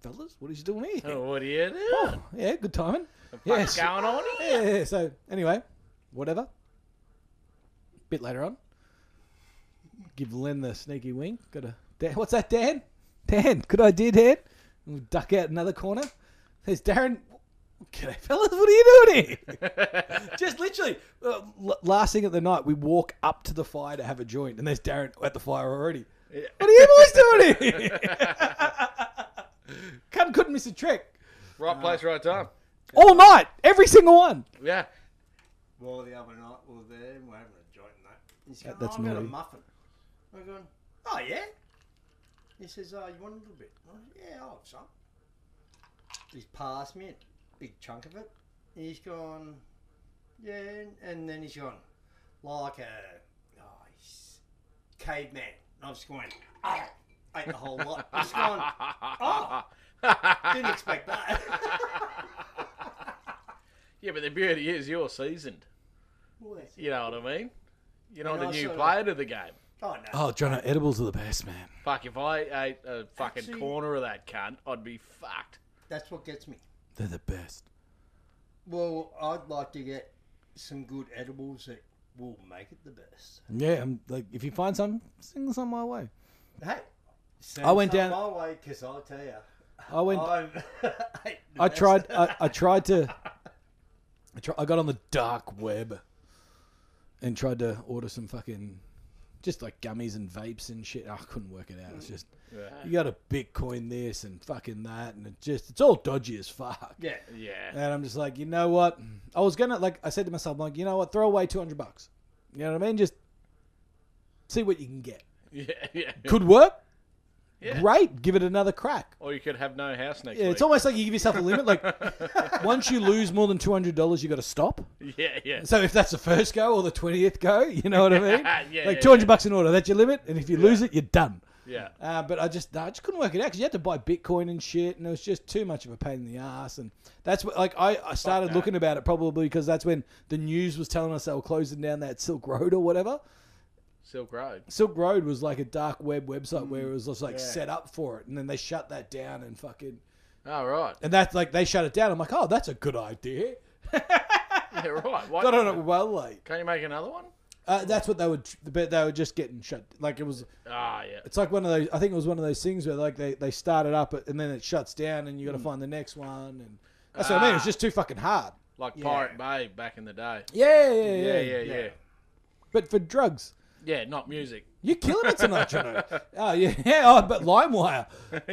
fellas what is you doing here
Oh, what do you do?
oh, yeah good timing
What's
yes
going on
yeah,
here?
yeah, (laughs) so anyway whatever bit later on give len the sneaky wing got a dan what's that dan dan good idea dan and we duck out another corner there's darren G'day, fellas. What are you doing here? (laughs) Just literally, uh, l- last thing of the night, we walk up to the fire to have a joint, and there's Darren at the fire already. What are you boys doing here? (laughs) Cunt couldn't miss a trick.
Right place, right time.
All night, every single one.
Yeah.
Well, the other night we were there and we're having a joint and that. And he's
That-
going,
that's
oh, I've got a
naughty.
muffin. I'm going, oh, yeah? He says, oh, you want a little bit? I went, yeah, I'll have some. He's passed me a big chunk of it. And he's gone, yeah, and then he's gone, like a oh, he's caveman. And I've just gone, oh, ate the whole lot. He's gone, oh, didn't expect that. (laughs)
Yeah, but the beauty is you're seasoned.
well, that's it.
You know what I mean? You're not
And
a
I
new
sort of-
player to the game.
Oh, no.
Oh, Jono, edibles are the best, man.
Fuck, if I ate a fucking
Actually-
corner of that cunt, I'd be fucked.
That's what gets me.
They're the best.
Well, I'd like to get some good edibles that will make it the best.
Yeah, I'm, like if you find some, sing some my way.
Hey, send
I went
some
down-
my way because I'll tell you,
I went.
I'm. (laughs) ain't the
I
best.
tried. uh, I, I tried to. I, try, I got on the dark web and tried to order some fucking, just like gummies and vapes and shit. I couldn't work it out. It's just you got to Bitcoin this and fucking that, and it just it's all dodgy as fuck.
Yeah,
Yeah.
And I'm just like, you know what? I was gonna like I said to myself, I'm like, you know what? Throw away two hundred bucks. You know what I mean? Just see what you can get.
(laughs) Yeah, yeah.
Could work.
Yeah.
Great. Give it another crack.
Or you could have no house next
Yeah,
week.
it's almost like you give yourself a limit. Like
(laughs)
once you lose more than two hundred dollars, you got to stop.
yeah, yeah.
So if that's the first go or the twentieth go, you know
(laughs)
what I mean?
Yeah, yeah,
like
yeah.
two hundred bucks an order, that's your limit. And if you lose it, you're done.
Yeah.
Uh, but I just nah, I just couldn't work it out because you had to buy Bitcoin and shit, and it was just too much of a pain in the ass. And that's what like I, I started
that.
looking about it probably because that's when the news was telling us they were closing down that Silk Road or whatever.
Silk Road.
Silk Road was like a dark web website where it was just like
yeah.
set up for it, and then they shut that down and fucking
Oh, (laughs) right.
and that's like they shut it down. I'm like, oh, that's a good idea.
Yeah, right. Why
Got on it well late.
Can't you make another one?
Uh, that's what they were, but they were just getting shut. Like it was,
Ah, yeah.
it's like one of those. I think it was one of those things where like they they started up and then it shuts down, and you got to find the next one. And that's what I mean. It was
Ah.
just too fucking hard.
Like
Yeah.
Pirate Bay back in the day.
Yeah, yeah, yeah.
Yeah, yeah, yeah. Yeah,
yeah.
But for drugs,
not music. (laughs)
you're killing it tonight, Jono. oh yeah, (laughs) yeah. Oh, but LimeWire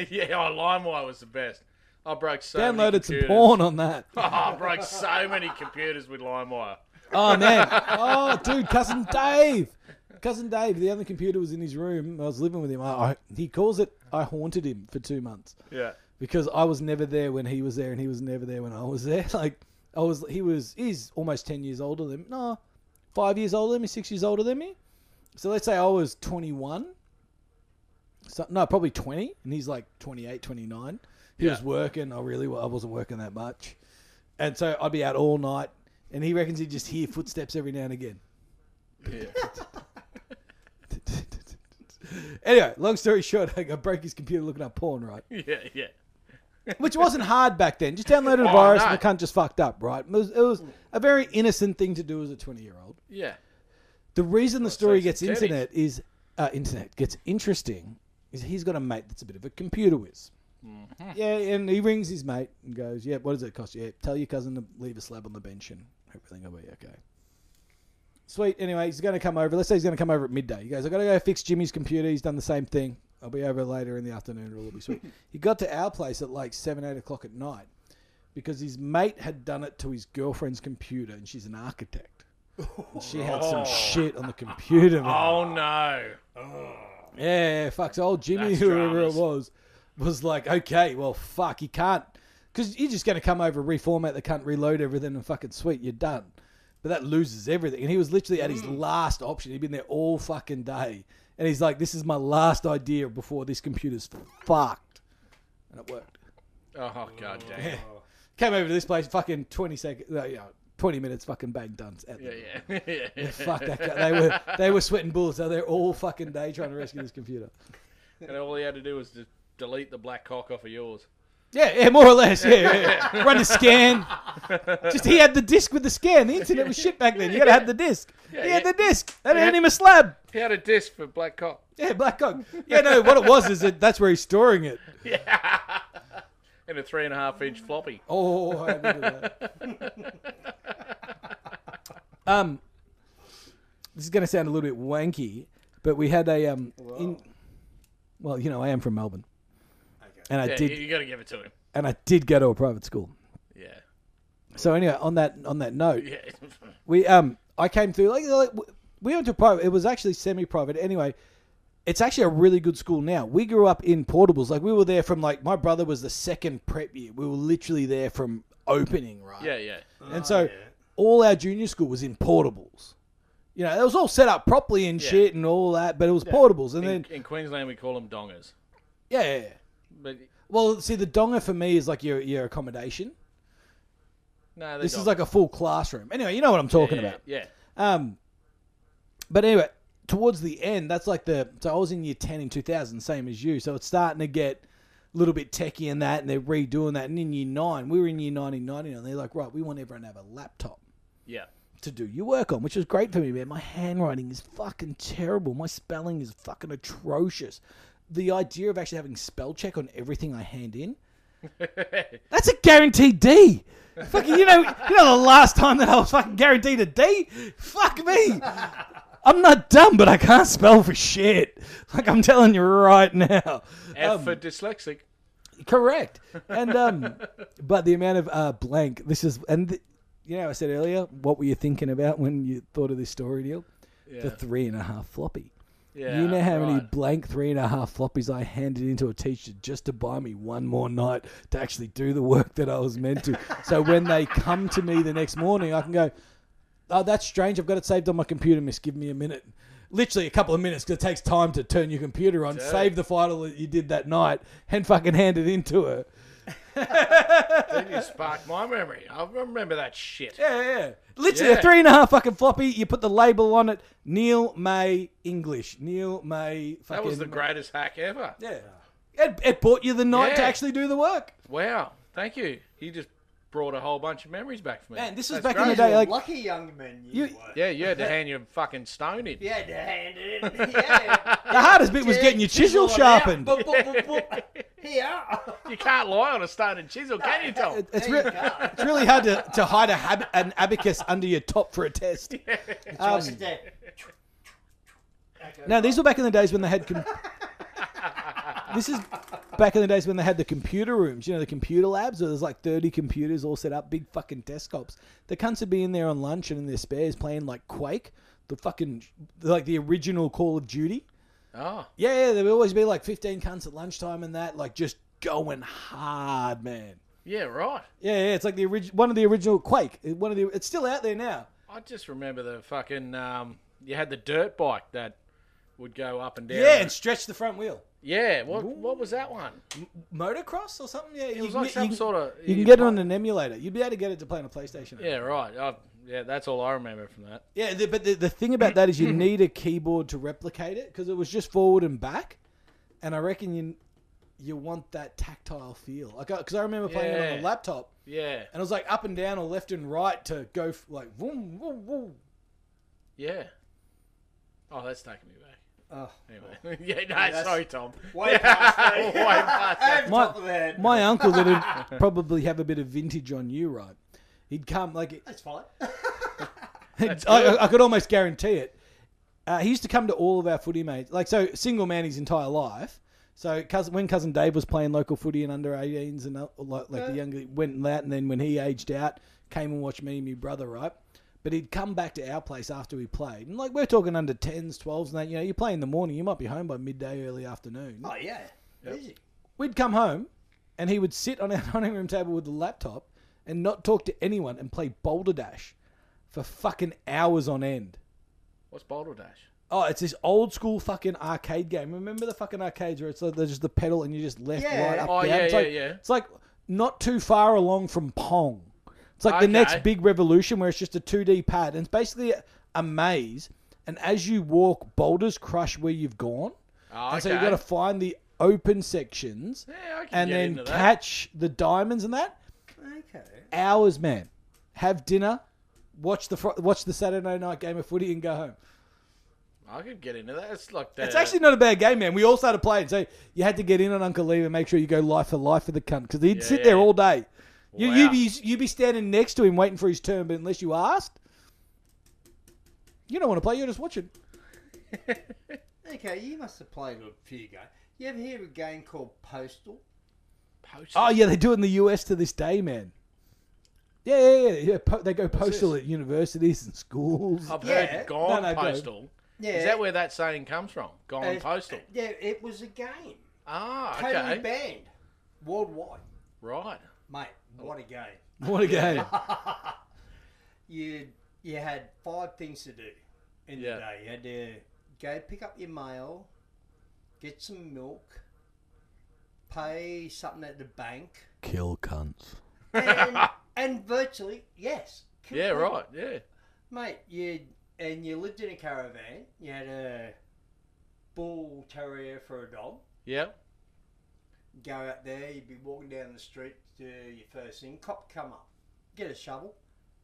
yeah, oh, LimeWire was the best. I broke so many
downloaded some
computers.
porn on that.
(laughs) Oh, I broke so many computers with LimeWire.
Oh man. Oh dude, cousin Dave. Cousin Dave, the other computer was in his room. I was living with him. I, I, he calls it I haunted him for two months
Yeah.
because I was never there when he was there, and he was never there when I was there. (laughs) Like I was, he was is almost ten years older than no, five years older than me, six years older than me. So let's say I was twenty one. So, no, probably 20, and he's like 28, 29. He
Yeah.
was working. I really, wa- I wasn't working that much. And so I'd be out all night, and he reckons he'd just hear footsteps every now and again. (laughs) anyway, long story short, (laughs) I broke his computer looking up porn, right?
(laughs) Yeah, yeah.
Which wasn't hard back then. Just downloaded a virus
no.
and the cunt just fucked up, right? It was, it was a very innocent thing to do as a 20 year old.
Yeah.
The reason the story gets
it's titties.
internet is uh, internet gets interesting is he's got a mate that's a bit of a computer whiz. Yeah, and he rings his mate and goes, "Yeah, what does it cost you? Yeah, tell your cousin to leave a slab on the bench and everything will be okay." Sweet. Anyway, he's going to come over. Let's say he's going to come over at midday. He goes, "I got to go fix Jimmy's computer. He's done the same thing. I'll be over later in the afternoon. It'll all be sweet." he got to our place at like seven, eight o'clock at night because his mate had done it to his girlfriend's computer, and she's an architect. And she had some shit on the computer. man.
Oh no.
Yeah, yeah, fucks old Jimmy, (laughs)
That's
whoever
dramas.
it was, was like, okay, well, fuck, you can't, because you're just going to come over, reformat the cunt, reload everything, and fucking sweet, you're done. But that loses everything. And he was literally at his
Mm.
last option. He'd been there all fucking day, and he's like, this is my last idea before this computer's fucked, and it worked.
Oh god damn. Yeah,
Came over to this place, fucking twenty seconds, uh, yeah, twenty minutes, fucking bang, done. It's out the door.
yeah. (laughs) yeah.
Yeah, fuck that guy. They were they were sweating bullets out there all fucking day trying to rescue this computer.
And all he had to do was just delete the black cock off of yours.
Yeah, yeah, more or less. Yeah, yeah,
(laughs)
yeah. run the scan. Just he had the disc with the scan. The internet was shit back then. You gotta have the disc. he had
yeah.
the disc. They didn't hand
Yeah.
him a slab.
He had a disc for black cock.
Yeah, black cock. Yeah, no. What it was is that that's where he's storing it.
And a three and a half inch floppy.
Oh, I remember that.
(laughs)
um, this is gonna sound a little bit wanky, but we had a um. In, well, you know, I am from Melbourne, and I
Yeah,
did
you, you gotta give it to him.
and I did go to a private school.
Yeah.
So anyway, on that on that note,
Yeah.
We um, I came through like, like we went to private. It was actually semi-private. Anyway, it's actually a really good school now. We grew up in portables. Like we were there from like my brother was the second prep year. We were literally there from opening, right?
(laughs) Yeah, Oh, yeah.
And so all our junior school was in portables. You know, it was all set up properly and shit and all that, but it was portables. And
In,
then
in Queensland we call them dongers.
yeah, yeah, yeah.
But
Well, see, the donga for me is like your your accommodation.
no, they're
This
dongers.
is like a full classroom. Anyway, you know what I'm talking
yeah,
about.
Yeah.
Um, but anyway, towards the end, that's like the. So I was in year 10 in 2000, same as you. So it's starting to get a little bit techie in that, and they're redoing that. And in year nine, we were in year 9 in 99, and they're like, right, we want everyone to have a laptop
Yeah.
to do your work on, which was great for me, man. My handwriting is fucking terrible. My spelling is fucking atrocious. The idea of actually having spell check on everything I hand in. That's a guaranteed D. Fucking, you know, you know the last time that I was fucking guaranteed a D? Fuck me. I'm not dumb, but I can't spell for shit. Like I'm telling you right now.
F for dyslexic.
Correct. And um, but the amount of uh, blank. This is and th- you know I said earlier. What were you thinking about when you thought of this story, Neil? The three and a half floppy.
Yeah.
you know how many
right.
blank three and a half floppies I handed into a teacher just to buy me one more night to actually do the work that I was meant
(laughs)
to. so when they come to me the next morning, I can go, "Oh, that's strange. I've got it saved on my computer, Miss. Give me a minute." Literally a couple of minutes because it takes time to turn your computer on, save the file that you did that night, and fucking hand it into her.
Then (laughs) you sparked my memory. I remember that shit.
Yeah, yeah. Literally a
Yeah.
three and a half fucking floppy. You put the label on it, Neil May English, Neil May. Fucking
that was the greatest hack ever.
Yeah. It, it bought you the night to
Yeah.
actually do the work.
Wow. Thank you. You just brought a whole bunch of memories back for me.
Man, this was
That's
back in
great.
the day, like-
lucky young men you,
You-
were.
Yeah, you had to hand your fucking stone in.
You had to hand
(laughs)
it in. Yeah.
The hardest bit was getting your chisel sharpened. Um,
Boop, boop, boop, boop.
(laughs)
Here.
You can't lie on a stone and chisel, can you, Tom?
It- It's,
There
re-
you go.
it's really hard to, to hide a hab- an abacus under your top for a test. Um,
Just there.
now, these were back in the days when they had.
(laughs)
Com- this is back in the days when they had the computer rooms, you know, the computer labs where there's like 30 computers all set up, big fucking desktops. The cunts would be in there on lunch and in their spares playing like Quake, the fucking, like the original Call of Duty.
Oh,
Yeah, yeah, there would always be like 15 cunts at lunchtime and that, like just going hard, man.
yeah, right.
Yeah, yeah, it's like the original one of the original Quake. It- One of the it's still out there now.
I just remember the fucking. Um, you had the dirt bike that would go up and down.
Yeah, and stretch the front wheel.
Yeah, what what was that one?
Motocross or something? Yeah,
It was like some sort of.
You can get it on an emulator. You'd be able to get it to play on a PlayStation.
Yeah, right. I, yeah, that's all I remember from that.
yeah. The, but the, the thing about that
(clears throat)
is you need a keyboard to replicate it because it was just forward and back, and I reckon you you want that tactile feel. Like because I remember playing it on a
Yeah.
laptop
Yeah,
and it was like up and down or left and right to go f- like boom, boom,
(laughs)
boom.
yeah. Oh, that's taking me back.
Oh,
Anyway, (laughs) yeah, no,
that's-
(laughs)
sorry, Tom.
way past that.
Way past that.
Over
My-
top of the head.
My uncle that'd probably have a bit of vintage on you, right? He'd come like
That's fine. (laughs) Oh,
(laughs) I, I, I could almost guarantee it. Uh, he used to come to all of our footy mates, like so, single man his entire life. So cousin, when cousin Dave was playing local footy and under 18s and uh, like, like the younger went out, and then when he aged out, came and watched me and my brother, right? But he'd come back to our place after we played, and like we're talking under 10s, 12s, and that. You know, you play in the morning, you might be home by midday, early afternoon.
Oh yeah, easy.
We'd come home, and he would sit on our (laughs) dining room table with the laptop and not talk to anyone and play Boulder Dash for fucking hours on end.
What's Boulder Dash?
Oh, it's this old school fucking arcade game. Remember the fucking arcades where it's like there's just the pedal and you just left,
Yeah.
right, up,
Oh,
down.
yeah,
it's
yeah,
like,
yeah.
It's like not too far along from Pong. It's like the
Okay.
next big revolution where it's just a 2D pad and it's basically a, a maze. And as you walk, boulders crush where you've gone.
Oh,
And
okay.
so you got to find the open sections
yeah, I can
and
get
then
into that.
catch the diamonds and that
Okay.
(laughs) hours, man. Have dinner, watch the fr- watch the Saturday night game of footy, and go home.
I could get into that. It's like the,
It's actually not a bad game, man. We all started playing, so you had to get in on Uncle Lee and make sure you go life for life for the cunt because he'd
Yeah,
sit
yeah,
there
yeah.
all day. You, you'd
Wow.
be you'd be standing next to him waiting for his turn, but unless you asked, you don't want to play. You're just watching.
Okay, you must have played a few games. You ever hear of a game called Postal?
Post-
Oh yeah, they do it in the US to this day, man. Yeah, yeah, yeah. yeah. Po- they go postal
this?
at universities and
(laughs)
schools.
I've
Yeah.
heard gone
No, no, go.
postal.
Yeah.
Is that where that saying comes from? Gone
Uh,
postal.
Yeah, it was a game.
Ah, okay.
Totally banned worldwide,
Right.
mate. What a game!
What a game!
(laughs) you you had five things to do in
Yeah.
the day. You had to go pick up your mail, get some milk, pay something at the bank,
Kill cunts.
and,
(laughs)
and virtually yes, kill
Yeah,
people.
right. Yeah.
mate. You and you lived in a caravan. You had a bull terrier for a dog.
Yeah.
Go out there. You'd be walking down the street to your first thing. Cop come up, get a shovel,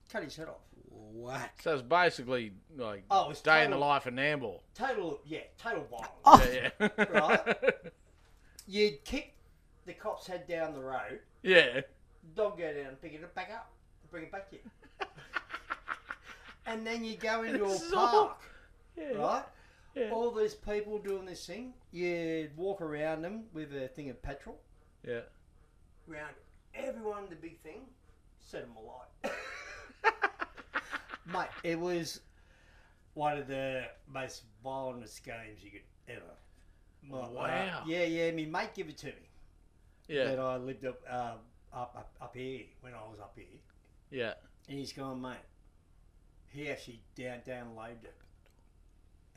cut his head off.
Whack.
So it's basically like
Oh, it's
day in the
total-
life of Namble.
(laughs) Total yeah, total violence.
Yeah, yeah.
Right. You'd kick the cop's head down the road,
(laughs) yeah.
dog go down and pick it up back up, bring it back to you.
(laughs)
and then you go into
This is
a
all-
park,
Yeah.
right?
Yeah.
All these people doing this thing. You'd walk around them with a thing of petrol,
Yeah.
round everyone the big thing, set them alight. Mate, it was one of the most violentest games you could ever. Like,
Wow.
uh, yeah, yeah, me mate give it to me.
Yeah.
that I lived up, um, up up up here when I was up here,
Yeah.
and he's gone, mate. He actually down downloaded it,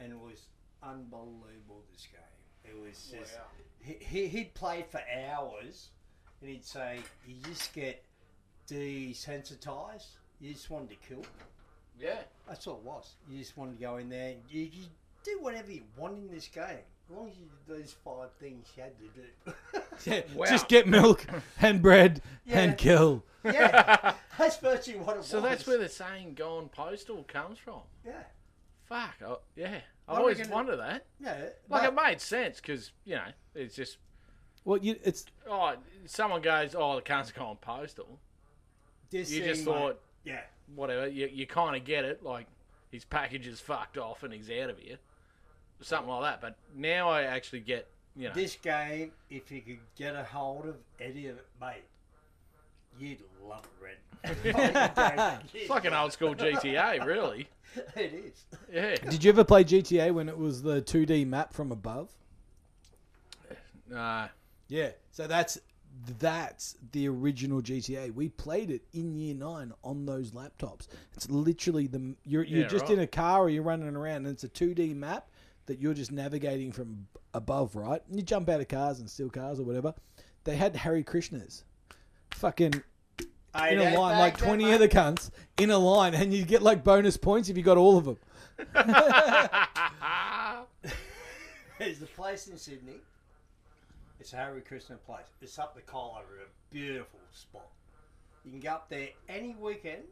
and it was unbelievable. This game, it was just he, he he'd played for hours, and he'd say you just get desensitized. You just wanted to kill.
Yeah.
That's all it was. You just wanted to go in there. and You, you do whatever you want in this game. As long as you did those five things you had
(laughs)
to do. (laughs)
Yeah, Just get milk and bread
Yeah.
and kill.
(laughs)
yeah, that's virtually what it was.
So that's where the saying "gone postal" comes from.
Yeah,
Fuck. I, yeah.
are
I've
we
always
gonna-
wondered that.
yeah.
Like
but-
it made sense because you know it's just
Well, you, it's
oh someone goes oh the cunts are gone postal.
this
You just
thing, mate,
thought
yeah,
whatever you you kind of get it like his package is fucked off and he's out of here, something like that. But now I actually get you know
this game. If you could get a hold of any of it, mate, you'd love
(laughs)
it, Red.
it's like an old
(laughs)
school GTA really.
It is.
Yeah.
did you ever play GTA when it was the 2D map from above?
Nah.
Yeah. So that's that's the original GTA. We played it in year 9 on those laptops. It's literally the you're you're
Yeah,
just
right.
in a car or you're running around and it's a 2D map that you're just navigating from above, right? And you jump out of cars and steal cars or whatever. They had Harry Krishnas, fucking in a line, like twenty other cunts in a line, and you get like bonus points if you got all of them.
There's a place in Sydney. It's a Harry Krishna place. It's up the Kyla River. Beautiful spot. You can go up there any weekend.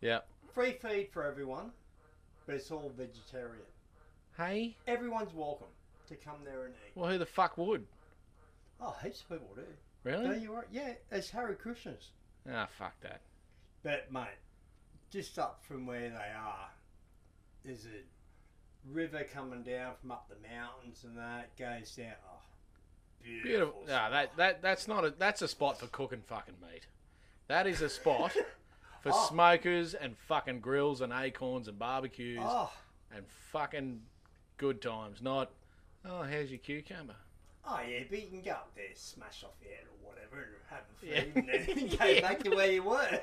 Yeah.
Free feed for everyone, but it's all vegetarian.
Hey.
Everyone's welcome to come there and eat.
Well, who the fuck would?
Oh, heaps of people do. No,
Really?
you're right. Yeah, it's Harry Krishna's.
Ah, fuck that.
But mate, just up from where they are, there's a river coming down from up the mountains and that goes down. Oh, beautiful.
Beautiful.
spot.
No, that that that's not a that's a spot for cooking fucking meat. That is a spot
(laughs)
for
Oh.
smokers and fucking grills and acorns and barbecues
Oh,
and fucking good times. Not oh, how's your cucumber?
oh yeah, but you can go up there, smash off your head or whatever, and have a
Yeah.
feed and
(laughs)
then go
Yeah.
back to where you
(laughs)
were.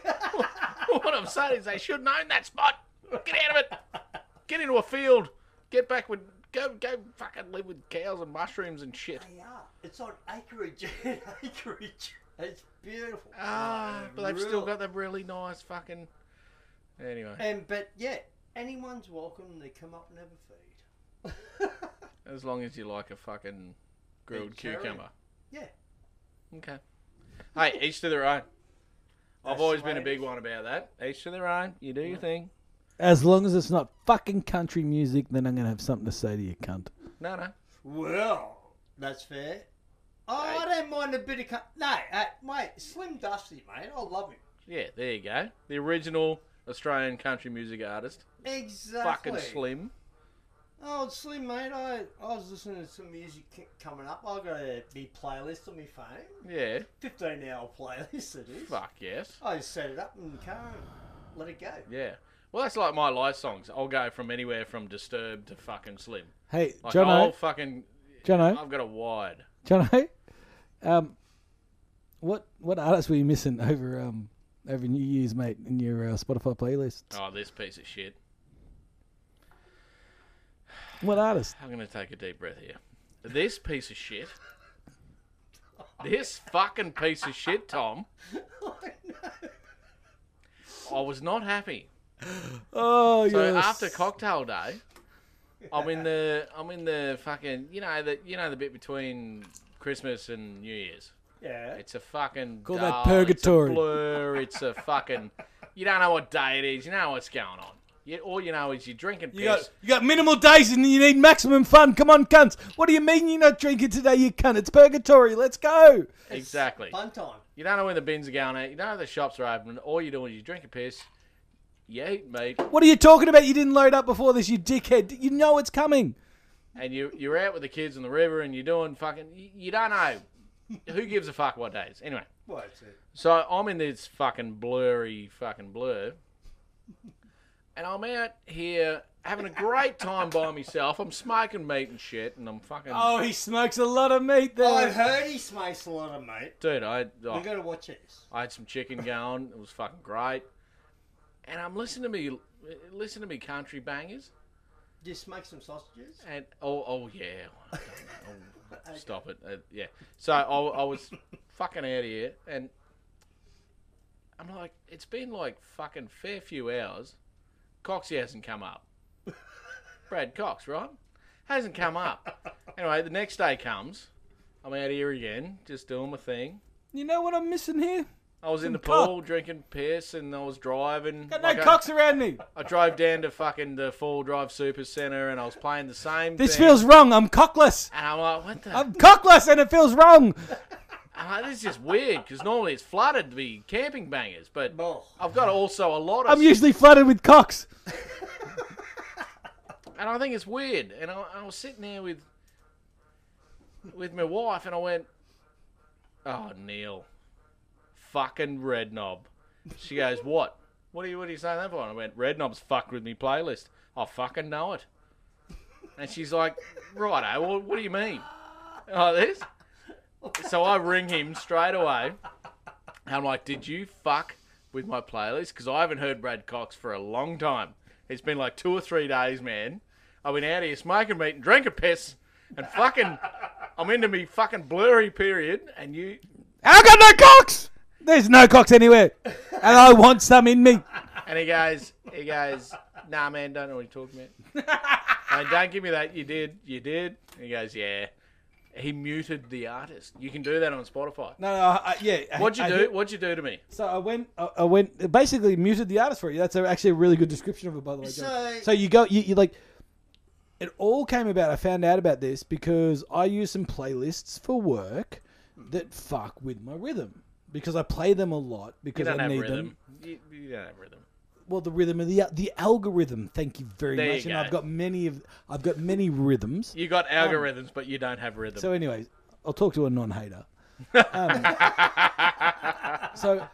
what I'm saying is they shouldn't own that spot. Get out of it. Get into a field. Get back with go go fucking live with cows and mushrooms and shit.
they are. It's on acreage. (laughs) acreage. It's beautiful.
Ah, but they've still
Unreal.
got the really nice fucking. Anyway,
And Um, but yeah, anyone's welcome. They come up and have (laughs) a feed.
as long as you like a fucking grilled
Vegetarian.
cucumber.
yeah.
Okay. Hey, each to their own. I've
That's
always
the way
been a
it
big
is.
one about that. Each to their own. You do your thing.
As long as it's not fucking country music, then I'm gonna have something to say to you, cunt.
No, no.
Well, that's fair. Oh, I don't mind a bit of. Co- no, uh, mate, Slim Dusty, mate. I love him.
Yeah, there you go. The original Australian country music artist.
Exactly.
Fucking slim.
Oh, Slim, mate. I, I was listening to some music c- coming up. I got a me playlist on my phone.
Yeah.
15 hour (laughs) playlist, it is.
Fuck yes.
I just set it up in the car and let it go. (laughs)
Yeah. Well, that's like my life songs. I'll go from anywhere from Disturbed to fucking Slim.
Hey,
Like, I'll
Jono,
fucking.
Jono,
I've got a wide.
(laughs) Jono. Um, what what artists were you missing over um over New Year's, mate, in your uh, Spotify playlist?
Oh, this piece of shit.
What artist?
I'm gonna take a deep breath here. This piece of shit. This fucking piece of shit, Tom. I was not happy.
Oh,
So
yes.
after cocktail day, I'm in the I'm in the fucking you know the you know the bit between Christmas and New Year's.
(laughs) Yeah.
It's a fucking
Call that
dull,
purgatory.
It's a blur. It's a fucking. You don't know what day it is. You know what's going on. You, all you know is you're drinking
You
piss.
got, you got minimal days and you need maximum fun. Come on, cunts. What do you mean you're not drinking today, you cunt? It's purgatory. Let's go.
exactly.
Fun time.
You don't know when the bins are going out. You don't know the shops are open. All you do is you drink a piss. You eat meat,
What are you talking about? You didn't load up before this, you dickhead. You know it's coming.
and you you're out with the kids in the river, and you're doing fucking. You, you don't know. Who gives a fuck what days? Anyway,
Well, it's it.
so I'm in this fucking blurry fucking blur, and I'm out here having a great time by myself. I'm smoking meat and shit, and I'm fucking.
Oh, he smokes a lot of meat there.
I've Oh, heard he smokes a lot of, mate.
Dude, I
we
oh,
got to watch this.
I had some chicken going. It was fucking great. And I'm listening to me, listen to me country bangers.
Just make some sausages.
And oh, oh yeah. I don't know. Oh, Stop it. Uh, yeah. So I, I was fucking out of here, and I'm like, it's been like fucking fair few hours. Coxie hasn't come up. Brad Cox, right? Hasn't come up. Anyway, the next day comes. I'm out here again, just doing my thing.
You know what I'm missing here?
I was in the
Some cock.
pool drinking piss, and I was driving.
Got no
Like, I-
cocks around me.
I drove down to fucking the Fall Drive Super Centre, and I was playing the same.
This
thing.
feels wrong. I'm cockless.
And I'm like, what the? (laughs)
I'm cockless and it feels wrong.
I'm like, this is just weird because normally it's flooded to be camping bangers, but
Oh.
I've got also a lot of.
I'm usually flooded with cocks.
and I think it's weird. And I, I was sitting there with with my wife, and I went, "Oh, Neil, fucking Red Knob." She goes, "What? What are you? What are you saying that for?" And I went, "Red Knob's fucked with me playlist. I fucking know it." And she's like, "Right, well, what do you mean? Like this?" So I ring him straight away. And I'm like, "Did you fuck with my playlist? Because I haven't heard Brad Cox for a long time. It's been like two or three days, man." I've been out here smoking meat and drinking piss, and fucking, I'm into me fucking blurry period, and you.
I got no cocks. There's no cocks anywhere, and I want some in me.
And he goes, he goes, nah, man, don't know what you're talking
(laughs)
about. And don't give me that. You did, you did. And he goes, yeah. He muted the artist. You can do that on Spotify.
No, no, I, I- yeah.
What'd you
I- I
do?
hit-
What'd you do to me?
so I went, I, I went, basically muted the artist for you. That's a, actually a really good description of it, by the way. John. So,
So-
you go, you, you like, it all came about. I found out about this because I use some playlists for work that fuck with my rhythm because I play them a lot
You
because
don't
I
have
need
rhythm.
them.
You, you don't have rhythm.
Well, the rhythm of the the algorithm. Thank you very
There
much.
you
and
go.
I've got many of, I've got many rhythms.
You got algorithms, but you don't have rhythm.
So, anyways, I'll talk to a
(laughs)
non-hater. Um, so,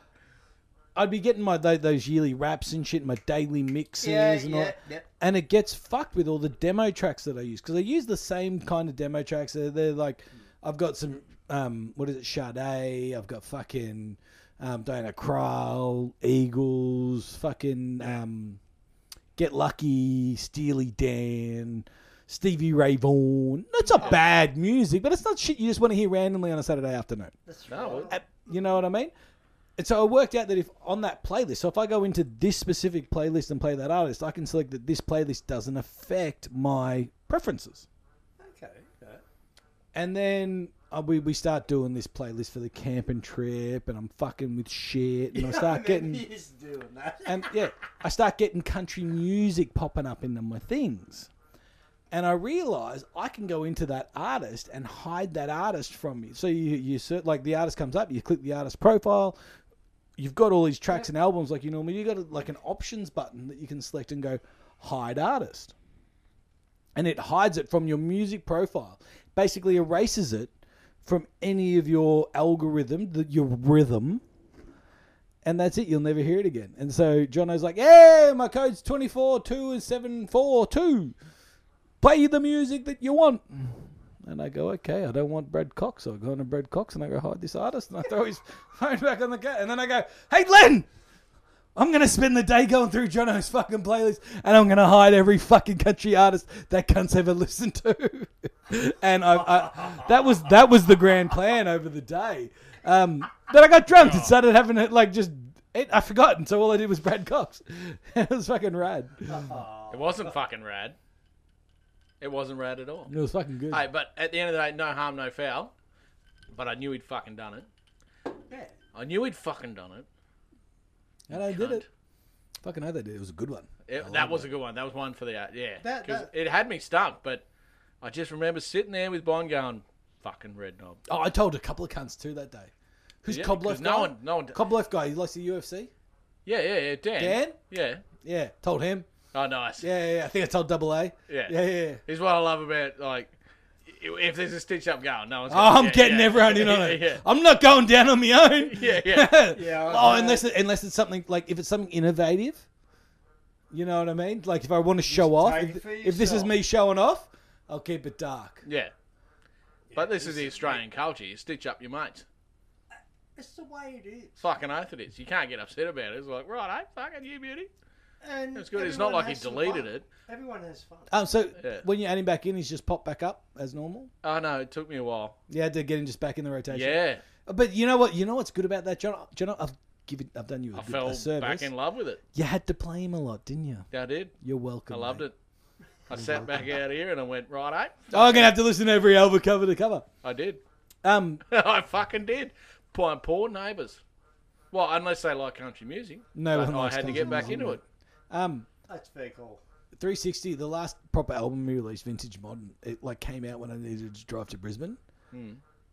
I'd be getting my tho- those yearly raps and shit, my daily mixes,
Yeah,
and all,
yeah, yeah.
and it gets fucked with all the demo tracks that I use because I use the same kind of demo tracks. They're, they're like, I've got some, um, what is it, Sade? I've got fucking um, Diana Krall, Eagles, fucking um, Get Lucky, Steely Dan. Stevie Ray Vaughan. It's not bad music, but it's not shit you just want to hear randomly on a Saturday afternoon.
That's
No,
right.
it-
Uh, You know what I mean? And so I worked out that if on that playlist, so if I go into this specific playlist and play that artist, I can select that this playlist doesn't affect my preferences.
Okay. right.
And then uh, we, we start doing this playlist for the camping trip, and I'm fucking with shit,
(laughs)
and I start getting
He's doing that.
and yeah, I start getting country music popping up into my things. And I realize I can go into that artist and hide that artist from me. So you, you cert, like the artist comes up, you click the artist profile, you've got all these tracks and albums like you normally. You got a, like an options button that you can select and go hide artist, and it hides it from your music profile. Basically, erases it from any of your algorithm, the, your rhythm, and that's it. You'll never hear it again. And so Jono's like, "Yeah, my code's twenty four two and seven four two. Play the music that you want." And I go, "Okay, I don't want Brad Cox." So I go on to Brad Cox and I go hide this artist, and I throw his (laughs) phone back on the cat. And then I go, "Hey, Len." I'm gonna spend the day going through Jono's fucking playlist, and I'm gonna hide every fucking country artist that cunt's ever listened to. (laughs) and I, I, that was that was the grand plan over the day. Um, but I got drunk and started having it like just it, I forgot, and so all I did was Brad Cox. (laughs) it was fucking rad.
It wasn't fucking rad. It wasn't rad at all.
It was fucking good.
Hey, but at the end of the day, no harm, no foul. But I knew he'd fucking done it.
Yeah.
I knew he'd fucking done it.
and I did
cunt.
it. Fucking know they did. It was a good one.
It- that was a good one. That was one for the uh, yeah.
That-
Because
that-
it had me stumped, but I just remember sitting there with Bond going, "Fucking red knob."
Oh, I told a couple of cunts too that day. Who's
Yeah,
Cobleff
'cause no
guy?
one- no one-
Cobleff guy. He likes the UFC.
Yeah, yeah, yeah. Dan.
Dan?
Yeah.
Yeah, told him.
Oh, nice.
Yeah, yeah, yeah. I think I told Double A.
Yeah.
yeah, yeah.
Here's what I love about like, i- if there's a stitch up going, no one's.
Oh,
gonna-
I'm
yeah,
getting
yeah.
everyone in on it.
(laughs) yeah.
I'm not going down on my own.
(laughs)
(laughs)
Yeah, yeah.
Yeah,
oh,
I- I-
unless it, unless it's something like if it's something innovative, you know what I mean. Like if I want to show off,
take it
if,
for
if this is
yourself.
me showing off, I'll keep it dark.
Yeah. But this is the Australian culture. You stitch up your mates.
It's the way it is.
Fucking oath it is. You can't get upset about it. It's like, right, eh? Fucking you, beauty.
And
It's good. It's not
everyone
like he
has some
deleted
fun.
it.
Everyone has fun.
Um, so
Yeah.
when you add him back in, he's just popped back up as normal.
Oh no, it took me a while.
You had to get him just back in the rotation. Uh,
Yeah,
But you know what? You know what's good about that, John? John, I've given, I've done you a
I
good
fell
a service.
back in love with it.
You had to play him a lot, didn't you?
I did.
You're
I
welcome.
loved
mate.
it. I sat back out here and I went right. Eh?
Oh, I'm gonna have to listen to every album cover to cover.
I did. (laughs)
Um,
I fucking did. Poor, poor neighbours. Well, unless they like country music.
No
But
one
(laughs) I
likes
had to
country
get back
music,
into
mate.
it.
um,
That's very cool.
360, the last proper album we released, Vintage Modern, it like came out when I needed to drive to Brisbane.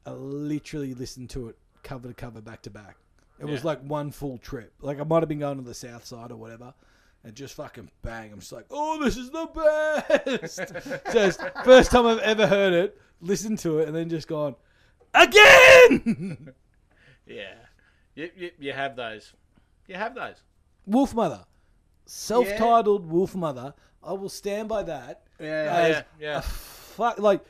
I literally listened to it cover to cover, back to back. It was
Yeah.
like one full trip. Like I might have been going to the south side or whatever. And just fucking bang. I'm just like, oh, this is the best. just first time I've ever heard it, listened to it, and then just gone, again! (laughs)
Yeah, you, you, you have those. You have those.
Wolf Mother. Self titled Wolf Mother. I will stand by that.
Yeah.
Uh,
Oh, Yeah, yeah.
fuck like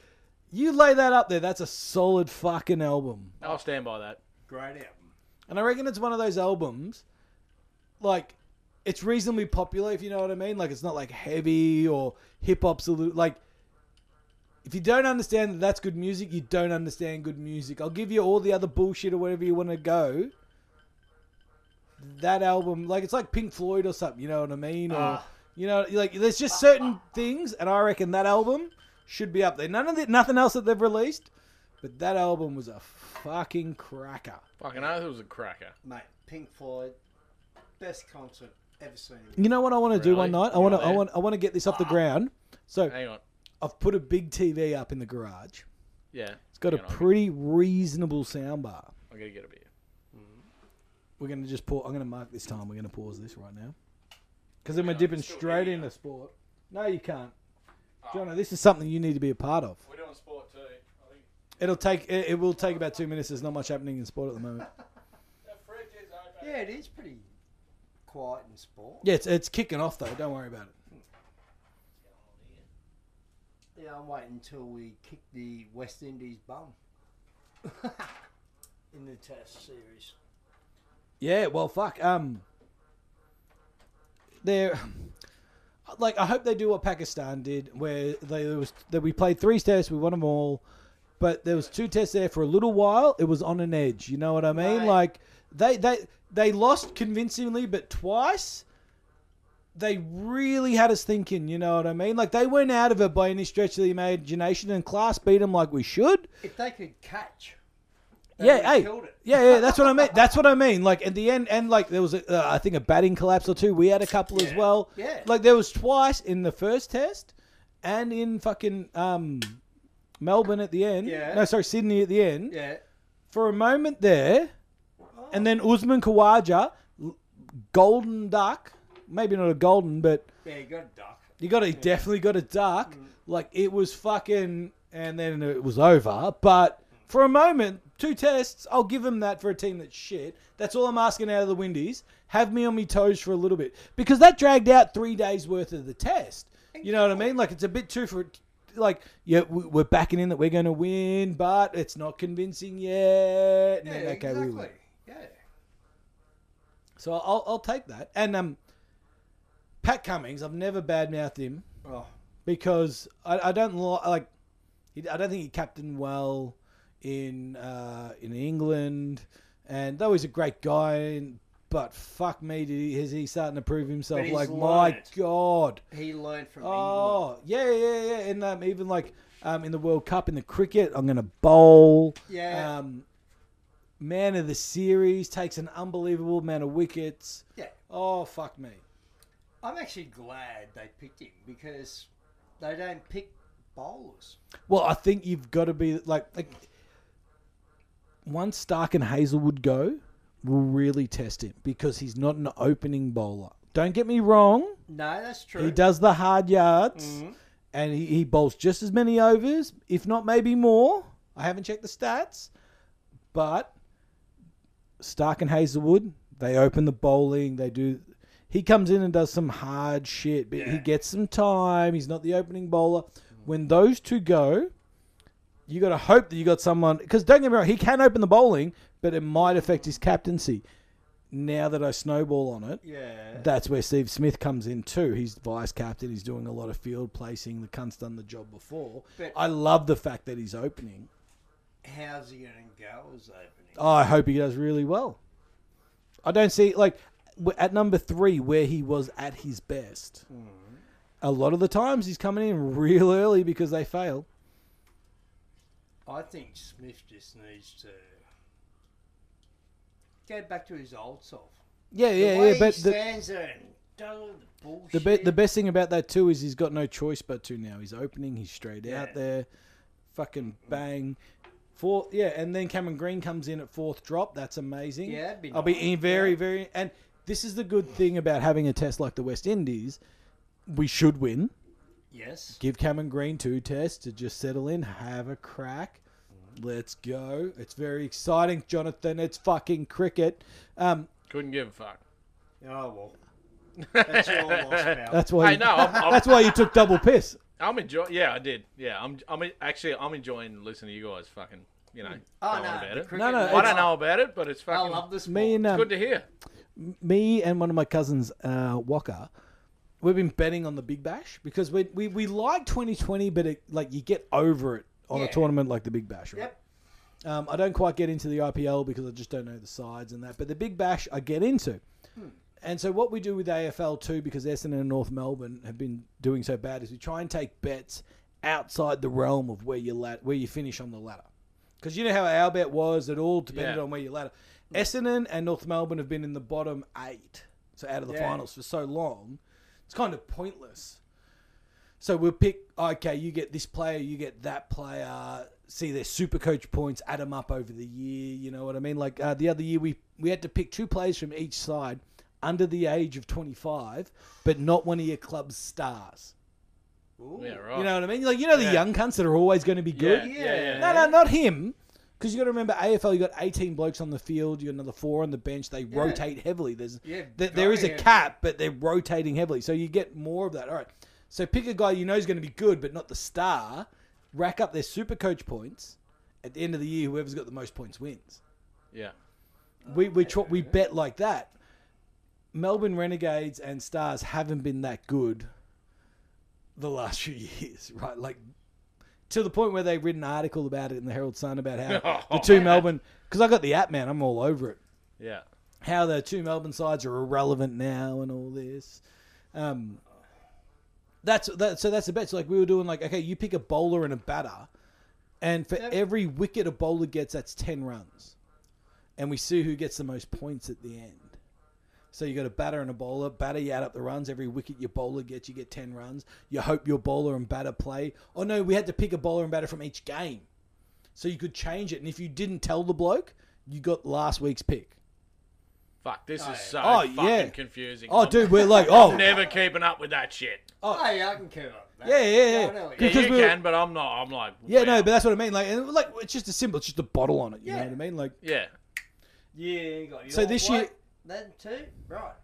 you lay that up there that's a solid fucking album
I'll stand by that.
Great album.
and i reckon it's one of those albums like it's reasonably popular, if you know what I mean. Like it's not like heavy or hip hop's a little like. If you don't understand that that's good music, you don't understand good music. I'll give you all the other bullshit or whatever you want to go. That album, like it's like Pink Floyd or something, you know what I mean? Or you know, like there's just certain things, and I reckon that album should be up there. None of the, nothing else that they've released, but that album was a fucking cracker.
Fucking oath, it was a cracker.
mate. Pink Floyd, best concert ever seen. in
You know what I want to do one
Really?
night? I want to,
Yeah.
I want, I want to get this off the ground. So
Hang on.
I've put a big TV up in the garage.
Yeah.
It's got a
Hang on,
pretty reasonable soundbar.
I'm going to get a beer.
We're gonna just pause. I'm gonna mark this time. We're gonna pause this right now, because then we're dipping straight into sport. No, you can't, Jono. This is something you need to be a part of.
We're doing sport too. I think
It'll take. It, it will take about two minutes. There's not much happening in sport at the moment.
that fridge is open.
Yeah, it is pretty quiet in sport.
Yeah, it's, it's kicking off though. Don't worry about it.
Yeah, I'm waiting until we kick the West Indies bum (laughs) in the Test series.
Yeah. Well, fuck. Um. They're like I hope they do what Pakistan did, where they there was that we played three tests, we won them all, but there was two tests there for a little while. It was on an edge. You know what I mean?
Right.
Like they they they lost convincingly, but twice. They really had us thinking, you know what I mean? Like they weren't out of it by any stretch of the imagination, and class beat them like we should.
If they could catch, they
Yeah,
would've
hey,
killed it.
yeah, yeah. That's what I mean. That's what I mean. Like at the end, and like there was, a, uh, I think, a batting collapse or two. We had a couple as well.
yeah.
Like there was twice in the first test, and in fucking um, Melbourne at the end.
Yeah.
No, sorry, Sydney at the end.
yeah,
For a moment there, and then Usman Khawaja, l- golden duck. Maybe not a golden, but
yeah, you got a duck.
you got to definitely got a
Mm.
duck. Like it was fucking, and then it was over. But for a moment, two tests, I'll give him that for a team that's shit. That's all I'm asking out of the Windies. Have me on me toes for a little bit because that dragged out three days worth of the test. You know what I mean? Like it's a bit too for. Like yeah, we- we're backing in that we're going to win, but it's not convincing yet. And
Yeah,
then, okay, we
exactly.
win.
yeah,
So I'll I'll take that. And um, Pat Cummings, I've never badmouthed him
oh,
because I, I don't li- like. he- I don't think he captained well in uh, in England, and though he's a great guy, and- but fuck me, did he, is he starting to prove himself?
he's
Like my
learned.
god.
he learned from England.
Oh yeah, yeah, yeah, and um, even like um, in the World Cup in the cricket, I'm gonna bowl.
Yeah.
Um, man of the series takes an unbelievable amount of wickets.
Yeah,
Oh fuck me.
I'm actually glad they picked him because they don't pick bowlers.
Well, I think you've got to be like like once Stark and Hazelwood go, we'll really test him because he's not an opening bowler. Don't get me wrong,
No, that's true.
he does the hard yards and he, he bowls just as many overs, if not maybe more. I haven't checked the stats, but Stark and Hazelwood, they open the bowling, they do he comes in and does some hard shit, but he gets some time. He's not the opening bowler. When those two go, you got to hope that you got someone because don't get me wrong, he can open the bowling, but it might affect his captaincy. Now that I snowball on it,
Yeah,
that's where Steve Smith comes in too. He's vice captain. He's doing a lot of field placing. The cunt's done the job before.
But-
I love the fact that he's opening.
how's he going to go as opening?
Oh, I hope he does really well. I don't see like w- at number three where he was at his best.
Mm.
A lot of the times he's coming in real early because they fail.
I think Smith just needs to go back to his old self.
Yeah,
The
yeah,
way
yeah. But
he
the,
stands there and does all the bullshit.
the, be- the best thing about that too is he's got no choice but to now. He's opening. He's straight
Yeah. Mm-hmm.
out there. Fucking bang. Fourth, yeah, and then Cameron Green comes in at fourth drop. That's amazing.
Yeah, that'd be
I'll
nice.
be in very,
Yeah.
very. And this is the good thing about having a test like the West Indies. We should win.
yes.
Give Cameron Green two tests to just settle in, have a crack.
Mm-hmm.
Let's go. It's very exciting, Jonathan. It's fucking cricket. Um,
Couldn't give a fuck.
Oh well, that's your
(laughs)
loss, pal.
that's why.
Hey, no, I'm-
(laughs)
I'm-
that's why you took double piss.
I'm enjoying. Yeah, I did. Yeah, I'm. I'm actually. I'm enjoying listening to you guys. Fucking. You know.
Hmm.
Oh
go on
no,
about
the
it.
cricket
No, no,
knows-
I don't know about it, but it's
I
fucking.
love this.
Me and um,
Good to hear.
m- me and one of my cousins, uh, Walker, we've been betting on the Big Bash because we we, we like 2020, but it, like you get over it on a
Yeah.
tournament like the Big Bash. Right?
Yep.
Um, I don't quite get into the IPL because I just don't know the sides and that, but the Big Bash I get into. And so what we do with AFL too, because Essendon and North Melbourne have been doing so bad, is we try and take bets outside the realm of where you la- where you finish on the ladder. Because you know how our bet was; it all depended
Yeah.
on where you ladder. Essendon and North Melbourne have been in the bottom eight, so out of the
Yeah.
finals for so long, it's kind of pointless. So we'll pick, okay, you get this player, you get that player, see their super coach points, add them up over the year. You know what I mean? Like uh, the other year, we, we had to pick two players from each side under the age of 25, but not one of your club's stars.
Yeah, right.
You know what I mean? Like, you know the
Oh. Yeah.
young cunts that are always going to be good?
yeah, yeah, yeah.
No, no, not him. Because you got to remember, AFL, you got 18 blokes on the field, you got another four on the bench. They rotate heavily. There's
Yeah,
th- there is a
very
cap, but they're rotating heavily, so you get more of that. All right, so pick a guy you know is going to be good, but not the star. Rack up their super coach points. At the end of the year, whoever's got the most points wins.
Yeah.
We we tr- we bet like that. Melbourne Renegades and Stars haven't been that good the last few (laughs) years, right? Like to the point where they read an article about it in the Herald Sun about how the two Melbourne because I got the app man, I'm all over it.
Yeah.
How the two Melbourne sides are irrelevant now and all this. Um, that's that, so that's the bet. So like we were doing like okay, you pick a bowler and a batter, and for every wicket a bowler gets, that's ten runs, and we see who gets the most points at the end. So you got a batter and a bowler. Batter, you add up the runs. Every wicket your bowler gets, you get ten runs. You hope your bowler and batter play. Oh no, we had to pick a bowler and batter from each game, so you could change it. And if you didn't tell the bloke, you got last week's pick.
Fuck, this is so
Oh,
fucking
yeah.
confusing.
Oh,
I'm
dude, we're like, oh, yeah,
Never keeping up with that shit.
Hey, I can care about that.
yeah, yeah.
No, no, yeah.
Yeah,
Because
you
we were-
can, but I'm not. I'm like,
yeah,
wow.
no, but that's what I mean. Like, and like it's just a symbol, it's just a bottle on it. You know
Yeah.
what I mean? Like,
yeah.
Yeah, you got your
So this
weight,
year-
Then too? Right.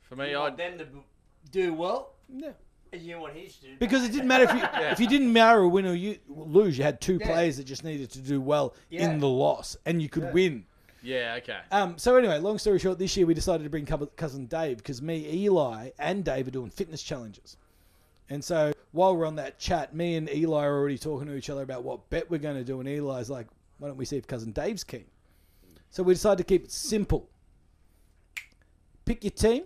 For me,
You
I
want them to b- do well,
yeah.
and you want his to.
because it didn't matter if you if you didn't matter or win or you lose, you had two
Yeah.
players that just needed to do well
Yeah.
in the loss, and you could win.
yeah, okay,
Um, so anyway, long story short, this year we decided to bring cou- cousin Dave because me, Eli, and Dave are doing fitness challenges. And so while we're on that chat, me and Eli are already talking to each other about what bet we're going to do, and Eli's like, "Why don't we see if cousin Dave's keen?" So we decided to keep it simple. Pick your team.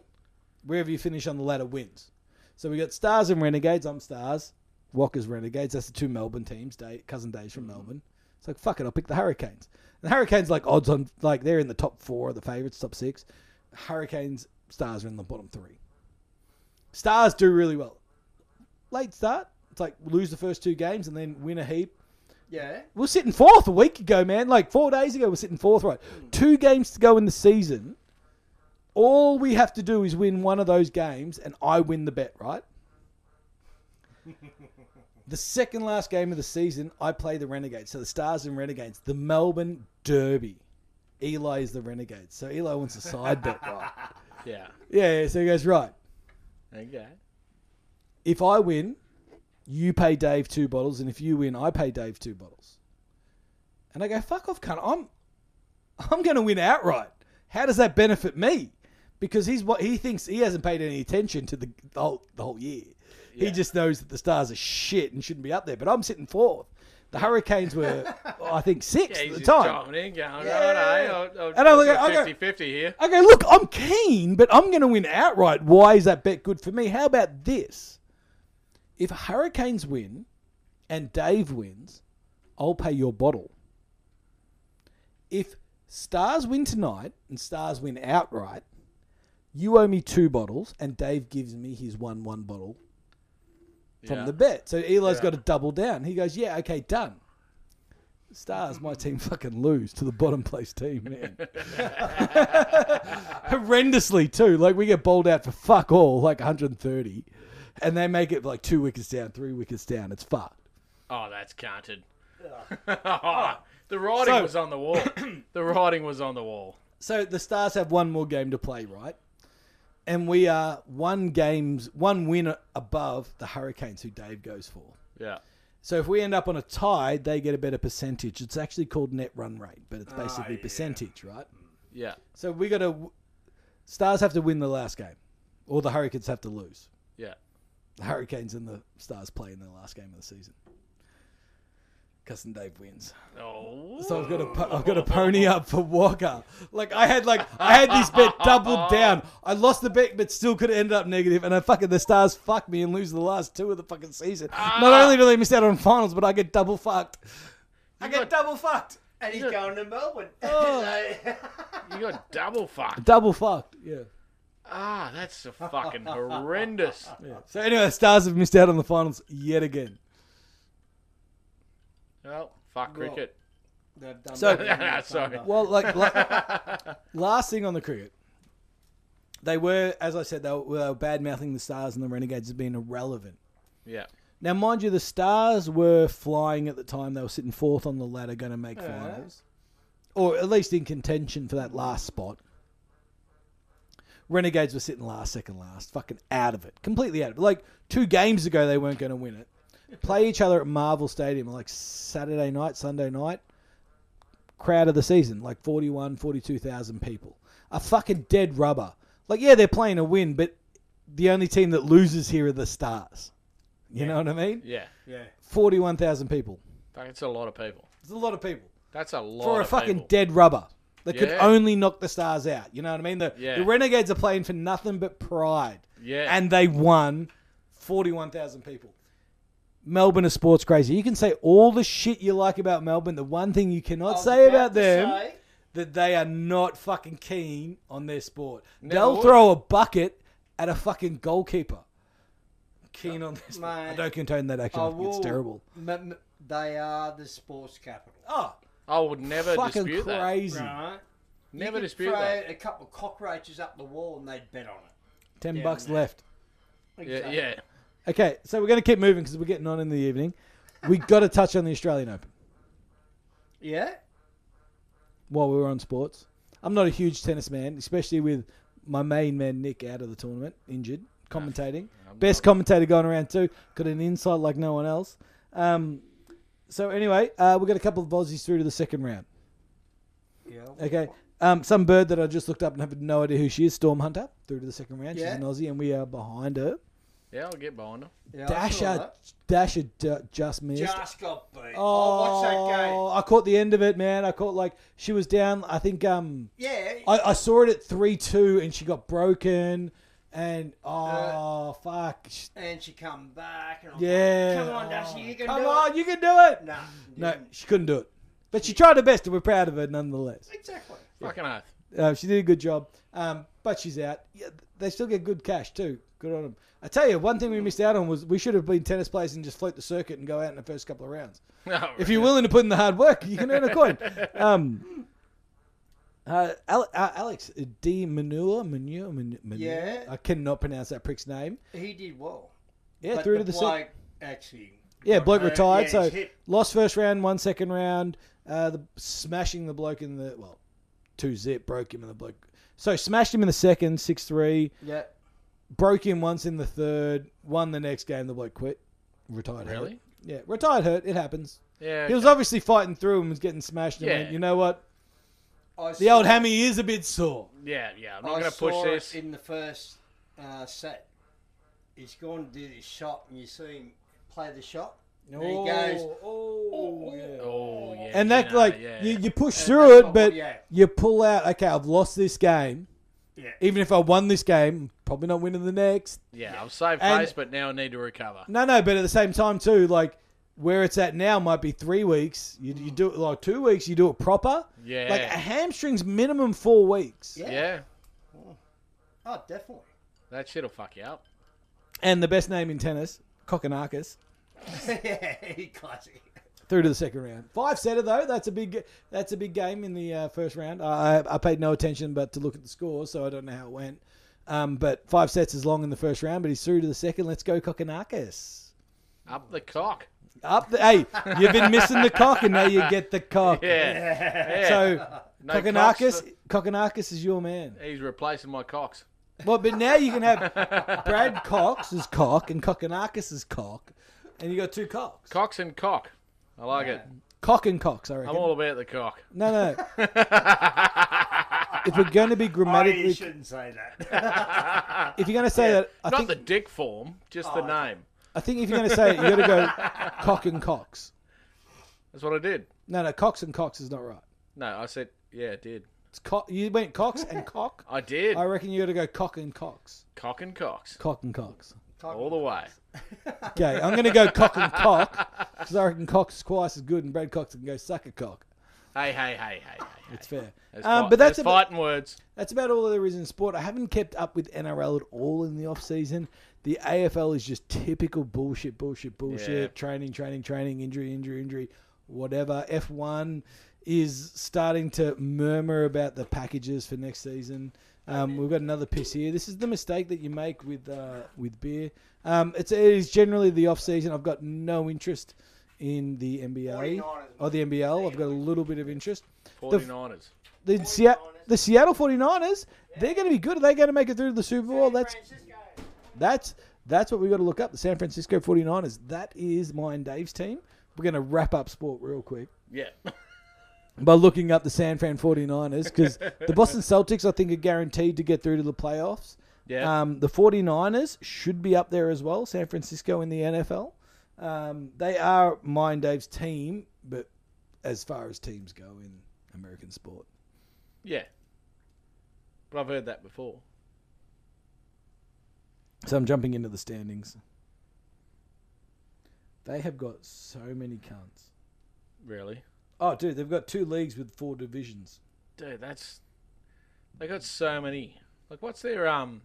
Wherever you finish on the ladder wins. So we got Stars and Renegades. I'm Stars. Walker's Renegades. That's the two Melbourne teams. Dave, cousin Dave's from Melbourne. It's like fuck it. I'll pick the Hurricanes. And the Hurricanes like odds on like they're in the top four of the favourites, top six. Hurricanes, Stars are in the bottom three. Stars do really well. Late start. It's like lose the first two games and then win a heap.
Yeah.
We're sitting fourth a week ago, man. Like four days ago, we're sitting fourth, right? Two games to go in the season. All we have to do is win one of those games, and I win the bet, right? the second last game of the season, I play the Renegades. So the Stars and Renegades, the Melbourne Derby. Eli is the Renegades. So Eli wants a side bet, right?
yeah,
Yeah, yeah, so he goes, right.
okay,
if I win, you pay Dave two bottles, and if you win, I pay Dave two bottles. And I go, fuck off, cunt. I'm, I'm going to win outright. How does that benefit me? Because he's what he thinks he hasn't paid any attention to the, the whole the whole year. He just knows that the stars are shit and shouldn't be up there. But I'm sitting fourth. The Hurricanes
(laughs)
were, I think, sixth
yeah,
at
he's
the
just
time.
jumping in, going,
Yeah.
right, I'll, I'll,
And I'm like, I go-
50 50 here.
I go, look, I'm keen, but I'm going to win outright. Why is that bet good for me? How about this? If Hurricanes win and Dave wins, I'll pay your bottle. If Stars win tonight and Stars win outright, you owe me two bottles, and Dave gives me his one one bottle from
Yeah.
the bet. So Eli's
Yeah.
got to double down. He goes, yeah, okay, done. Stars, my team fucking lose to the bottom place team, man. Horrendously too. Like we get bowled out for fuck all, like 130, and they make it like two wickets down, three wickets down. It's fucked.
Oh, that's counted. (laughs) the writing
Oh. So-
was on
(coughs)
the wall. the writing was on the wall.
So the Stars have one more game to play, right? And we are one games, one win above the Hurricanes, who Dave goes for.
Yeah,
So if we end up on a tie, they get a better percentage. It's actually called net run rate, but it's basically percentage, right?
yeah,
So we got to. Stars have to win the last game, or the Hurricanes have to lose.
Yeah.
The Hurricanes and the Stars play in the last game of the season. Cousin Dave wins.
Oh.
So I've got to po- I've got to pony up for Walker. Like I had like I had this bet doubled down. I lost the bet, but still could have ended up negative. And I fucking the Stars fuck me and lose the last two of the fucking season. Not only do they miss out on finals, but I get double fucked. I get double fucked.
And he's going to Melbourne.
Oh.
(laughs)
(laughs)
You got double fucked.
Double fucked. Yeah.
Ah, that's a fucking horrendous.
yeah. So anyway, the Stars have missed out on the finals yet again.
Well, fuck
(laughs)
Well,
cricket.
(laughs)
Ah,
They've done
So- (laughs)
(laughs)
that in the
Sorry.
Thunder.
Well, like la- last thing on the cricket, they were, as I said, they were, they were bad mouthing the Stars and the Renegades as being irrelevant.
Yeah.
Now, mind you, the Stars were flying at the time. They were sitting fourth on the ladder, going to make finals, or at least in contention for that last spot. Renegades were sitting last, second last, fucking out of it, completely out of it. Like two games ago, they weren't going to win it. Play each other at Marvel Stadium, like Saturday night, Sunday night. Crowd of the season, like 41, 42,000 people. A fucking dead rubber. Like, yeah, they're playing a win, but the only team that loses here are the Stars. You know what I mean?
Yeah.
Yeah.
41,000 people.
That's a lot of people.
It's a lot of people.
That's a lot
For a
of
fucking
people.
dead rubber that could
Yeah.
only knock the stars out. You know what I mean? The,
Yeah.
the Renegades are playing for nothing but pride.
Yeah.
And they won 41,000 people. Melbourne is sports crazy. You can say all the shit you like about Melbourne. The one thing you cannot say about
to
them
say,
that they are not fucking keen on their sport.
Never
They'll
would.
throw a bucket at a fucking goalkeeper. Keen on this. I
Mate,
don't contend that actually.
I
I think it's
will-
terrible.
m- m- they are the sports capital.
Oh,
I would never
fucking
dispute that.
crazy.
Right?
Never
you could
dispute
throw
that.
a couple of cockroaches up the wall and they'd bet on it.
Ten
Yeah,
bucks
man.
left.
Yeah,
Exactly.
yeah.
Okay, so we're going to keep moving because we're getting on in the evening. We got to touch on the Australian Open
Yeah?
while we were on sports. I'm not a huge tennis man, especially with my main man Nick out of the tournament, injured, commentating. Best commentator going around too. Got an insight like no one else. Um, so anyway, uh, we got a couple of Aussies through to the second round.
Yeah.
Okay. Um, some bird that I just looked up and have no idea who she is, Storm Hunter, through to the second round.
Yeah.
She's an Aussie, and we are behind her.
Yeah, I'll get behind them.
Yeah, I saw
Dasher,
that.
Dasher ju- just missed.
Just got (laughs) beat.
Oh,
I watched that game.
I caught the end of it, man. I caught like she was down. I think um,
Yeah.
I, I saw it at three two, and she got broken, and oh fuck, Sh-
and she Uh, come back and I'm
yeah.
like, come on,
oh,
Dasher, you can
come
do
on,
it.
you can do it.
Nah,
No,
didn't.
she couldn't do it, but she tried her best, and we're proud of her nonetheless.
Exactly.
Fucking oath. (laughs)
Uh, she did a good job, um, but she's out. Yeah, they still get good cash too. Good on them. I tell you, one thing we missed out on was we should have been tennis players and just float the circuit and go out in the first couple of rounds.
No,
if you're willing to put in the hard work, (laughs) you can earn a coin. Um, uh, Al- uh, Alex D. Manure, Manure, Manure,
Yeah.
I cannot pronounce that prick's name.
He did well.
Yeah,
but
through to the second.
bloke actually.
Yeah, bloke
Uh,
retired.
yeah,
so
he's hit.
lost first round, won second round. Uh, the smashing the bloke in the well, two zip broke him in the bloke. So smashed him in the second, six three.
Yeah.
Broke him once in the third. Won the next game. The bloke quit. Retired. hurt.
Really?
Yeah, retired hurt. It happens.
Yeah.
He was obviously fighting through and was getting smashed. And
Yeah.
went, you know what?
I
The
saw-
old hammy is a bit sore.
yeah, yeah. I'm
I
not going to push
saw it
this.
in the first uh, set. He's gone to do this shot, and you see him play the shot. And he goes,
oh,
Oh, yeah.
And that,
yeah,
like,
yeah.
you, you push
And
through
that's
it,
not
but
what- yeah.
you pull out, okay, I've lost this game.
Yeah.
Even if I won this game, I'm probably not winning the next.
yeah, I've saved
And-
face, but now I need to recover.
No, no, but at the same time, too, like, where it's at now might be three weeks. You, you do it like two weeks, you do it proper.
Yeah.
Like, a hamstring's minimum four weeks.
Yeah.
yeah.
Oh, definitely. (laughs)
That shit'll fuck you up.
And the best name in tennis, Kokonakis.
yeah, he
(laughs)
classic.
through to the second round. Five setter though, that's a big that's a big game in the uh, first round. I, I paid no attention but to look at the score, so I don't know how it went. Um, but five sets is long in the first round, but he's through to the second. Let's go, Kokonakis.
Up the cock.
Up the hey, you've been missing the cock, and now you get the cock.
Yeah. yeah.
So
No cocks,
Kokonakis, Kokonakis is your man.
but He's replacing my cocks.
Well, but now you can have Brad Cox's cock and Kokonakis's cock, and you got two cocks,
Cocks and cock. I like it.
cock and cocks. I reckon.
I'm all about the cock.
No, no. if we're going to be
Oh, you
grammatically,
shouldn't say
(laughs)
that.
if you're going to say that, I
Not
think,
the dick form, just the name.
I think if you're going to say it, you got to go cock and cocks.
That's what I did.
No, no, cocks and cocks is not right.
No, I said, yeah, I did.
It's cock. You went cocks and cock.
I did.
I reckon you got to go cock and cocks.
Cock and cocks.
Cock and cocks.
All the way.
Okay, I'm going to go cock and cock because I reckon cock's twice as good, and Brad Cox can go suck a cock.
Hey, hey, hey, hey, hey.
It's fair.
There's
Um,
fight-
but that's
there's
about,
fighting words.
that's about all there is in sport. I haven't kept up with NRL at all in the off season. The AFL is just typical bullshit, bullshit, bullshit.
Yeah.
Training, training, training. Injury, injury, injury. Whatever. F1 is starting to murmur about the packages for next season. Um, we've got another piss here. This is the mistake that you make with uh, with beer. Um, it's it is generally the off season. I've got no interest in the NBA
49ers.
or the NBL. I've got a little bit of interest.
49ers.
The, Sea- the Seattle 49ers, they're going to be good. Are they going to make it through to the Super Bowl? That's that's that's what we got to look up. The San Francisco 49ers. That is mine, Dave's team. We're going to wrap up sport real quick
Yeah. (laughs)
by looking up the San Fran 49ers because the Boston Celtics, I think, are guaranteed to get through to the playoffs.
Yeah.
Um, the 49ers should be up there as well. San Francisco in the NFL. Um, they are mine, Dave's team, but as far as teams go in American sport.
yeah. But I've heard that before.
So I'm jumping into the standings. They have got so many cunts.
Really?
Oh, dude, they've got two leagues with four divisions.
Dude, that's they got so many. Like, what's their um?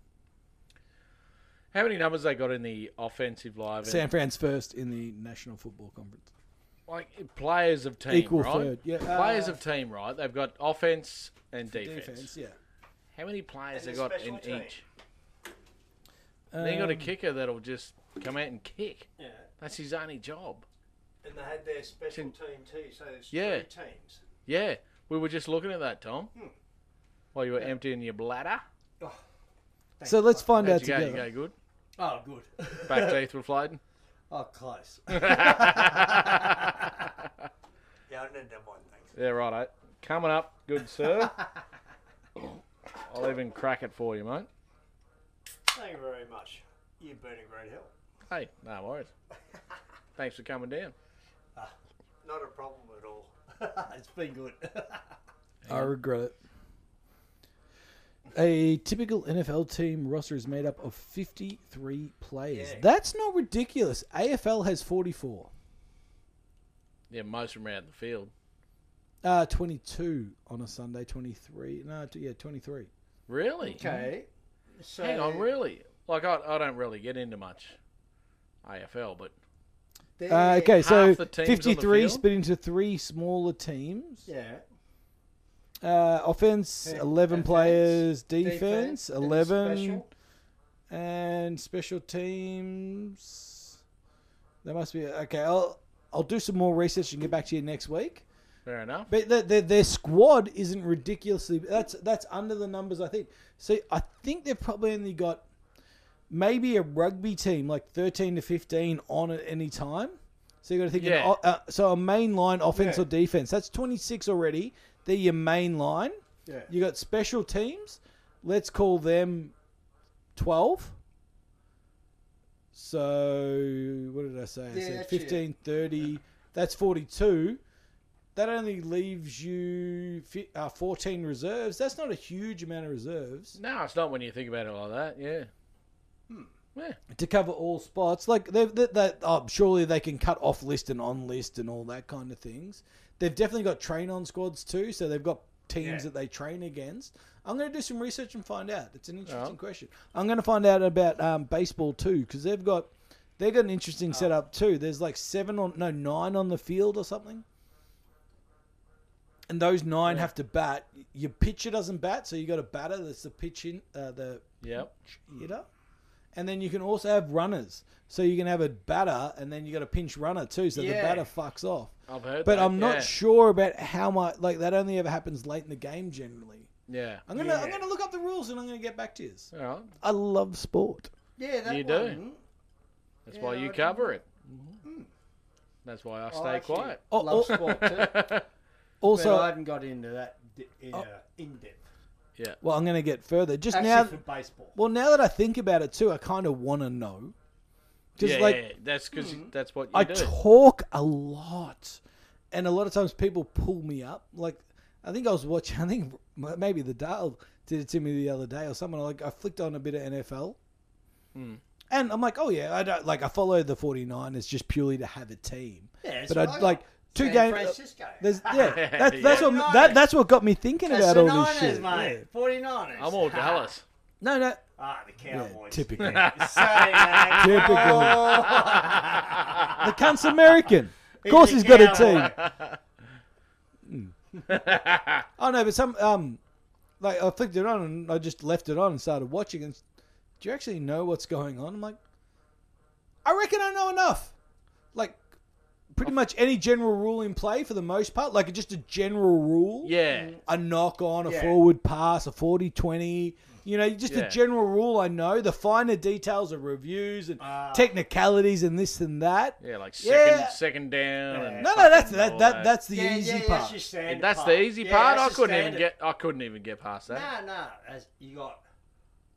How many numbers they got in the offensive live?
San Fran's first in the National Football Conference.
like players of team,
Equal
right?
third, yeah.
Players
Uh,
of team, right? They've got offense and defense.
Defense, yeah.
How many players
And
they
the
got in
special team.
each? Then you got a
Um,
kicker that'll just come out and kick.
yeah.
That's his only job.
And they had their special team too, so there's
Yeah.
three teams.
Yeah, we were just looking at that, Tom.
Hmm.
While you were emptying your bladder,
So let's find out
how'd you go?
together.
You go good.
Oh, good.
Back teeth were floating.
(laughs) oh,
(laughs)
close. yeah, I need that one thing.
Yeah, righto. Coming up, good sir. I'll even crack it for you, mate.
Thank you very much. You've been a great help.
Hey, no worries. Thanks for coming down.
Not a problem at all. (laughs) it's been good. (laughs)
I regret it. A typical NFL team roster is made up of 53 players. That's not ridiculous. AFL has 44.
Yeah, most of them out in the field.
Uh, 22 on a Sunday, 23. No, t- yeah, 23.
Really?
okay. So,
Hang on, really? Like, I, I don't really get into much AFL, but
they're-
Uh, okay, so
half the teams on the
53
field?
split into three smaller teams.
Yeah.
Uh, offense,
Yeah,
11
offense,
players,
defense,
defense,
and
11,
special.
and special teams. There must be. Okay, I'll, I'll do some more research and get back to you next week.
fair enough.
But their, their, their squad isn't ridiculously. That's that's under the numbers I think. So I think they've probably only got maybe a rugby team like thirteen to fifteen on at any time. So you got to think.
Yeah.
An, uh, so a main line offense
Yeah.
or defense. That's twenty six already. They're your main line.
Yeah.
You got special teams. Let's call them twelve. So what did I say? I
Yeah,
said
that's it.
15, 30. That's forty-two that only leaves you fi- uh, 14 reserves. That's not a huge amount of reserves
No, it's not when you think about it like that, yeah. Yeah.
to cover all spots. Like, they've, they, they, oh, surely they can cut off list and on list and all that kind of things. They've definitely got train on squads too, so they've got teams that they train against. I'm going to do some research and find out. It's an interesting question. I'm going to find out about um, baseball too because they've got they've got an interesting setup too. There's like seven on no nine on the field or something. and those nine have to bat. Your pitcher doesn't bat, so you got a batter that's the pitch in uh, the
Yep.
pitch hitter, and then you can also have runners. So you can have a batter, and then you got a pinch runner too. So the
Yeah.
batter fucks off.
I've heard
But
that,
I'm not
yeah.
sure about how much. Like that only ever happens late in the game generally.
Yeah.
I'm gonna I'm
Yeah.
gonna look up the rules and I'm gonna get back to you.
All right.
I love sport.
Yeah, that
You do.
one.
That's why
Yeah,
you
I
cover it. That's why I stay
actually-
quiet.
Mm-hmm. Oh,
Love
oh, (laughs)
sport too.
also,
but I haven't got into that di- in, uh, in depth.
Yeah.
Well, I'm going to get further. Just
Actually,
now,
for baseball.
well, now that I think about it too, I kind of want to know. Just
yeah,
like Mm-hmm.
yeah, that's because that's what you
I
do.
talk a lot, and a lot of times people pull me up. Like I think I was watching. (laughs) I think m- maybe the Dale did it to me the other day or someone. Like I flicked on a bit of NFL,
Hmm.
and I'm like, oh yeah, I don't like. I follow the 49ers just purely to have a team.
Yeah, that's
but I
what I
like
got.
two
San
games.
Francisco.
There's,
(laughs)
yeah, that's, that's
Yeah.
what that, that's what got me thinking
That's
about
the
all this
Niners,
shit.
mate. 49ers.
I'm all Dallas.
No, no,
(laughs) Ah, the
yeah,
Cowboys. (laughs)
typical,
So, mate,
typical. the
(laughs)
cunt's
(laughs)
American. Of course,
He's
he's
a
got a team.
cowboy.
(laughs)
Oh no, but some um, like I flicked it on and I just left it on and started watching. And do you actually know what's going on? I'm like, I reckon I know enough. Like, pretty much any general rule in play for the most part, like just a general rule.
Yeah.
A knock on, a
Yeah.
forward pass, a 40 20. You know, just
Yeah.
a general rule I know. The finer details of reviews and
Ah.
technicalities and this and that.
Yeah, like second
Yeah.
second down. And
No, no, that's
fucking
that,
all
that that's the
yeah, yeah,
easy
yeah,
part.
That's, your standard
that's
part.
the easy
Yeah,
part. I
that's your
couldn't even
standard.
get. I couldn't even get past that.
No, no. As you got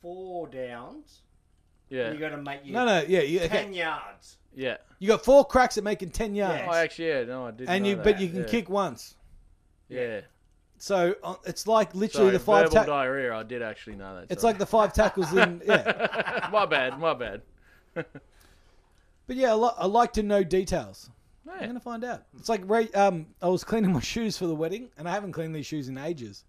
four downs.
Yeah,
You got to make your
No, no, yeah, you, okay.
ten yards.
yeah.
You got four cracks at making 10 yards.
Oh, actually, yeah. No, I did.
and
know
you
that.
but you can
yeah.
kick once.
Yeah.
So uh, it's like
So
literally the five
verbal
ta-
diarrhea. I did actually know that.
it's like the five tackles
(laughs)
in yeah.
the. my bad. My bad.
But yeah, I, li- I like to know details. I'm
Yeah.
gonna find out. It's like Ray, um, I was cleaning my (laughs) shoes for the wedding, and I haven't cleaned these shoes in ages.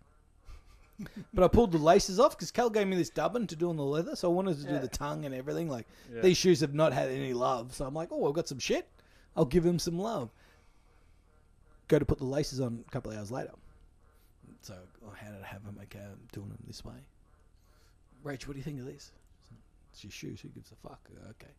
but I pulled the laces off because Cal gave me this dubbin to do on the leather, so I wanted to do the tongue and everything. Like these shoes have not had any love, so I'm like, oh, I've got some shit. I'll give them some love. Go to put the laces on a couple of hours later. So oh, how did I have them? Okay, I'm doing them this way. Rach, what do you think of this? It's your shoes. Who gives a fuck? Okay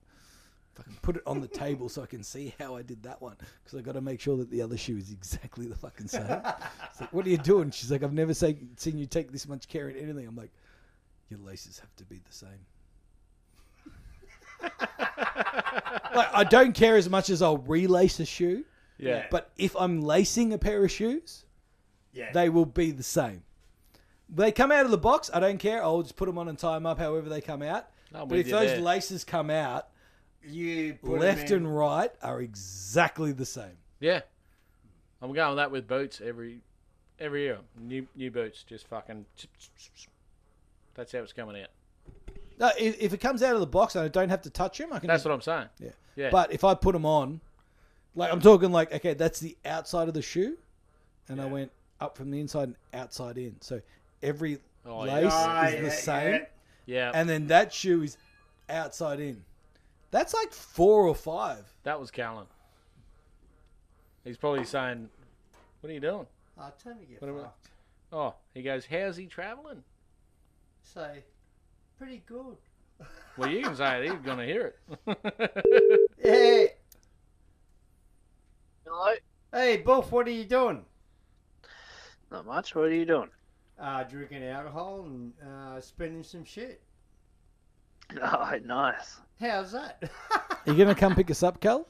fucking put it on the table so I can see how I did that one because I got to make sure that the other shoe is exactly the fucking same. It's like, what are you doing? She's like, I've never say, seen you take this much care in anything. I'm like, your laces have to be the same. (laughs) like, I don't care as much as I'll relace a shoe,
Yeah.
but if I'm lacing a pair of shoes,
Yeah.
they will be the same. They come out of the box, I don't care. I'll just put them on and tie them up however they come out.
I'm
but
with
if
you
those
there.
laces come out,
you put 'em
left
in.
and right are exactly the same.
Yeah. I'm going with that with boots every every year. New new boots, just fucking. That's how it's coming out.
No, if, if it comes out of the box and I don't have to touch him, I can.
That's
just-
what I'm saying.
yeah.
yeah.
But if I put them on, like I'm talking like okay, that's the outside of the shoe, and I went up from the inside and outside in. So every
Oh, yeah.
lace
Ah,
is
yeah,
the same,
yeah.
Yeah.
and then that shoe is outside in. That's like four or five.
that was Callan. He's probably saying, "What are you doing?"
I tell you, Oh, get
What am I-
fucked.
Oh, he goes, "How's he traveling?"
So, pretty good.
Well, you
(laughs)
can say it. He's gonna hear it. (laughs)
Yeah.
Hello?
Hey, Buff, what are you doing?
Not much. What are you doing?
Uh, drinking alcohol and uh, spending some shit.
Oh, nice.
How's that?
Are you gonna come pick us up, Cal?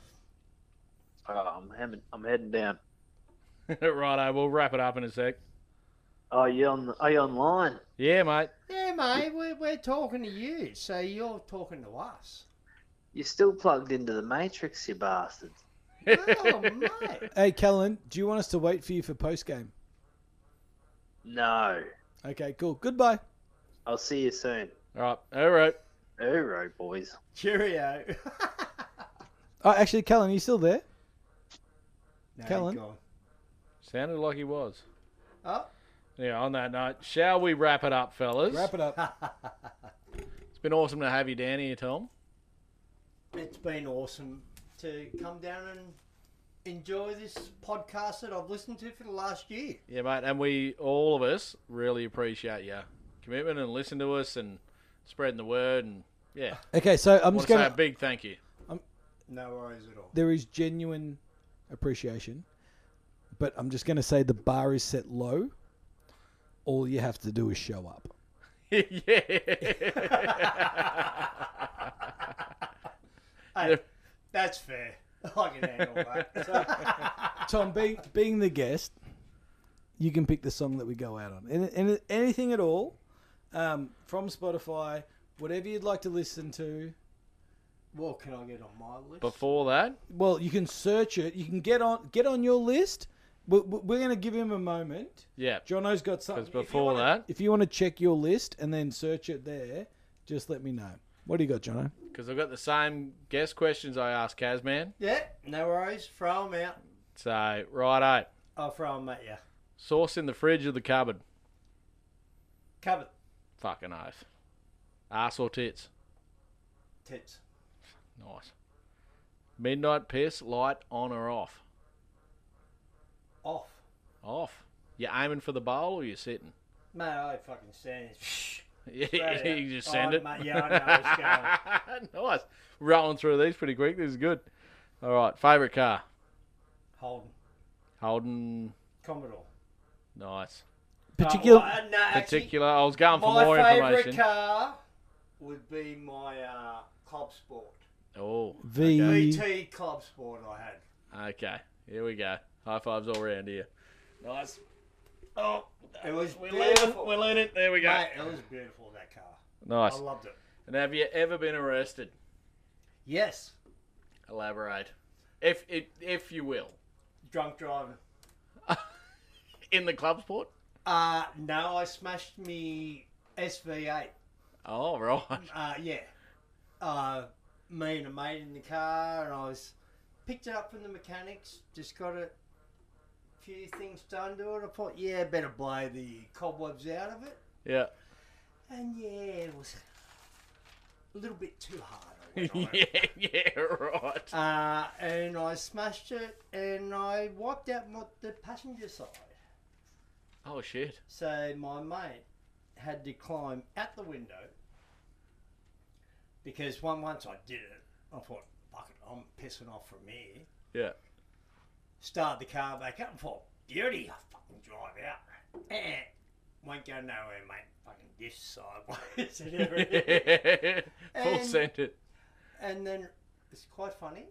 Oh, I'm heading, I'm heading down.
Righto, we'll wrap it up in a sec.
Oh, you on? Are you online?
Yeah, mate.
yeah, mate, we're, we're talking to you, so you're talking to (laughs) us.
You're still plugged into the matrix, you bastard.
(laughs)
Oh, mate.
Hey, Callan, do you want us to wait for you for post game?
No.
Okay, cool. Goodbye.
I'll see you soon.
All right. All right.
Euro boys.
Cheerio. (laughs)
Oh, actually, Callan, are you still there?
no,
Kellen?
go on.
Sounded like he was.
Oh,
Yeah. On that note, shall we wrap it up, fellas?
Wrap it up.
It's been awesome to have you down here, Tom.
(laughs) it's been awesome to come down and enjoy this podcast that I've listened to for the last year.
Yeah, mate, and we all of us really appreciate your commitment and listen to us and spreading the word and yeah.
Okay, so I'm
i want
just
to
gonna.
say a big thank you. (laughs)
No worries at all.
there is genuine appreciation, but I'm just going to say the bar is set low. All you have to do is show up. (laughs)
Hey, that's (laughs) fair. I can handle that.
Tom, being being the guest, you can pick the song that we go out on. And, and anything at all um, from Spotify, whatever you'd like to listen to.
Well, can I get on my list?
Before that,
Well, you can search it. You can get on get on your list. We're, we're going to give him a moment.
yeah.
Jono's got something.
Because
If you
before
wanna-
that,
if you want to check your list and then search it there, just let me know. What do you got, Jono?
because I've got the same guest questions I asked Kazman.
Yeah, no worries. Throw 'em out.
So, righto.
I'll throw 'em at you.
Sauce in the fridge or the cupboard?
Covered.
Fucking oath. Arse or tits?
Tits.
Nice. Midnight piss, light on or off?
Off.
Off. You aiming for the bowl or you sitting? (laughs)
Mate, I fucking stand.
Yeah,
Right, yeah.
(laughs) you just
Oh,
send it.
mate, yeah, I
(laughs) nice. Rolling through these pretty quick. This is good. All right. Favorite car?
Holden.
Holden.
Commodore.
Nice.
Particular.
No, uh, no, actually,
Particular. I was going for
my
more
favourite
information.
car would be my uh, Club Sport.
oh.
V.
Okay.
BT Club Sport I had.
okay. Here we go. High fives all round here. Nice. Oh,
It was
we're learning.
beautiful.
We're learning. There we go.
Mate, it was beautiful, that car.
Nice.
I loved it.
And have you ever been arrested?
Yes.
Elaborate, if if, if you will.
Drunk driving.
In the club sport.
Uh, no, I smashed me SV8. (laughs)
Oh right.
Uh, yeah. Uh, me and a mate in the car, and I was picked it up from the mechanics. Just got a few things done to it. I thought, yeah, better blow the cobwebs out of it. (laughs)
Yeah.
And yeah, it was a little bit too hard.
(laughs)
I went on it.
yeah. Yeah. Right.
Uh, and I smashed it, and I wiped out my, the passenger side.
Oh shit.
So my mate had to climb out the window because one once I did it, I thought, fuck it, I'm pissing off from here. (laughs)
Yeah.
Start the car back up and thought, beauty, I fucking drive out. Eh, won't go nowhere, mate. Fucking dish sideways and
(laughs)
everything.
Full
And-
sent it.
And then it's quite funny.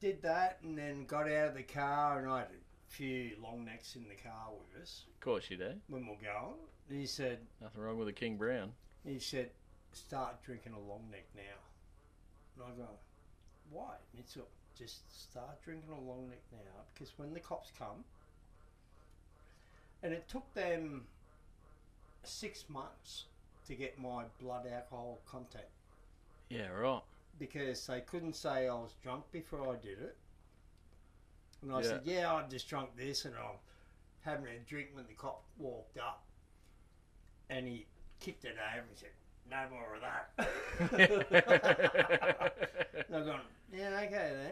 Did that and then got out of the car and I had a few long necks in the car with us
Of course you do.
when we we're going. And he said,
Nothing wrong with a King Brown.
he said, start drinking a long neck now. And I go, why? And it's just start drinking a long neck now because when the cops come, and it took them six months to get my blood alcohol content.
Yeah.
(laughs)
Right. (laughs)
because they couldn't say I was drunk before I did it. And I
Yeah.
said, yeah, I just drunk this and I'm having a drink when the cop walked up. And he kicked it over and said, no more of that. and I've gone, yeah, okay then.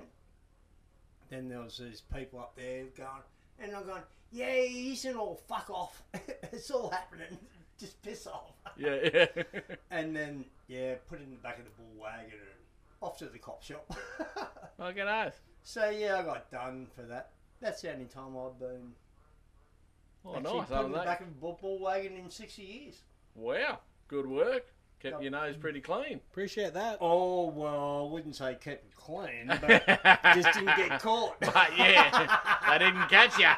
Then there was these people up there going, and I'm going, yeah, he isn't all fuck off. (laughs) it's all happening. Just piss off.
yeah. Yeah.
And then, yeah, put it in the back of the bull wagon and off to the cop shop. (laughs)
Fucking oath.
so, yeah, I got done for that. That's the only time I've been
Oh,
actually
nice.
put in
aren't
the
they?
back of a bull, bull wagon in 60 years.
Wow. Good work. Kept your nose pretty clean.
Appreciate that.
Oh, well, I wouldn't say kept it clean,
(laughs)
but just didn't get caught.
But yeah, they didn't catch you.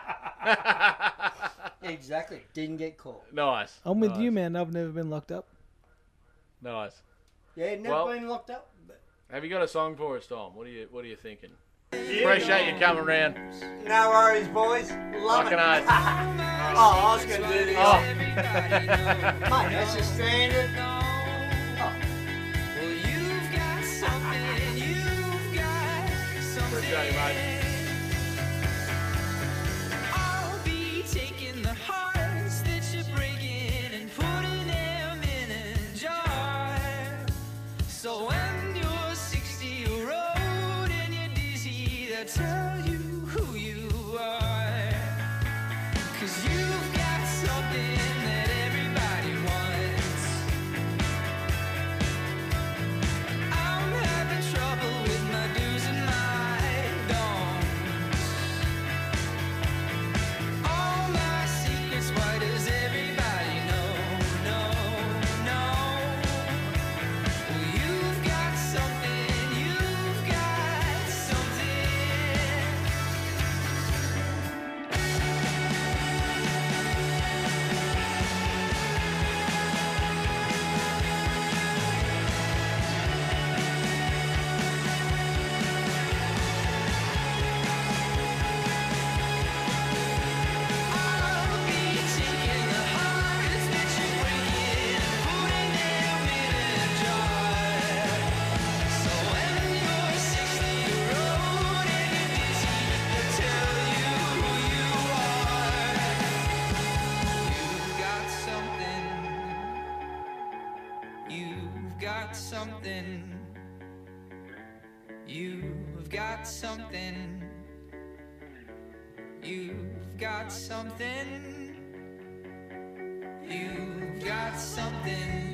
exactly, didn't get caught.
(laughs) nice.
I'm with
nice,
you, man. I've never been locked up.
Nice.
Yeah, never
Well-
been locked up. But
Have you got a song for us, Tom? What are you What are you thinking? Appreciate you coming round.
no worries, boys. Love
Fucking
it.
oath.
Oh, I was going to do this.
Oh.
Mate,
(laughs)
that's a standard.
Appreciate you, mate.
I'll be taking the hearts that you're breaking and putting them in a jar. So when you're 60 year old and you're dizzy, they'll tell you who you are. Cause you've got something that everybody wants. I'm having trouble with my do's and my don'ts. something. You've got something. You've got something. You've got something.